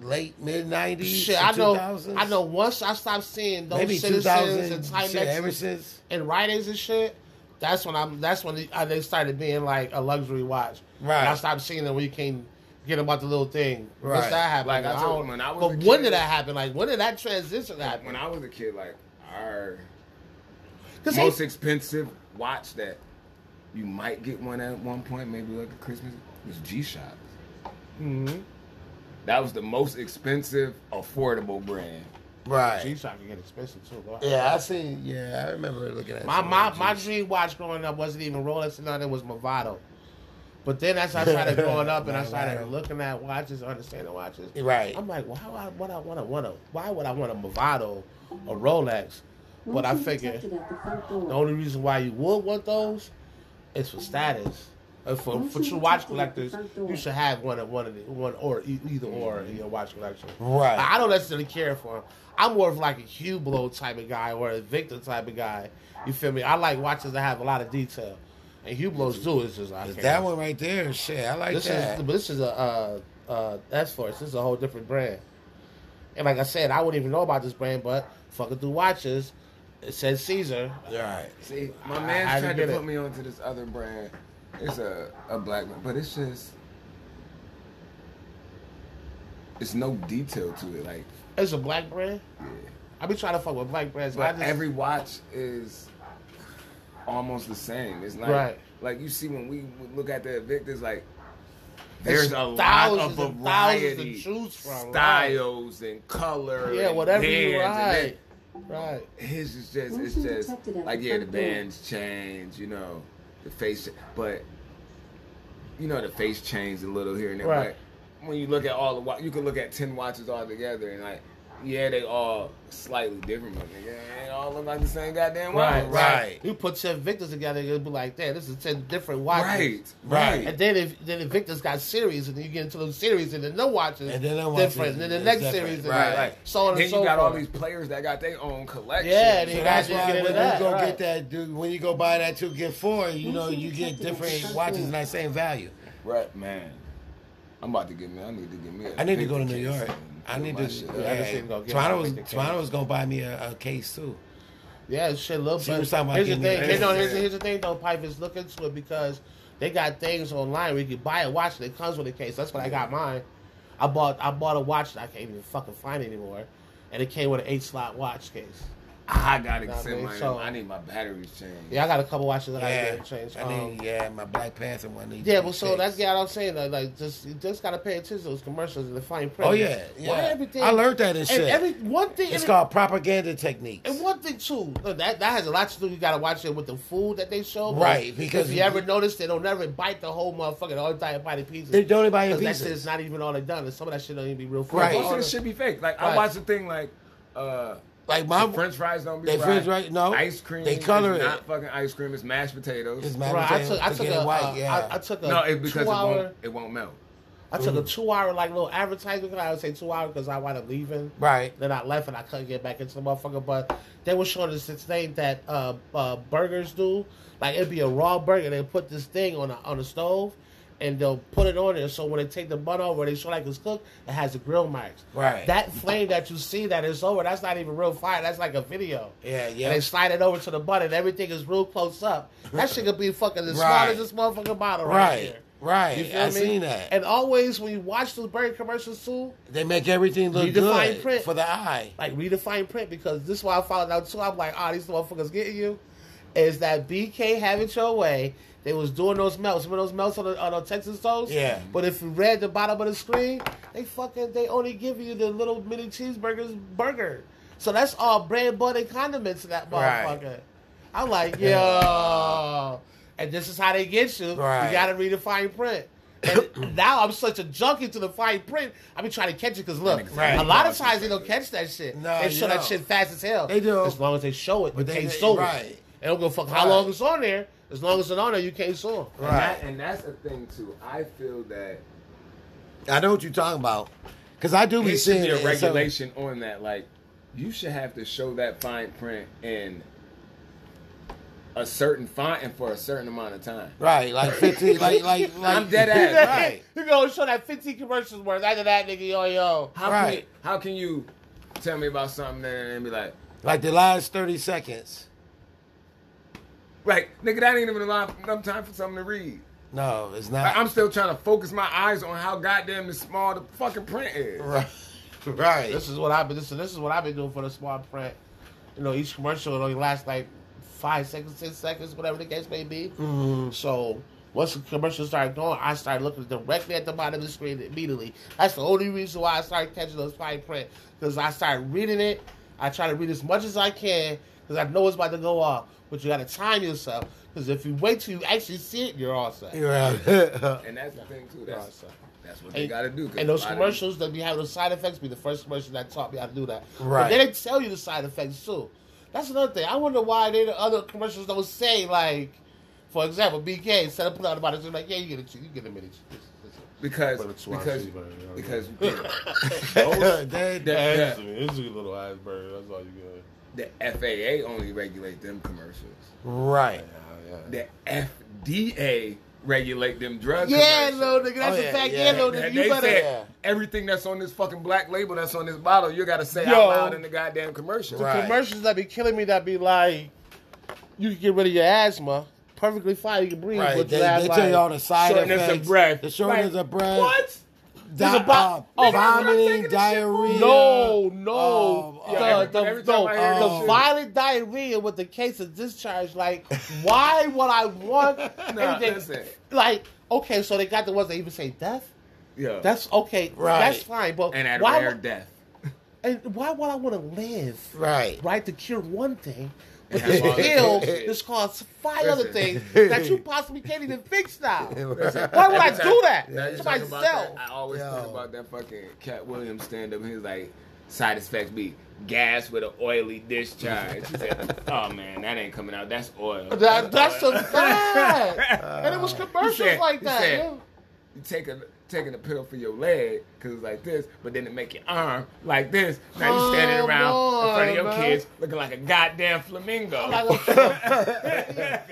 [SPEAKER 3] late mid 90s.
[SPEAKER 1] Shit, I know.
[SPEAKER 3] 2000s.
[SPEAKER 1] I know. Once I stopped seeing those
[SPEAKER 3] Maybe
[SPEAKER 1] citizens
[SPEAKER 3] 2000.
[SPEAKER 1] and
[SPEAKER 3] shit, ever
[SPEAKER 1] Timex
[SPEAKER 3] since.
[SPEAKER 1] and Rite Aids and shit, that's when I'm. That's when the, uh, they started being like a luxury watch.
[SPEAKER 3] Right.
[SPEAKER 1] And I stopped seeing them where you can get about the little thing. Once
[SPEAKER 3] Right.
[SPEAKER 1] that happened,
[SPEAKER 2] Like, I
[SPEAKER 1] I
[SPEAKER 2] told-
[SPEAKER 1] don't-
[SPEAKER 2] when I was
[SPEAKER 1] but
[SPEAKER 2] a
[SPEAKER 1] when
[SPEAKER 2] kid-
[SPEAKER 1] did that happen? Like when did that transition happen?
[SPEAKER 2] When I was a kid, like our
[SPEAKER 1] 'Cause they-
[SPEAKER 2] most expensive watch that you might get one at one point, maybe like at Christmas, was G Shock. Mm-hmm. That was the most expensive, affordable brand.
[SPEAKER 3] Right.
[SPEAKER 1] G-Shock can get expensive too. Bro.
[SPEAKER 3] Yeah, I seen. Yeah, I remember looking at
[SPEAKER 1] My
[SPEAKER 3] some
[SPEAKER 1] my
[SPEAKER 3] of
[SPEAKER 1] my
[SPEAKER 3] those.
[SPEAKER 1] dream watch growing up wasn't even Rolex or nothing. It was Movado. But then as I started growing up and I started
[SPEAKER 3] Movado.
[SPEAKER 1] looking at watches, understanding watches,
[SPEAKER 3] Right.
[SPEAKER 1] I'm like, why would I want I want to want to why would I want a Movado, a Rolex? But I figure the only reason why you would want those is for status. And for for true watch collectors, you should have one of one of the, one or e- either or in your watch collection.
[SPEAKER 3] Right.
[SPEAKER 1] I don't necessarily care for him. I'm more of like a Hublot type of guy or a Victor type of guy. You feel me? I like watches that have a lot of detail, and Hublots do. It's just I can't.
[SPEAKER 3] That one right there, shit, I like
[SPEAKER 1] This
[SPEAKER 3] that.
[SPEAKER 1] is but this is a uh, uh, S Force. This is a whole different brand. And like I said, I wouldn't even know about this brand, but fucking through watches, it says Caesar.
[SPEAKER 3] right.
[SPEAKER 2] See, my
[SPEAKER 1] I-
[SPEAKER 2] man's
[SPEAKER 1] I
[SPEAKER 2] tried
[SPEAKER 1] get
[SPEAKER 2] to
[SPEAKER 1] it.
[SPEAKER 2] put me onto this other brand. It's a, a black man, but it's just it's no detail to it. Like
[SPEAKER 1] It's a black brand. I be trying to fuck with black brands, but, I
[SPEAKER 2] But
[SPEAKER 1] just,
[SPEAKER 2] every watch is almost the same. It's like
[SPEAKER 1] Right.
[SPEAKER 2] like you see when we look at the Invictus, like there's a lot of
[SPEAKER 1] thousands and thousands to
[SPEAKER 2] variety,
[SPEAKER 1] choose from, right.
[SPEAKER 2] styles and color.
[SPEAKER 1] yeah,
[SPEAKER 2] and
[SPEAKER 1] whatever you
[SPEAKER 2] bands and
[SPEAKER 1] right, right.
[SPEAKER 2] that. His is just it's just like yeah, the bands change, you know, the face, but you know the face changed a little here and there.
[SPEAKER 1] Right.
[SPEAKER 2] But when you look at all the watch, you could look at ten watches all together and like. Yeah, they all slightly different, but nigga, they all look like the same goddamn watch.
[SPEAKER 1] Right,
[SPEAKER 3] Right.
[SPEAKER 1] right. You put ten victors together, it'll be like, damn, this is ten different watches.
[SPEAKER 2] Right,
[SPEAKER 3] Right.
[SPEAKER 1] And then if then the victors got series, and then you get into those series, and then no watches
[SPEAKER 3] And then no watches
[SPEAKER 1] different, and then the
[SPEAKER 3] is
[SPEAKER 1] next
[SPEAKER 3] different.
[SPEAKER 1] series, and
[SPEAKER 3] Right,
[SPEAKER 1] then
[SPEAKER 3] right.
[SPEAKER 1] so on
[SPEAKER 2] Then
[SPEAKER 1] and
[SPEAKER 2] you
[SPEAKER 1] so
[SPEAKER 2] got all
[SPEAKER 1] forth.
[SPEAKER 2] these players that got their own collection.
[SPEAKER 1] Yeah, they-
[SPEAKER 3] So
[SPEAKER 1] Yeah,
[SPEAKER 3] that's
[SPEAKER 1] I just get
[SPEAKER 3] why when
[SPEAKER 1] into
[SPEAKER 3] you
[SPEAKER 1] that,
[SPEAKER 3] go
[SPEAKER 1] right.
[SPEAKER 3] get that, dude, when you go buy that two, get four, you know, you get different watches and that same value.
[SPEAKER 2] right, man. I'm about to get me. I need to get me. a
[SPEAKER 3] I need to go to
[SPEAKER 2] Victor
[SPEAKER 3] New
[SPEAKER 2] case
[SPEAKER 3] York.
[SPEAKER 2] and
[SPEAKER 3] I
[SPEAKER 2] put
[SPEAKER 3] need
[SPEAKER 2] my
[SPEAKER 3] to.
[SPEAKER 2] shit up.
[SPEAKER 1] I just didn't go
[SPEAKER 3] Yeah.
[SPEAKER 1] get
[SPEAKER 3] Toronto
[SPEAKER 1] my
[SPEAKER 3] was
[SPEAKER 1] Victor
[SPEAKER 3] Toronto was gonna buy me a, a case too.
[SPEAKER 1] Yeah, it's shit, little
[SPEAKER 3] She
[SPEAKER 1] bit.
[SPEAKER 3] was talking about
[SPEAKER 1] Here's the
[SPEAKER 3] getting
[SPEAKER 1] thing.
[SPEAKER 3] the
[SPEAKER 1] Here's, no,
[SPEAKER 2] Asian.
[SPEAKER 1] here's, the- here's the thing, though. Pipe is look into it because they got things online where you can buy a watch that comes with a case. That's what I got mine. I bought I bought a watch that I can't even fucking find anymore, and it came with an eight slot watch case.
[SPEAKER 2] I gotta
[SPEAKER 1] Nah, man,
[SPEAKER 2] send mine.
[SPEAKER 1] so-
[SPEAKER 2] I need my batteries changed.
[SPEAKER 1] Yeah, I got a couple watches that I
[SPEAKER 3] Yeah,
[SPEAKER 1] didn't change.
[SPEAKER 3] I
[SPEAKER 1] Um,
[SPEAKER 3] need, yeah, my Black Panther one. needs to
[SPEAKER 1] yeah,
[SPEAKER 3] be
[SPEAKER 1] well, so
[SPEAKER 3] fixed.
[SPEAKER 1] that's yeah, what I'm saying. Like, like just you just gotta pay attention to those commercials and the fine print.
[SPEAKER 3] Oh yeah, yeah.
[SPEAKER 1] Why everything?
[SPEAKER 3] I learned that and
[SPEAKER 1] and
[SPEAKER 3] shit.
[SPEAKER 1] every one thing.
[SPEAKER 3] it's
[SPEAKER 1] and-
[SPEAKER 3] called propaganda techniques.
[SPEAKER 1] And one thing too, look, that that has a lot to do. You gotta watch it with the food that they show, but
[SPEAKER 3] Right, because
[SPEAKER 1] if you ever notice, they don't never bite the whole motherfucking whole entire body pieces.
[SPEAKER 3] They don't buy in
[SPEAKER 1] Because that shit
[SPEAKER 3] pieces.
[SPEAKER 1] is not even all they done, and some of that shit don't even be real food.
[SPEAKER 3] Right.
[SPEAKER 2] Most of this shit be fake. Like
[SPEAKER 1] Right.
[SPEAKER 2] I watched the thing like uh
[SPEAKER 3] Like
[SPEAKER 2] the
[SPEAKER 3] my
[SPEAKER 2] French fries don't be
[SPEAKER 3] they
[SPEAKER 2] fried.
[SPEAKER 3] French right? No,
[SPEAKER 2] Ice cream.
[SPEAKER 3] They color
[SPEAKER 2] is
[SPEAKER 3] it.
[SPEAKER 2] Not fucking ice cream. It's mashed potatoes.
[SPEAKER 3] It's mashed
[SPEAKER 1] Right,
[SPEAKER 3] Right,
[SPEAKER 1] I took I
[SPEAKER 3] to
[SPEAKER 1] took
[SPEAKER 3] get
[SPEAKER 1] a
[SPEAKER 3] it white,
[SPEAKER 1] uh,
[SPEAKER 3] yeah.
[SPEAKER 1] I, I took a
[SPEAKER 2] no, it's because
[SPEAKER 1] two
[SPEAKER 2] it
[SPEAKER 1] hour
[SPEAKER 2] won't. Mm-hmm. It won't melt.
[SPEAKER 1] I took a two hour like little advertisement. 'cause I would say two hour because I wound up leaving.
[SPEAKER 3] right.
[SPEAKER 1] Then I left and I couldn't get back into the motherfucker. But they were showing us this thing that uh, uh, burgers do. Like it'd be a raw burger. They put this thing on a, on the stove, and they'll put it on there. So when they take the bun over, they show like it's cooked. It has the grill marks.
[SPEAKER 3] Right.
[SPEAKER 1] That flame that you see that is over. That's not even real fire. That's like a video.
[SPEAKER 3] Yeah, yeah.
[SPEAKER 1] And they slide it over to the bun, and everything is real close up. That shit could be fucking as
[SPEAKER 3] Right.
[SPEAKER 1] small as this motherfucking bottle right,
[SPEAKER 3] Right,
[SPEAKER 1] here.
[SPEAKER 3] right.
[SPEAKER 1] You feel
[SPEAKER 3] I
[SPEAKER 1] me?
[SPEAKER 3] seen that.
[SPEAKER 1] And always when you watch those burger commercials too,
[SPEAKER 3] they make everything look
[SPEAKER 1] You define
[SPEAKER 3] good
[SPEAKER 1] print.
[SPEAKER 3] for the eye.
[SPEAKER 1] like read the fine print because this is why I found out too. I'm like, ah, these motherfuckers getting you. Is that BK have it your way? They was doing those melts. Remember those melts on the, on the Texas toast?
[SPEAKER 3] Yeah.
[SPEAKER 1] But if you read the bottom of the screen, they fucking they only give you the little mini cheeseburgers burger. So that's all bread, butter, and condiments in that
[SPEAKER 3] Right.
[SPEAKER 1] motherfucker. I'm like, yo. And this is how they get you.
[SPEAKER 3] Right.
[SPEAKER 1] You gotta read the fine print. And now I'm such a junkie to the fine print. I be trying to catch it because look,
[SPEAKER 3] Right.
[SPEAKER 1] a lot of times they don't catch that shit.
[SPEAKER 3] No,
[SPEAKER 1] they
[SPEAKER 3] you
[SPEAKER 1] show that
[SPEAKER 3] don't.
[SPEAKER 1] shit fast as hell.
[SPEAKER 3] They do.
[SPEAKER 1] As long as they show it,
[SPEAKER 3] But
[SPEAKER 1] you
[SPEAKER 3] they-
[SPEAKER 1] can't
[SPEAKER 3] they-
[SPEAKER 1] sue 'em.
[SPEAKER 3] right.
[SPEAKER 1] They don't give a fuck how
[SPEAKER 3] Right.
[SPEAKER 1] long it's on there. As long as it's on there, you can't sue 'em.
[SPEAKER 2] And, that,
[SPEAKER 3] Right.
[SPEAKER 2] and that's the thing too. I feel that
[SPEAKER 3] I know what you're talking about. Cause I do
[SPEAKER 2] it
[SPEAKER 3] be
[SPEAKER 2] should
[SPEAKER 3] seeing
[SPEAKER 2] be
[SPEAKER 3] it.
[SPEAKER 2] a
[SPEAKER 3] and so-
[SPEAKER 2] regulation on that. Like, you should have to show that fine print in a certain font and for a certain amount of time.
[SPEAKER 3] Right, like fifteen, like like like.
[SPEAKER 2] I'm dead ass.
[SPEAKER 3] Right,
[SPEAKER 1] you gonna show that 15 commercials worth after that, nigga, yo, yo.
[SPEAKER 2] How can
[SPEAKER 3] Right.
[SPEAKER 2] you, how can you tell me about something and then be like,
[SPEAKER 3] like the last thirty seconds.
[SPEAKER 2] right, nigga, that ain't even enough, enough time for something to read.
[SPEAKER 3] No, it's
[SPEAKER 2] I-
[SPEAKER 3] not.
[SPEAKER 2] I'm still trying to focus my eyes on how goddamn small the fucking print is.
[SPEAKER 3] right, right.
[SPEAKER 1] This is what I've been. This, is- this is what I've been doing for the small print. You know, each commercial it only lasts like five seconds, six seconds, whatever the case may be.
[SPEAKER 3] Mhm.
[SPEAKER 1] So once the commercial started going, I started looking directly at the bottom of the screen immediately. That's the only reason why I started catching those fine print because I started reading it. I try to read as much as I can because I know it's about to go off. But you got to time yourself because if you wait till you actually see it, you're all set.
[SPEAKER 3] You're right.
[SPEAKER 2] And that's the thing too.
[SPEAKER 1] You're all
[SPEAKER 2] That's
[SPEAKER 1] set.
[SPEAKER 2] that's what they gotta do. 'cause
[SPEAKER 1] And those
[SPEAKER 2] a lot of
[SPEAKER 1] commercials that be having those side effects be the first commercial that taught me how to do that.
[SPEAKER 3] Right.
[SPEAKER 1] But then they tell you the side effects too. That's another thing. I wonder why they the other commercials don't say like, for example, BK instead of putting out about it, they're like, yeah, you get a che- you get a mini cheese.
[SPEAKER 2] these- because
[SPEAKER 1] But it's too
[SPEAKER 2] because
[SPEAKER 1] obvious, but, you know,
[SPEAKER 2] because
[SPEAKER 3] Dead-
[SPEAKER 2] Yeah.
[SPEAKER 4] It's a- it's a little iceberg. That's all you get.
[SPEAKER 2] the FAA only regulate them commercials.
[SPEAKER 3] right.
[SPEAKER 2] Oh,
[SPEAKER 4] Yeah, yeah.
[SPEAKER 2] the FDA regulate them drugs.
[SPEAKER 1] Yeah, little nigga, that's
[SPEAKER 3] Oh,
[SPEAKER 1] a
[SPEAKER 3] yeah,
[SPEAKER 1] fact.
[SPEAKER 3] yeah.
[SPEAKER 1] Yeah, little nigga,
[SPEAKER 2] They,
[SPEAKER 1] you better.
[SPEAKER 2] said
[SPEAKER 3] Yeah.
[SPEAKER 2] everything that's on this fucking black label that's on this bottle, you gotta say
[SPEAKER 1] Yo.
[SPEAKER 2] out loud in the goddamn commercial.
[SPEAKER 3] Right.
[SPEAKER 1] Commercials that be killing me that be like, you can get rid of your asthma, perfectly fine, you can breathe.
[SPEAKER 3] Right. They,
[SPEAKER 1] but
[SPEAKER 3] they
[SPEAKER 1] you have,
[SPEAKER 3] tell you all
[SPEAKER 1] like-
[SPEAKER 3] the side
[SPEAKER 2] shortness of
[SPEAKER 3] effects.
[SPEAKER 2] breath.
[SPEAKER 3] The shortness
[SPEAKER 1] Right.
[SPEAKER 3] of breath.
[SPEAKER 2] What?
[SPEAKER 3] Di-
[SPEAKER 1] There's a bo-
[SPEAKER 3] uh,
[SPEAKER 1] oh,
[SPEAKER 2] taking
[SPEAKER 3] vomiting,
[SPEAKER 2] this
[SPEAKER 3] diarrhea.
[SPEAKER 1] No, no.
[SPEAKER 3] Um,
[SPEAKER 1] the,
[SPEAKER 2] yeah,
[SPEAKER 1] the,
[SPEAKER 2] every- every
[SPEAKER 1] no,
[SPEAKER 2] time I hear
[SPEAKER 1] the
[SPEAKER 3] that shit-
[SPEAKER 1] violent diarrhea with the case of discharge. Like, why would I want
[SPEAKER 2] Nah,
[SPEAKER 1] anything?
[SPEAKER 2] listen.
[SPEAKER 1] Like, okay, so they got the ones that even say death.
[SPEAKER 2] Yeah.
[SPEAKER 1] That's okay.
[SPEAKER 3] Right.
[SPEAKER 1] That's fine. But
[SPEAKER 2] and at
[SPEAKER 1] why?
[SPEAKER 2] rare
[SPEAKER 1] would-
[SPEAKER 2] death.
[SPEAKER 1] and why would I want to live?
[SPEAKER 3] Right.
[SPEAKER 1] right to cure one thing, but
[SPEAKER 2] And
[SPEAKER 1] to
[SPEAKER 2] have
[SPEAKER 1] heal
[SPEAKER 2] all the-
[SPEAKER 1] this caused five
[SPEAKER 2] Listen.
[SPEAKER 1] other things that you possibly can't even fix now.
[SPEAKER 3] Listen.
[SPEAKER 1] Why would I
[SPEAKER 2] Every
[SPEAKER 1] do
[SPEAKER 2] time-
[SPEAKER 1] that
[SPEAKER 2] now you
[SPEAKER 1] to
[SPEAKER 2] talking about
[SPEAKER 1] myself?
[SPEAKER 2] that, I always
[SPEAKER 3] Yo.
[SPEAKER 2] think about that fucking Cat Williams stand up. He's like, side effects be gas with an oily discharge. He said, oh man, that ain't coming out. That's oil.
[SPEAKER 1] That, that's a fact. and it was
[SPEAKER 3] Uh,
[SPEAKER 1] commercials
[SPEAKER 2] He said-
[SPEAKER 1] like
[SPEAKER 2] he
[SPEAKER 1] that.
[SPEAKER 2] said,
[SPEAKER 1] yeah.
[SPEAKER 2] You take a taking a pill for your leg because it's like this, but then it make your arm like this. Now you standing
[SPEAKER 1] Come
[SPEAKER 2] around in front
[SPEAKER 1] on,
[SPEAKER 2] of your
[SPEAKER 1] man.
[SPEAKER 2] kids looking like a goddamn flamingo.
[SPEAKER 1] Like a,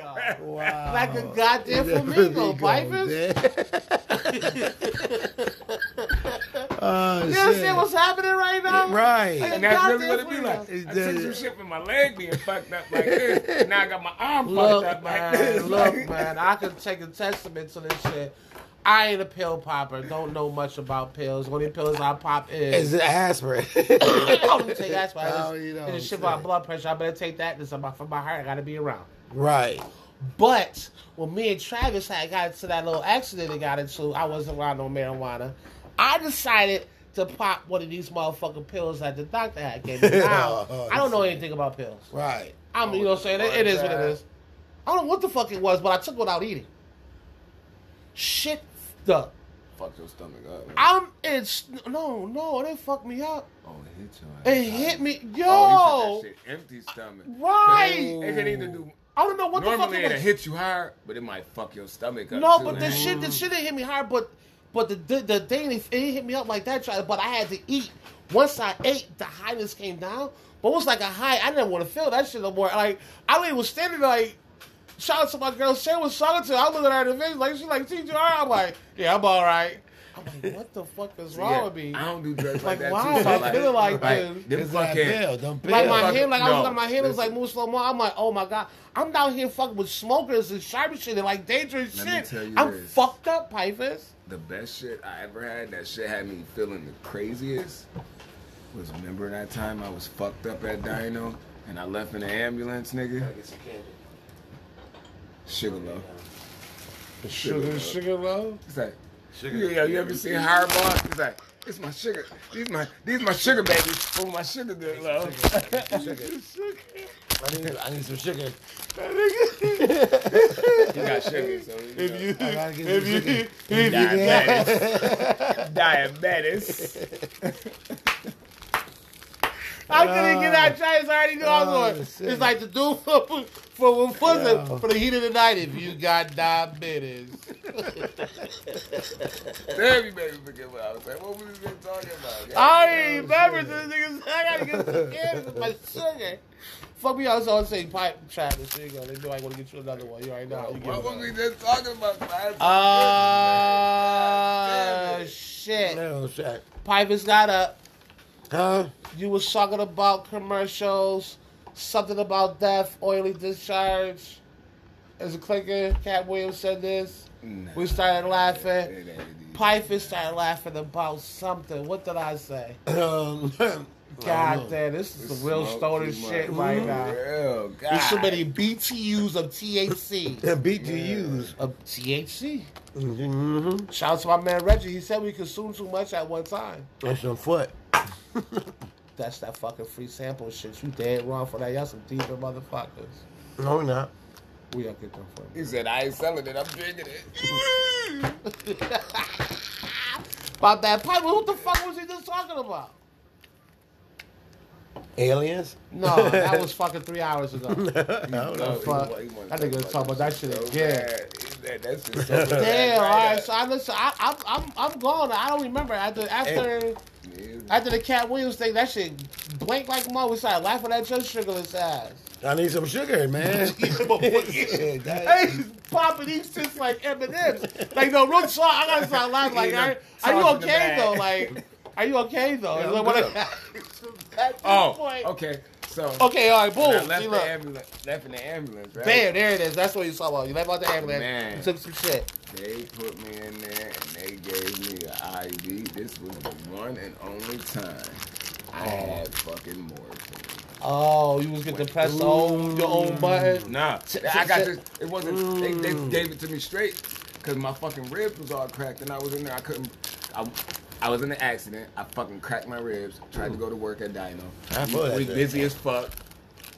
[SPEAKER 3] Wow.
[SPEAKER 1] like a goddamn flamingo, Vipers.
[SPEAKER 3] oh,
[SPEAKER 1] You
[SPEAKER 3] shit.
[SPEAKER 1] understand what's happening right now?
[SPEAKER 3] Oh, Right.
[SPEAKER 1] Like a
[SPEAKER 2] and that's really
[SPEAKER 1] goddamn
[SPEAKER 2] what it be
[SPEAKER 1] flamingo.
[SPEAKER 2] like.
[SPEAKER 3] It's
[SPEAKER 2] I took
[SPEAKER 3] dead.
[SPEAKER 2] some shit from my leg being fucked up like this. and Now I got my arm
[SPEAKER 1] Look,
[SPEAKER 2] fucked up like
[SPEAKER 1] man,
[SPEAKER 2] this.
[SPEAKER 1] look, man. I could take a testament to this shit. I ain't a pill popper. Don't know much about pills. Only pills I pop
[SPEAKER 3] Is
[SPEAKER 1] is.
[SPEAKER 3] it aspirin?
[SPEAKER 1] I don't take aspirin.
[SPEAKER 3] How
[SPEAKER 1] It's-
[SPEAKER 3] you
[SPEAKER 1] It's
[SPEAKER 3] know what
[SPEAKER 1] a
[SPEAKER 3] I'm
[SPEAKER 1] shit about
[SPEAKER 3] saying?
[SPEAKER 1] blood pressure. I better take that. This is my, for my heart. I gotta be around.
[SPEAKER 3] Right.
[SPEAKER 1] But when me and Travis had got into that little accident and got into, I wasn't around no marijuana. I decided to pop one of these motherfucking pills that the doctor had gave me. Now,
[SPEAKER 3] Oh,
[SPEAKER 1] I don't know
[SPEAKER 3] shit.
[SPEAKER 1] anything about pills.
[SPEAKER 3] Right.
[SPEAKER 1] I'm, you know what I'm saying? It- it is what it is. I don't know what the fuck it was, but I took it without eating. Shit, the
[SPEAKER 2] Fuck your stomach up.
[SPEAKER 1] I'm. It's no, no. It didn't fuck me up.
[SPEAKER 2] oh, it hit your ass.
[SPEAKER 1] It hit me, yo.
[SPEAKER 2] Oh, you took that shit empty stomach.
[SPEAKER 1] Right.
[SPEAKER 2] It can either do.
[SPEAKER 1] I don't know what the fuck
[SPEAKER 2] Normally
[SPEAKER 1] it
[SPEAKER 2] it'll
[SPEAKER 1] was.
[SPEAKER 2] hit you hard, but it might fuck your stomach up.
[SPEAKER 1] No,
[SPEAKER 2] too,
[SPEAKER 1] but the
[SPEAKER 2] man.
[SPEAKER 1] shit, the shit didn't hit me hard. But, but the the, the thing it didn't hit me up like that. But I had to eat. Once I ate, the highness came down. But it was like a high. I didn't want to feel that shit no more. Like I really was standing there, like. Shout out to my girl Shay was talking to. her. I look at her in the face like she like TGR. I'm like, yeah, I'm all right. I'm like, what the fuck is wrong
[SPEAKER 2] Yeah,
[SPEAKER 1] with me?
[SPEAKER 2] I don't do drugs
[SPEAKER 1] Like,
[SPEAKER 2] like, that.
[SPEAKER 1] why
[SPEAKER 2] too,
[SPEAKER 1] am
[SPEAKER 2] so
[SPEAKER 1] I feeling like this?
[SPEAKER 2] Them
[SPEAKER 3] It's that
[SPEAKER 2] fucking-
[SPEAKER 3] pill. Them pills.
[SPEAKER 1] Like my
[SPEAKER 2] Fuck
[SPEAKER 1] hand, like I was
[SPEAKER 2] no.
[SPEAKER 1] looking at my hand, it was like
[SPEAKER 2] Listen.
[SPEAKER 1] move slow mo. I'm like, oh my god, I'm down here fucking with smokers and sharp shit and like dangerous
[SPEAKER 2] Let me
[SPEAKER 1] shit.
[SPEAKER 2] tell you
[SPEAKER 1] I'm
[SPEAKER 2] this.
[SPEAKER 1] fucked up, Pipers.
[SPEAKER 2] the best shit I ever had, that shit had me feeling the craziest, was remember that time I was fucked up at Dino and I left in the ambulance, nigga? Sugarloaf.
[SPEAKER 1] Sugar, sugar low.
[SPEAKER 2] It's like, sugar. Yeah, yo, you ever seen Hardball? It's like, it's my sugar. These my these my sugar babies. Oh, my sugar good love.
[SPEAKER 3] I need, I need some sugar.
[SPEAKER 2] You got sugar, so you know.
[SPEAKER 3] I gotta get some sugar.
[SPEAKER 2] diabetes. diabetes.
[SPEAKER 1] I couldn't get out. Travis already knew I was
[SPEAKER 3] Oh,
[SPEAKER 1] going.
[SPEAKER 3] shit.
[SPEAKER 1] It's like the dude for for for,
[SPEAKER 3] Yeah.
[SPEAKER 1] the, for the heat of the night. If you got diabetes,
[SPEAKER 2] Damn, you made me forget what I was saying. What was we been talking about?
[SPEAKER 3] Oh,
[SPEAKER 1] I ain't remember this niggas. I gotta get some cannabis with my sugar. Fuck me, I was always saying pipe Travis. There you go. They know I want to get you another one. You already know. how you
[SPEAKER 2] What
[SPEAKER 1] get
[SPEAKER 2] was
[SPEAKER 1] one.
[SPEAKER 2] we just talking about? man?
[SPEAKER 1] Uh, shit.
[SPEAKER 3] Little shack.
[SPEAKER 1] Pipers got up.
[SPEAKER 3] Huh?
[SPEAKER 1] You was talking about commercials, something about death, oily discharge. As a clicker, Cat Williams said this.
[SPEAKER 2] Nah.
[SPEAKER 1] We started laughing.
[SPEAKER 2] It ain't easy.
[SPEAKER 1] Pipers started laughing about something. What did I say?
[SPEAKER 3] Um,
[SPEAKER 1] God damn, this is
[SPEAKER 2] It's
[SPEAKER 1] some real
[SPEAKER 2] smoke
[SPEAKER 1] stoner
[SPEAKER 2] too much.
[SPEAKER 1] shit right now.
[SPEAKER 2] Real God.
[SPEAKER 1] There's so many BTUs of THC.
[SPEAKER 3] and BTUs.
[SPEAKER 1] Of THC.
[SPEAKER 3] Mm-hmm.
[SPEAKER 1] Shout out to my man Reggie. He said we consume too much at one time.
[SPEAKER 3] That's some foot.
[SPEAKER 1] That's that fucking free sample shit. You dead wrong for that. Y'all some deeper motherfuckers.
[SPEAKER 3] No, we're not.
[SPEAKER 1] We all get them for
[SPEAKER 2] He said, I ain't selling it. I'm drinking it.
[SPEAKER 1] you. About that pipe. What the fuck was he just talking about?
[SPEAKER 3] Aliens?
[SPEAKER 1] No, that was fucking three hours ago.
[SPEAKER 3] no, no.
[SPEAKER 1] fuck. That nigga talk about that shit again.
[SPEAKER 2] That, that's just so bad.
[SPEAKER 1] Damn. All right. So I listen. I, I'm I'm I'm gone. I don't remember after after
[SPEAKER 2] Yeah.
[SPEAKER 1] after the Cat Williams thing. That shit blank like mo. We started laughing at Joe Sugarless ass.
[SPEAKER 3] I need some sugar, man. Yeah,
[SPEAKER 1] Hey,
[SPEAKER 3] that-
[SPEAKER 1] he's popping these shits like M and M's. Like no, real talk. I gotta start laughing. Like,
[SPEAKER 2] Yeah,
[SPEAKER 1] are,
[SPEAKER 2] no,
[SPEAKER 1] are you
[SPEAKER 2] talk in
[SPEAKER 1] okay
[SPEAKER 2] the bag.
[SPEAKER 1] though? Like, are you okay though?
[SPEAKER 2] Yeah, I'm
[SPEAKER 1] Like, what-
[SPEAKER 2] good.
[SPEAKER 1] At this
[SPEAKER 2] Oh,
[SPEAKER 1] point- Oh,
[SPEAKER 2] okay. So,
[SPEAKER 1] Okay, all right,
[SPEAKER 2] when I
[SPEAKER 1] boom.
[SPEAKER 2] left,
[SPEAKER 1] See,
[SPEAKER 2] the
[SPEAKER 1] look.
[SPEAKER 2] ambulance, left in the ambulance, right?
[SPEAKER 1] Bam, there it is. That's what you saw about. You left out the ambulance.
[SPEAKER 2] Oh, Man.
[SPEAKER 1] You took some shit.
[SPEAKER 2] They put me in there and they gave me an IV. This was the one and only time I had fucking morphine.
[SPEAKER 1] Oh, you was getting depressed on your own button.
[SPEAKER 2] Nah,
[SPEAKER 1] Ch- ch-
[SPEAKER 2] I got
[SPEAKER 1] ch-
[SPEAKER 2] this. It wasn't. They, they
[SPEAKER 3] Mm.
[SPEAKER 2] gave it to me straight because my fucking ribs was all cracked, and I was in there. I couldn't. I, I was in an accident. I fucking cracked my ribs. Tried to go to work at Dino.
[SPEAKER 3] I feel that
[SPEAKER 2] We
[SPEAKER 3] shit.
[SPEAKER 2] busy as fuck.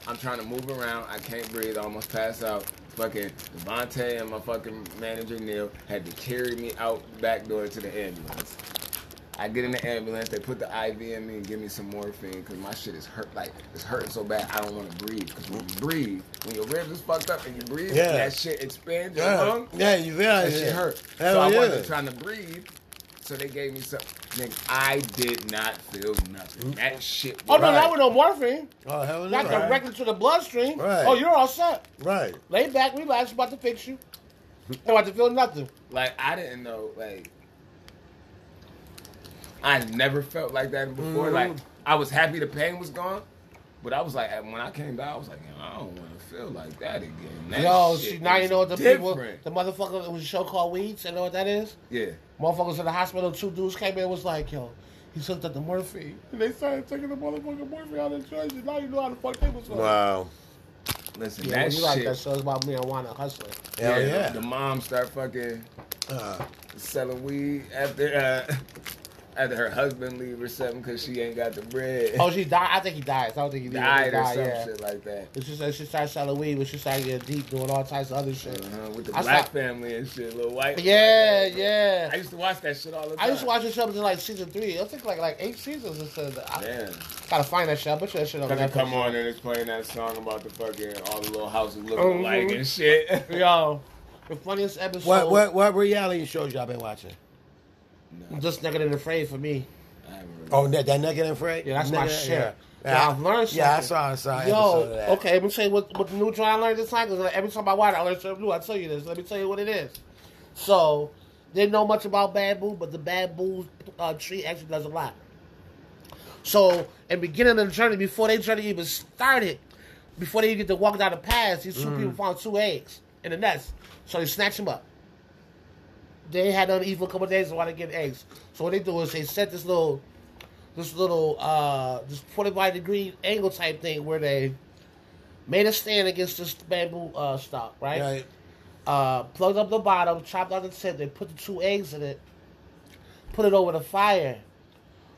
[SPEAKER 2] I'm trying to move around. I can't breathe. I almost pass out. Fucking Devontae and my fucking manager Neil had to carry me out the back door to the ambulance. I get in the ambulance. They put the IV in me and give me some morphine because my shit is hurt. Like it's hurting so bad, I don't want to breathe. Because when you breathe, when your ribs is fucked up and you breathe,
[SPEAKER 3] Yeah.
[SPEAKER 2] that shit expands your
[SPEAKER 3] yeah.
[SPEAKER 2] lung.
[SPEAKER 3] yeah, you feel
[SPEAKER 2] That
[SPEAKER 3] it.
[SPEAKER 2] shit hurt.
[SPEAKER 3] Hell
[SPEAKER 2] so I
[SPEAKER 3] yeah.
[SPEAKER 2] wasn't trying to breathe. So they gave me some. Nigga, I did not feel nothing. That shit.
[SPEAKER 1] Oh, no,
[SPEAKER 2] was-
[SPEAKER 1] that was no morphine.
[SPEAKER 3] Oh, hell
[SPEAKER 1] Not
[SPEAKER 3] no.
[SPEAKER 1] directly to the bloodstream.
[SPEAKER 3] Right.
[SPEAKER 1] Oh, you're all set.
[SPEAKER 3] Right.
[SPEAKER 1] Lay back, relax. About to fix you. Don't have to feel nothing.
[SPEAKER 2] Like I didn't know. Like
[SPEAKER 1] Mm-hmm.
[SPEAKER 2] I never felt like that before. Like I was happy the pain was gone, But I was like, and when I came back, I was like, "Man, I don't want to feel like that again. That
[SPEAKER 1] Yo,
[SPEAKER 2] shit
[SPEAKER 1] see, now you
[SPEAKER 2] is
[SPEAKER 1] know what the
[SPEAKER 2] different.
[SPEAKER 1] people, the motherfucker, it was a show called Weeds. You know what that is?
[SPEAKER 2] Yeah,
[SPEAKER 1] Motherfuckers in the hospital, two dudes came in and was like, yo, he's hooked up to morphine. And they started taking the motherfucking morphine out of the church, and now you know how the fuck they was going.
[SPEAKER 3] Wow.
[SPEAKER 2] listen,
[SPEAKER 1] Yeah,
[SPEAKER 2] that
[SPEAKER 1] you
[SPEAKER 2] shit.
[SPEAKER 1] like that show, it's about marijuana hustling.
[SPEAKER 3] Hell yeah.
[SPEAKER 2] The, the mom start fucking
[SPEAKER 3] Uh,
[SPEAKER 2] selling weed after uh, after her husband leave or something because she ain't got the bread.
[SPEAKER 1] Oh, she died? I think he dies. I don't think he did.
[SPEAKER 2] died
[SPEAKER 1] he
[SPEAKER 2] or
[SPEAKER 1] died,
[SPEAKER 2] some
[SPEAKER 1] yeah.
[SPEAKER 2] shit like that.
[SPEAKER 1] It's just that she started selling weed, but she started getting deep, doing all types of other shit.
[SPEAKER 2] Uh-huh, with the
[SPEAKER 1] I
[SPEAKER 2] black
[SPEAKER 1] saw-
[SPEAKER 2] family and shit, little white.
[SPEAKER 1] Yeah,
[SPEAKER 2] black-
[SPEAKER 1] yeah.
[SPEAKER 2] I used to watch that shit all the time.
[SPEAKER 1] I used to watch this show until like season three. I think like like eight seasons. It says I
[SPEAKER 2] Yeah,
[SPEAKER 1] gotta find that shit. I bet you that shit on
[SPEAKER 2] because
[SPEAKER 1] Netflix.
[SPEAKER 2] they come on and it's playing that song about the fucking all the little houses
[SPEAKER 1] Oh.
[SPEAKER 2] looking alike and shit.
[SPEAKER 1] Yo, the funniest episode.
[SPEAKER 3] what what what reality shows y'all been watching?
[SPEAKER 2] No,
[SPEAKER 1] Just naked and afraid for me.
[SPEAKER 2] I haven't really.
[SPEAKER 3] Oh, that, that naked and afraid.
[SPEAKER 1] Yeah, that's my
[SPEAKER 3] Naked-
[SPEAKER 1] shit.
[SPEAKER 3] Yeah,
[SPEAKER 1] Yeah, I've learned
[SPEAKER 3] Yeah, I
[SPEAKER 1] something.
[SPEAKER 3] saw I saw an
[SPEAKER 1] Yo,
[SPEAKER 3] episode of that.
[SPEAKER 1] okay, let me tell you what, what the new trend I learned this time. Because every time I watch it, I learn something new. I tell you this. Let me tell you what it is. So, didn't know much about bamboo, but the bamboo uh, tree actually does a lot. So, in the beginning of the journey, before their journey even started, before they get to walk down the path, these
[SPEAKER 3] Mm.
[SPEAKER 1] two people found two eggs in the nest. So they snatched them up. They had an evil couple of days while they get eggs. So what they do is they set this little this little uh this 45 degree angle type thing where they made a stand against this bamboo uh stock right,
[SPEAKER 3] Right.
[SPEAKER 1] uh plugged up the bottom chopped out the tip they put the two eggs in it put it over the fire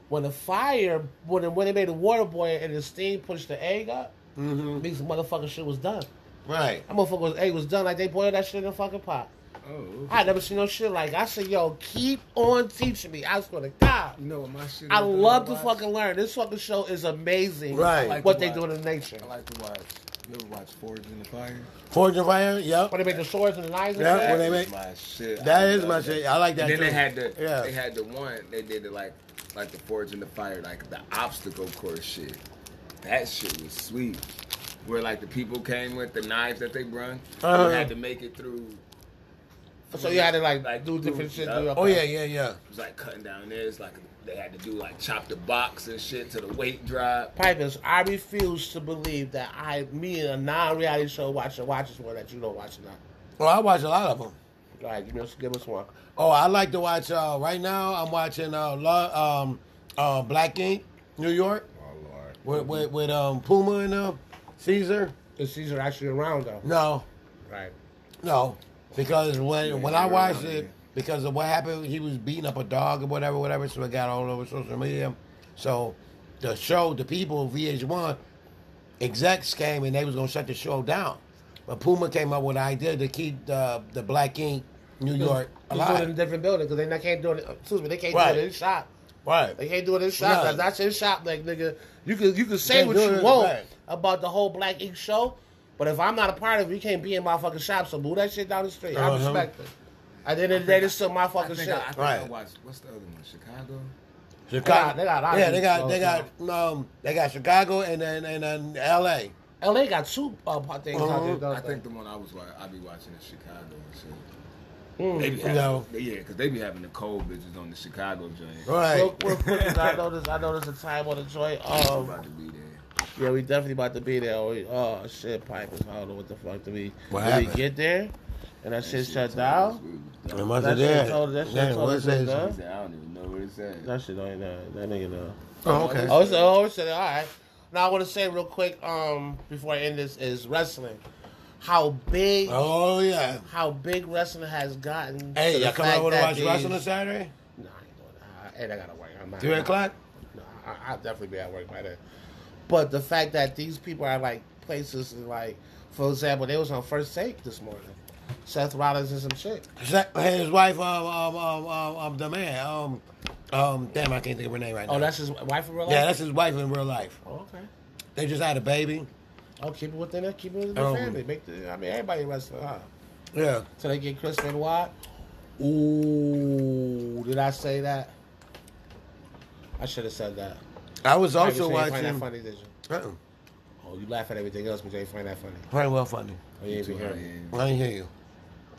[SPEAKER 1] when the fire when it, when they made the water boil and the steam pushed the egg up
[SPEAKER 3] Mhm.
[SPEAKER 1] means the motherfucking shit was done
[SPEAKER 3] Right.
[SPEAKER 1] that motherfucker's egg was done like they boiled that shit in a fucking pot
[SPEAKER 2] Oh,
[SPEAKER 1] I never seen no shit like I said, yo, keep on teaching me. I swear to God.
[SPEAKER 2] you know what my shit.
[SPEAKER 1] I
[SPEAKER 2] is that
[SPEAKER 1] love to
[SPEAKER 2] watch?
[SPEAKER 1] fucking learn. This fucking show is amazing.
[SPEAKER 3] Right. I
[SPEAKER 2] like
[SPEAKER 1] what
[SPEAKER 2] to
[SPEAKER 1] they
[SPEAKER 2] watch.
[SPEAKER 1] doing in nature.
[SPEAKER 2] I like to watch. You ever watch Forge in the Fire?
[SPEAKER 3] Forge of Iron. Yep.
[SPEAKER 1] When they make the swords and the knives and
[SPEAKER 3] Yeah,
[SPEAKER 1] shit.
[SPEAKER 3] when they
[SPEAKER 2] That
[SPEAKER 3] make-
[SPEAKER 2] is my shit. I
[SPEAKER 3] That is
[SPEAKER 2] love
[SPEAKER 3] my shit. I like that.
[SPEAKER 2] And then
[SPEAKER 3] too.
[SPEAKER 2] they had the
[SPEAKER 3] Yeah.
[SPEAKER 2] they had the one they did it like like the Forge in the Fire, like the obstacle course shit. That shit was sweet. Where like the people came with the knives that they brung,
[SPEAKER 3] Uh-huh.
[SPEAKER 2] you had to make it through.
[SPEAKER 1] So you had to like, do
[SPEAKER 2] through-
[SPEAKER 1] different shit.
[SPEAKER 2] uh,
[SPEAKER 1] do your-
[SPEAKER 3] Oh yeah, yeah, yeah.
[SPEAKER 2] It was like cutting down this, like they had to do like chop the box and shit to the weight drop.
[SPEAKER 1] Pipers, I refuse to believe that I, me and a non-reality show watcher watches one that you don't watch now.
[SPEAKER 3] Well, I watch a lot of them.
[SPEAKER 1] All right, give us, give us one.
[SPEAKER 3] Oh, I like to watch. Uh, right now, I'm watching uh, Law, um, uh, Black Ink, New York,
[SPEAKER 2] Oh lord.
[SPEAKER 3] with with, with um, Puma and uh, Caesar.
[SPEAKER 1] Is Caesar actually around though?
[SPEAKER 3] No,
[SPEAKER 1] Right.
[SPEAKER 3] no, because when when I
[SPEAKER 2] you're
[SPEAKER 3] watched
[SPEAKER 2] right.
[SPEAKER 3] it, because of what happened, he was beating up a dog or whatever, whatever. So it got all over social media. So the show, the people VH1 execs came and they was gonna shut the show down, but Puma came up with an idea to keep the the Black Ink New York
[SPEAKER 1] He's doing it in a
[SPEAKER 3] alive.
[SPEAKER 1] different building because they not, can't do it. Excuse me, they can't
[SPEAKER 3] Right.
[SPEAKER 1] do it in his shop.
[SPEAKER 3] Right.
[SPEAKER 1] They can't do it in his shop.
[SPEAKER 3] No.
[SPEAKER 1] That's not his shop, like nigga. You can you can say
[SPEAKER 3] Can't
[SPEAKER 1] what
[SPEAKER 3] do
[SPEAKER 1] you
[SPEAKER 3] it,
[SPEAKER 1] want
[SPEAKER 3] right.
[SPEAKER 1] about the whole Black Ink show, but if I'm not a part of it, you can't be in my fucking shop. So move that shit down the street. I
[SPEAKER 3] Uh-huh.
[SPEAKER 1] respect it. At the end of the day, this is still my
[SPEAKER 2] I
[SPEAKER 1] fucking
[SPEAKER 2] think
[SPEAKER 1] shit.
[SPEAKER 2] I, I, think I
[SPEAKER 3] Right.
[SPEAKER 2] watched what's the other one? Chicago.
[SPEAKER 3] Chicago.
[SPEAKER 1] They got- they got a lot of
[SPEAKER 3] yeah, they
[SPEAKER 1] these
[SPEAKER 3] got they
[SPEAKER 1] shows
[SPEAKER 3] got um they got Chicago and then and then L.A.
[SPEAKER 1] LA got two uh, part things out
[SPEAKER 3] Uh-huh.
[SPEAKER 1] there. Don't
[SPEAKER 2] I
[SPEAKER 1] they?
[SPEAKER 2] think the one I was watching, I be watching is Chicago and shit.
[SPEAKER 1] Mm.
[SPEAKER 2] They be having,
[SPEAKER 3] No.
[SPEAKER 2] yeah, because they be having the cold bitches on the Chicago joint.
[SPEAKER 3] Right.
[SPEAKER 1] Real, real quick, 'cause I know this. I know this a time on the joint.
[SPEAKER 2] I'm
[SPEAKER 1] Um,
[SPEAKER 2] about to be there.
[SPEAKER 1] yeah, we definitely about to be there. We, oh shit, pipers. I don't know what the fuck to be.
[SPEAKER 3] What
[SPEAKER 1] Did we
[SPEAKER 3] happened?
[SPEAKER 1] get there, and that shit shut down.
[SPEAKER 3] it must
[SPEAKER 1] That
[SPEAKER 3] have
[SPEAKER 1] shit
[SPEAKER 3] did.
[SPEAKER 1] told- that shit
[SPEAKER 3] Yeah,
[SPEAKER 1] told
[SPEAKER 3] what
[SPEAKER 1] us it
[SPEAKER 3] it is.
[SPEAKER 1] was
[SPEAKER 2] I don't even know what it said.
[SPEAKER 1] That shit ain't uh, that nigga know.
[SPEAKER 3] Oh, okay.
[SPEAKER 1] Oh, it's, oh, it's, all right. Now I want to say real quick, um, before I end this, is wrestling. How big,
[SPEAKER 3] Oh yeah.
[SPEAKER 1] how big wrestling has gotten. to
[SPEAKER 3] Hey,
[SPEAKER 1] the
[SPEAKER 3] y'all come
[SPEAKER 1] fact
[SPEAKER 3] over to
[SPEAKER 1] that
[SPEAKER 3] watch
[SPEAKER 1] these-
[SPEAKER 3] wrestling on Saturday,
[SPEAKER 1] Nah, I ain't doing that. I- and I gotta work. I'm not.
[SPEAKER 3] three o'clock.
[SPEAKER 1] No, I, I'll definitely be at work by then. But the fact that these people are like places and like, for example, they was on first take this morning. Seth Rollins and some shit.
[SPEAKER 3] Sa- His wife, um, um, um, um, um, the man, um, um, damn, I can't think of her name right now.
[SPEAKER 1] Oh, that's his wife in real life.
[SPEAKER 3] yeah, that's his wife in real life.
[SPEAKER 1] oh, okay.
[SPEAKER 3] They just had a baby.
[SPEAKER 1] Oh, keep it within it. Keep it within the
[SPEAKER 3] Um,
[SPEAKER 1] family. Make the, I mean, everybody wrestling, huh?
[SPEAKER 3] Yeah.
[SPEAKER 1] Till they get Chris Benoit. Ooh, did I say that? I should have said that.
[SPEAKER 3] I was
[SPEAKER 1] Right,
[SPEAKER 3] also
[SPEAKER 1] you said you Find that
[SPEAKER 3] watching.
[SPEAKER 1] funny, did you?
[SPEAKER 3] Uh-uh.
[SPEAKER 1] Oh, you laugh at everything else, but you ain't find that funny.
[SPEAKER 3] Pretty well funny.
[SPEAKER 1] Oh, you ain't be hearing me.
[SPEAKER 2] Yeah.
[SPEAKER 3] I didn't hear you.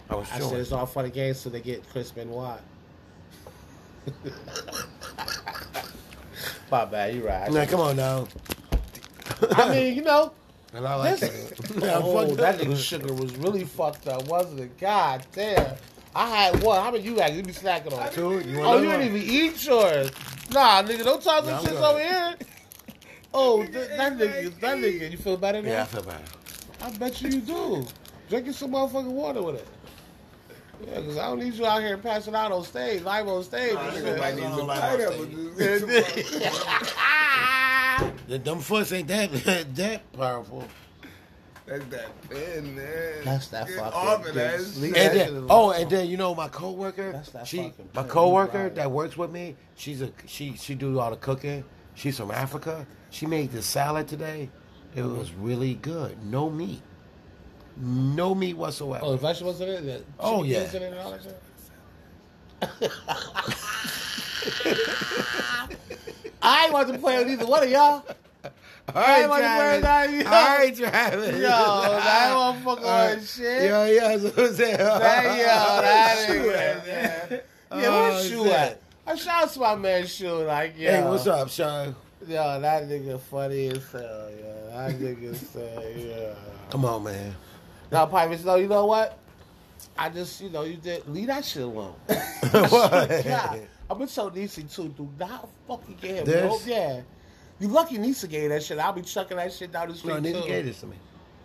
[SPEAKER 3] I was
[SPEAKER 1] I
[SPEAKER 3] chewing.
[SPEAKER 1] said it's all funny games till they get Chris Benoit. My bad, you right.
[SPEAKER 3] Now come on now.
[SPEAKER 1] I mean, you know,
[SPEAKER 3] And I like
[SPEAKER 1] This-
[SPEAKER 3] that.
[SPEAKER 1] oh,
[SPEAKER 3] fuck
[SPEAKER 1] that nigga sugar was really fucked up, wasn't it? God damn. I had one. How many you had? You be snacking on two.
[SPEAKER 3] Dude, you want
[SPEAKER 1] Oh,
[SPEAKER 3] another
[SPEAKER 1] you
[SPEAKER 3] one?
[SPEAKER 1] didn't even eat yours. Nah, nigga, don't talk
[SPEAKER 3] Nah,
[SPEAKER 1] this
[SPEAKER 3] I'm
[SPEAKER 1] shit
[SPEAKER 3] good.
[SPEAKER 1] over here. Oh, th- that nigga, that nigga. You feel better now?
[SPEAKER 3] Yeah, I feel better.
[SPEAKER 1] I bet you you do. Drinking some motherfucking water with it. Yeah, because I don't need you out here passing out on stage, live on stage. and
[SPEAKER 2] Nigga
[SPEAKER 1] shit.
[SPEAKER 2] might need
[SPEAKER 3] I don't
[SPEAKER 2] some
[SPEAKER 3] like
[SPEAKER 2] pineapple
[SPEAKER 1] And
[SPEAKER 2] juice.
[SPEAKER 1] then-
[SPEAKER 3] The dumb fuss ain't that that powerful.
[SPEAKER 2] That's that pen, man.
[SPEAKER 1] That's that
[SPEAKER 2] Get
[SPEAKER 1] fucking
[SPEAKER 2] off of that
[SPEAKER 1] dick.
[SPEAKER 2] shit.
[SPEAKER 1] Yeah,
[SPEAKER 3] And
[SPEAKER 1] that
[SPEAKER 3] then,
[SPEAKER 1] shit is-
[SPEAKER 3] oh, and then you know my coworker.
[SPEAKER 1] That's that
[SPEAKER 3] she,
[SPEAKER 1] fucking
[SPEAKER 3] my
[SPEAKER 1] pimp.
[SPEAKER 3] coworker
[SPEAKER 1] Right.
[SPEAKER 3] that works with me. She's a she. She do all the cooking. She's from Africa. She made this salad today. It
[SPEAKER 1] Mm-hmm.
[SPEAKER 3] was really good. No meat. No meat whatsoever.
[SPEAKER 1] Oh, the vegetables in it? The
[SPEAKER 3] Oh,
[SPEAKER 1] chicken
[SPEAKER 3] yeah.
[SPEAKER 1] wings in it and all that shit? I ain't want to play with either one of y'all.
[SPEAKER 3] all right,
[SPEAKER 1] I wanna
[SPEAKER 3] Travis.
[SPEAKER 1] burn down you.
[SPEAKER 3] All right, Travis.
[SPEAKER 1] Yo, that motherfucker on shit.
[SPEAKER 3] Yo, yo, so what's that?
[SPEAKER 1] That, yo, that
[SPEAKER 3] Shoot.
[SPEAKER 1] nigga. man. Yeah,
[SPEAKER 3] Oh,
[SPEAKER 1] where's Shoe
[SPEAKER 3] shit.
[SPEAKER 1] at? I shout out to my man Shoe, like, yo.
[SPEAKER 3] Hey, what's up, Sean?
[SPEAKER 1] Yo, that nigga funny as hell, yo. That nigga say, yeah.
[SPEAKER 3] Come on, man.
[SPEAKER 1] Now, Pipers, no, you know what? I just, you know, you did leave that shit alone. yeah. I've been so Niecy too. Do not fucking get him.
[SPEAKER 3] This?
[SPEAKER 1] bro. Yeah. You lucky Niecy gave that shit. I'll be chucking that shit down the street.
[SPEAKER 3] No, I need
[SPEAKER 1] too.
[SPEAKER 3] to get this to me.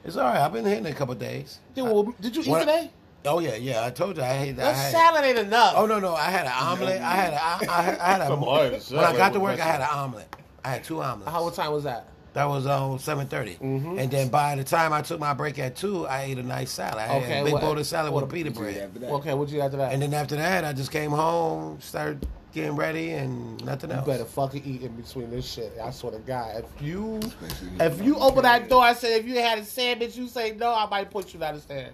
[SPEAKER 3] It's all right. I've been hitting it a couple days.
[SPEAKER 1] Dude, well, did you eat
[SPEAKER 3] What-
[SPEAKER 1] today?
[SPEAKER 3] Oh yeah, yeah. I told you I hate that.
[SPEAKER 1] That
[SPEAKER 3] I had-
[SPEAKER 1] salad ain't enough.
[SPEAKER 3] Oh no, no. I had an omelet. I had. A, I, I, had- I had a.
[SPEAKER 4] Come on,
[SPEAKER 3] when I got to
[SPEAKER 4] salad
[SPEAKER 3] work,
[SPEAKER 4] was
[SPEAKER 3] I had an omelet. I had two omelets.
[SPEAKER 1] How what time was Mm-hmm. that?
[SPEAKER 3] that was um seven and then by the time I took my break at two, I ate a nice salad. I
[SPEAKER 1] Okay,
[SPEAKER 3] had a big
[SPEAKER 1] what-
[SPEAKER 3] bowl of salad with a
[SPEAKER 1] what-
[SPEAKER 3] pita
[SPEAKER 2] Juice
[SPEAKER 3] bread.
[SPEAKER 2] after that.
[SPEAKER 1] Okay, what'd you eat after that?
[SPEAKER 3] And then after that, I just came home, started getting ready, and nothing
[SPEAKER 1] you
[SPEAKER 3] else.
[SPEAKER 1] better fucking eat in between this shit. I swear to God, if you if you open that door, I say if you had a sandwich, you say no, I might put you down the stairs.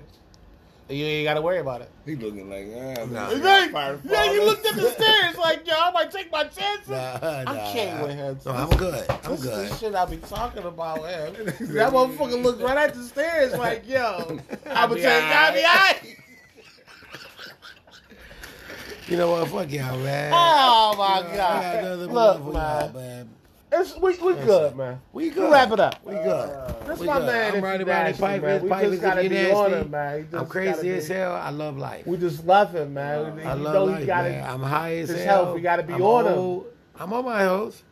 [SPEAKER 1] And you ain't gotta worry about it.
[SPEAKER 2] He looking like, ah,
[SPEAKER 3] Nah.
[SPEAKER 2] man,
[SPEAKER 1] Yeah,
[SPEAKER 2] fire
[SPEAKER 1] yeah, you
[SPEAKER 2] falling.
[SPEAKER 1] looked at the stairs like, yo, I might take my chances.
[SPEAKER 3] Nah, nah,
[SPEAKER 1] I can't with him.
[SPEAKER 3] No, I'm good. I'm
[SPEAKER 1] this is
[SPEAKER 3] good.
[SPEAKER 1] the shit I be talking about. Man. that motherfucker looked right at the stairs like, yo, I'm gonna take
[SPEAKER 2] alright.
[SPEAKER 1] that
[SPEAKER 3] You know what? Fuck y'all, man.
[SPEAKER 1] Oh my
[SPEAKER 3] I got
[SPEAKER 1] god!
[SPEAKER 3] another one for
[SPEAKER 1] Look,
[SPEAKER 3] y'all,
[SPEAKER 1] man,
[SPEAKER 3] man.
[SPEAKER 1] it's, we we good, man.
[SPEAKER 3] We good.
[SPEAKER 1] We wrap it up. Uh,
[SPEAKER 3] We good.
[SPEAKER 1] That's
[SPEAKER 3] we
[SPEAKER 1] my
[SPEAKER 3] good.
[SPEAKER 1] man.
[SPEAKER 3] I'm
[SPEAKER 1] if
[SPEAKER 3] right
[SPEAKER 1] you
[SPEAKER 3] about it.
[SPEAKER 1] nasty,
[SPEAKER 3] Pipe
[SPEAKER 1] man.
[SPEAKER 3] is-
[SPEAKER 1] We
[SPEAKER 3] pipe
[SPEAKER 1] just
[SPEAKER 3] is if
[SPEAKER 1] gotta
[SPEAKER 3] you
[SPEAKER 1] be
[SPEAKER 3] nasty.
[SPEAKER 1] on him, man. He
[SPEAKER 3] I'm
[SPEAKER 1] just gotta
[SPEAKER 3] crazy
[SPEAKER 1] be-
[SPEAKER 3] as hell. I love life.
[SPEAKER 1] We just love him, man.
[SPEAKER 3] I
[SPEAKER 1] you
[SPEAKER 3] love
[SPEAKER 1] know
[SPEAKER 3] life.
[SPEAKER 1] he gotta.
[SPEAKER 3] man. I'm high as
[SPEAKER 1] his
[SPEAKER 3] hell.
[SPEAKER 1] health, we gotta be
[SPEAKER 3] I'm
[SPEAKER 1] on him.
[SPEAKER 3] old. I'm on my hoes.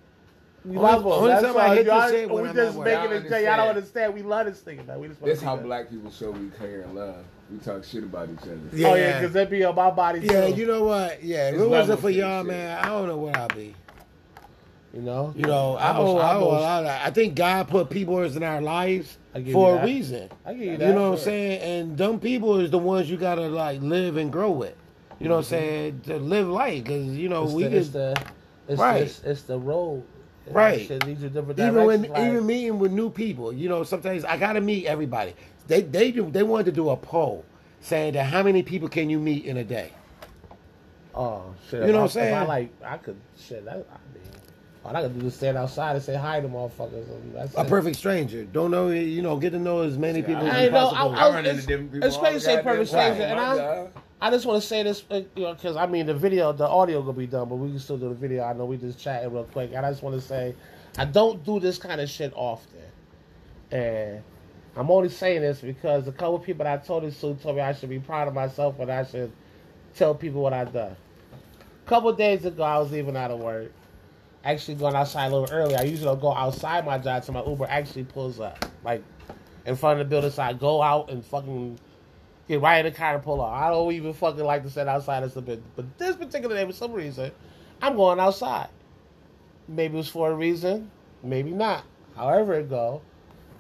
[SPEAKER 1] We
[SPEAKER 3] Only-
[SPEAKER 1] love him.
[SPEAKER 3] only
[SPEAKER 1] That's
[SPEAKER 3] time I
[SPEAKER 1] all.
[SPEAKER 3] hit this
[SPEAKER 1] Y'all-
[SPEAKER 3] shit when
[SPEAKER 1] we
[SPEAKER 3] I'm at
[SPEAKER 1] just
[SPEAKER 3] work.
[SPEAKER 1] making
[SPEAKER 2] Y'all
[SPEAKER 1] it. Y'all don't
[SPEAKER 2] understand.
[SPEAKER 1] understand. We love this thing, man. We just. wanna
[SPEAKER 2] That's
[SPEAKER 1] be
[SPEAKER 2] how
[SPEAKER 1] good.
[SPEAKER 2] black people show we care and love. We talk shit about each other.
[SPEAKER 1] Oh yeah, because that be on my body
[SPEAKER 3] yeah.
[SPEAKER 1] too.
[SPEAKER 3] You know what? Yeah, if
[SPEAKER 2] It's
[SPEAKER 3] it wasn't
[SPEAKER 2] levels
[SPEAKER 3] for
[SPEAKER 2] to this
[SPEAKER 3] y'all,
[SPEAKER 2] shit.
[SPEAKER 3] man, I don't know where I'll be.
[SPEAKER 1] You know.
[SPEAKER 3] You know, I
[SPEAKER 1] was-
[SPEAKER 3] owe, I owe a
[SPEAKER 1] was-
[SPEAKER 3] lot. Of, I think God put people in our lives
[SPEAKER 1] I give you
[SPEAKER 3] for a
[SPEAKER 1] that.
[SPEAKER 3] reason.
[SPEAKER 1] I give you
[SPEAKER 3] You
[SPEAKER 1] that.
[SPEAKER 3] know what I'm
[SPEAKER 1] sure.
[SPEAKER 3] saying? And dumb people is the ones you gotta like live and grow with. You know what I'm saying? To live life, because you know
[SPEAKER 1] It's
[SPEAKER 3] we
[SPEAKER 1] the, it's
[SPEAKER 3] just
[SPEAKER 1] the, it's,
[SPEAKER 3] Right.
[SPEAKER 1] the, it's, it's the road.
[SPEAKER 3] Right.
[SPEAKER 1] It leads you different
[SPEAKER 3] even when
[SPEAKER 1] directions, like-
[SPEAKER 3] even meeting with new people, you know, sometimes I gotta meet everybody. They they do they wanted to do a poll saying that how many people can you meet in a day?
[SPEAKER 1] Oh shit!
[SPEAKER 3] You know
[SPEAKER 1] if
[SPEAKER 3] what
[SPEAKER 1] I-
[SPEAKER 3] I'm
[SPEAKER 1] if I
[SPEAKER 3] saying?
[SPEAKER 1] like I could shit. That, I mean, all I could do is stand outside and say hi to motherfuckers. And that's
[SPEAKER 3] A
[SPEAKER 1] it.
[SPEAKER 3] perfect stranger. Don't know you know, get to know as many people
[SPEAKER 1] I
[SPEAKER 3] as
[SPEAKER 1] ain't know-
[SPEAKER 3] possible.
[SPEAKER 1] I-
[SPEAKER 2] I run into different people.
[SPEAKER 1] It's crazy to say
[SPEAKER 2] all the
[SPEAKER 1] perfect
[SPEAKER 2] goddamn
[SPEAKER 1] stranger,
[SPEAKER 2] time.
[SPEAKER 1] and
[SPEAKER 2] My
[SPEAKER 1] I-
[SPEAKER 2] God.
[SPEAKER 1] I just want to say this, uh, you know, because I mean the video, the audio gonna be done, but we can still do the video. I know we just chatting real quick, and I just want to say, I don't do this kind of shit often, and I'm only saying this because a couple people that I told this to told me I should be proud of myself and I should tell people what I've done. A couple days ago, I was leaving out of work, actually going outside a little early. I usually don't go outside my job, so my Uber actually pulls up, like in front of the building. So I go out and fucking get right in the car and pull off. I don't even fucking like to sit outside as a bit, but this particular day, for some reason, I'm going outside. Maybe it was for a reason, maybe not. However it go,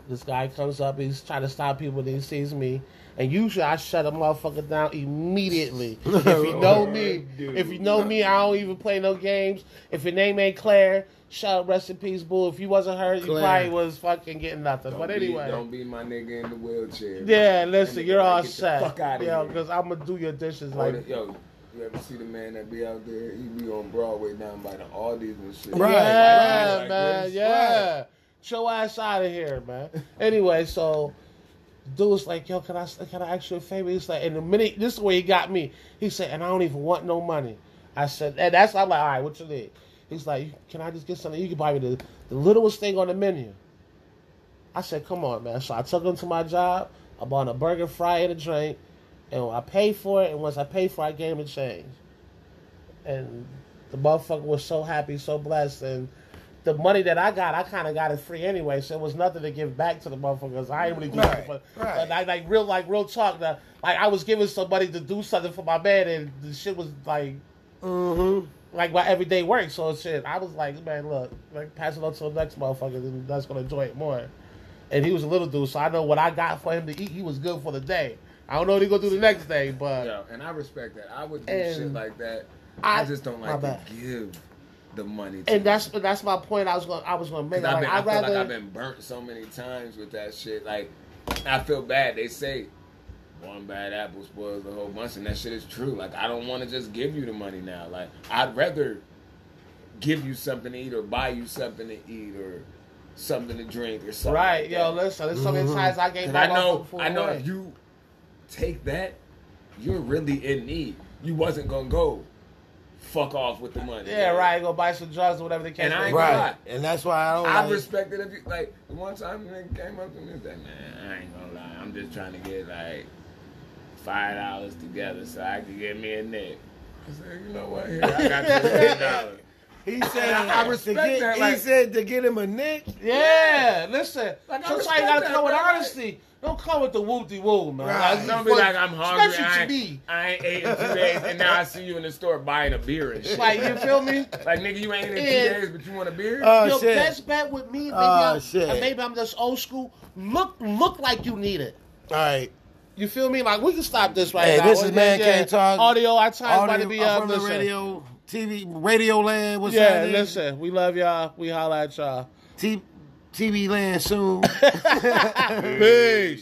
[SPEAKER 1] this guy comes up, he's trying to stop people, then he sees me, and usually I shut a motherfucker down immediately. if you know me,
[SPEAKER 2] Dude.
[SPEAKER 1] if you know me, I don't even play no games. If your name ain't Claire, shut up, rest in peace, boo. If you wasn't her, you
[SPEAKER 3] Claire.
[SPEAKER 1] probably was fucking getting nothing.
[SPEAKER 2] Don't
[SPEAKER 1] but
[SPEAKER 2] be-
[SPEAKER 1] anyway,
[SPEAKER 2] don't be my nigga in the wheelchair.
[SPEAKER 1] yeah, listen,
[SPEAKER 2] Nigga,
[SPEAKER 1] you're all
[SPEAKER 2] get the
[SPEAKER 1] set.
[SPEAKER 2] fuck outta
[SPEAKER 1] yeah,
[SPEAKER 2] here.
[SPEAKER 1] because I'm gonna do your dishes
[SPEAKER 2] Or
[SPEAKER 1] like
[SPEAKER 2] the- yo, you ever see the man that be out there? He be on Broadway down by the Aldi's and shit.
[SPEAKER 3] Right.
[SPEAKER 1] Yeah,
[SPEAKER 2] Like,
[SPEAKER 1] man.
[SPEAKER 2] what is-
[SPEAKER 1] yeah. Show ass out of here, man. Anyway, so dude's like, yo, can I can I ask you a favor? He's like, in the minute this is where he got me. He said, and I don't even want no money. I said, and that's I'm like, all right, what you need? He's like, can I just get something? You can buy me the, the littlest thing on the menu. I said, come on, man. So I took him to my job. I bought him a burger, fry, and a drink. And I paid for it. And once I paid for it, I gave him a change. And the motherfucker was so happy, so blessed. And the money that I got, I kind of got it free anyway. So it was nothing to give back to the motherfuckers. I ain't really doing
[SPEAKER 3] Right,
[SPEAKER 1] it. But,
[SPEAKER 3] right.
[SPEAKER 1] but like, like real, like real talk. That, like I was giving somebody to do something for my man, and the shit was like
[SPEAKER 3] Mm-hmm.
[SPEAKER 1] like my everyday work. So shit, I was like, man, look, like pass it on to the next motherfucker, and that's gonna enjoy it more. And he was a little dude, so I know what I got for him to eat. He was good for the day. I don't know what he gonna do the next day, but
[SPEAKER 2] Yo, and I respect that. I would do
[SPEAKER 1] And
[SPEAKER 2] shit like that. I,
[SPEAKER 1] I-
[SPEAKER 2] just don't
[SPEAKER 1] my
[SPEAKER 2] like to
[SPEAKER 1] bad.
[SPEAKER 2] give the money. To
[SPEAKER 1] and that's that's my point. I was gonna I was gonna make.
[SPEAKER 2] Cause
[SPEAKER 1] Like,
[SPEAKER 2] I've been, I
[SPEAKER 1] I'd
[SPEAKER 2] feel
[SPEAKER 1] rather
[SPEAKER 2] like I've been burnt so many times with that shit. Like, I feel bad. They say one bad apple spoils the whole bunch, and that shit is true. Like, I don't want to just give you the money now. Like, I'd rather give you something to eat or buy you something to eat or something to drink or something.
[SPEAKER 1] right,
[SPEAKER 2] like
[SPEAKER 1] yo.
[SPEAKER 2] that.
[SPEAKER 1] Listen, there's so
[SPEAKER 3] Mm-hmm.
[SPEAKER 1] many times I gave.
[SPEAKER 2] Cause
[SPEAKER 1] my
[SPEAKER 2] I know,
[SPEAKER 1] motherfucker
[SPEAKER 2] I know
[SPEAKER 1] away.
[SPEAKER 2] if you take that, you're really in need. You wasn't gonna go fuck off with the money.
[SPEAKER 1] Yeah, right. Go buy some drugs or whatever the case.
[SPEAKER 2] And I
[SPEAKER 1] may
[SPEAKER 2] ain't
[SPEAKER 1] be.
[SPEAKER 2] gonna
[SPEAKER 3] Right.
[SPEAKER 2] lie.
[SPEAKER 3] And that's why I don't
[SPEAKER 2] I
[SPEAKER 3] like-
[SPEAKER 2] respect it if you like. the One time, a nigga came up to me and said, "Man, I ain't gonna lie. I'm just trying to get like five dollars together so I can get me a nick." I said, "You know what? Here, I got this ten dollars."
[SPEAKER 3] He said
[SPEAKER 2] I
[SPEAKER 3] to
[SPEAKER 2] respect
[SPEAKER 3] get-
[SPEAKER 2] that,
[SPEAKER 3] he
[SPEAKER 2] like-
[SPEAKER 3] said to get him a nick.
[SPEAKER 1] Yeah, listen.
[SPEAKER 2] Like, I
[SPEAKER 1] sometimes you
[SPEAKER 2] respect
[SPEAKER 1] gotta
[SPEAKER 2] that,
[SPEAKER 1] come with
[SPEAKER 2] bro, like-
[SPEAKER 1] honesty. Don't come with the whoop de woo, man.
[SPEAKER 3] Right.
[SPEAKER 1] you
[SPEAKER 2] Don't be
[SPEAKER 1] fuck-
[SPEAKER 2] like I'm hungry.
[SPEAKER 1] Especially
[SPEAKER 2] I
[SPEAKER 1] to
[SPEAKER 2] ain't,
[SPEAKER 1] me.
[SPEAKER 2] I ain't ate in two days, and now I see you in the store buying a beer and shit.
[SPEAKER 1] Like you feel me?
[SPEAKER 2] Like nigga, you ain't in two
[SPEAKER 1] Yeah.
[SPEAKER 2] days, but you want a beer?
[SPEAKER 3] Uh, Oh,
[SPEAKER 1] Your
[SPEAKER 3] shit.
[SPEAKER 1] best bet with me, maybe,
[SPEAKER 3] Oh,
[SPEAKER 1] I'm,
[SPEAKER 3] shit.
[SPEAKER 1] and maybe I'm just old school. Look, look like you need it.
[SPEAKER 3] All right.
[SPEAKER 1] You feel me? Like we can stop this right
[SPEAKER 3] Hey,
[SPEAKER 1] now.
[SPEAKER 3] this is
[SPEAKER 1] Yeah,
[SPEAKER 3] Man
[SPEAKER 1] yeah.
[SPEAKER 3] Can't Talk.
[SPEAKER 1] Audio, our time's about
[SPEAKER 3] Audio-
[SPEAKER 1] to be
[SPEAKER 3] I'm
[SPEAKER 1] up.
[SPEAKER 3] from the
[SPEAKER 1] Listen.
[SPEAKER 3] radio, TV, Radio Land. What's
[SPEAKER 1] Yeah,
[SPEAKER 3] that? name?
[SPEAKER 1] listen. We love y'all. We holla at y'all.
[SPEAKER 3] T- TV Land soon.
[SPEAKER 1] Peace.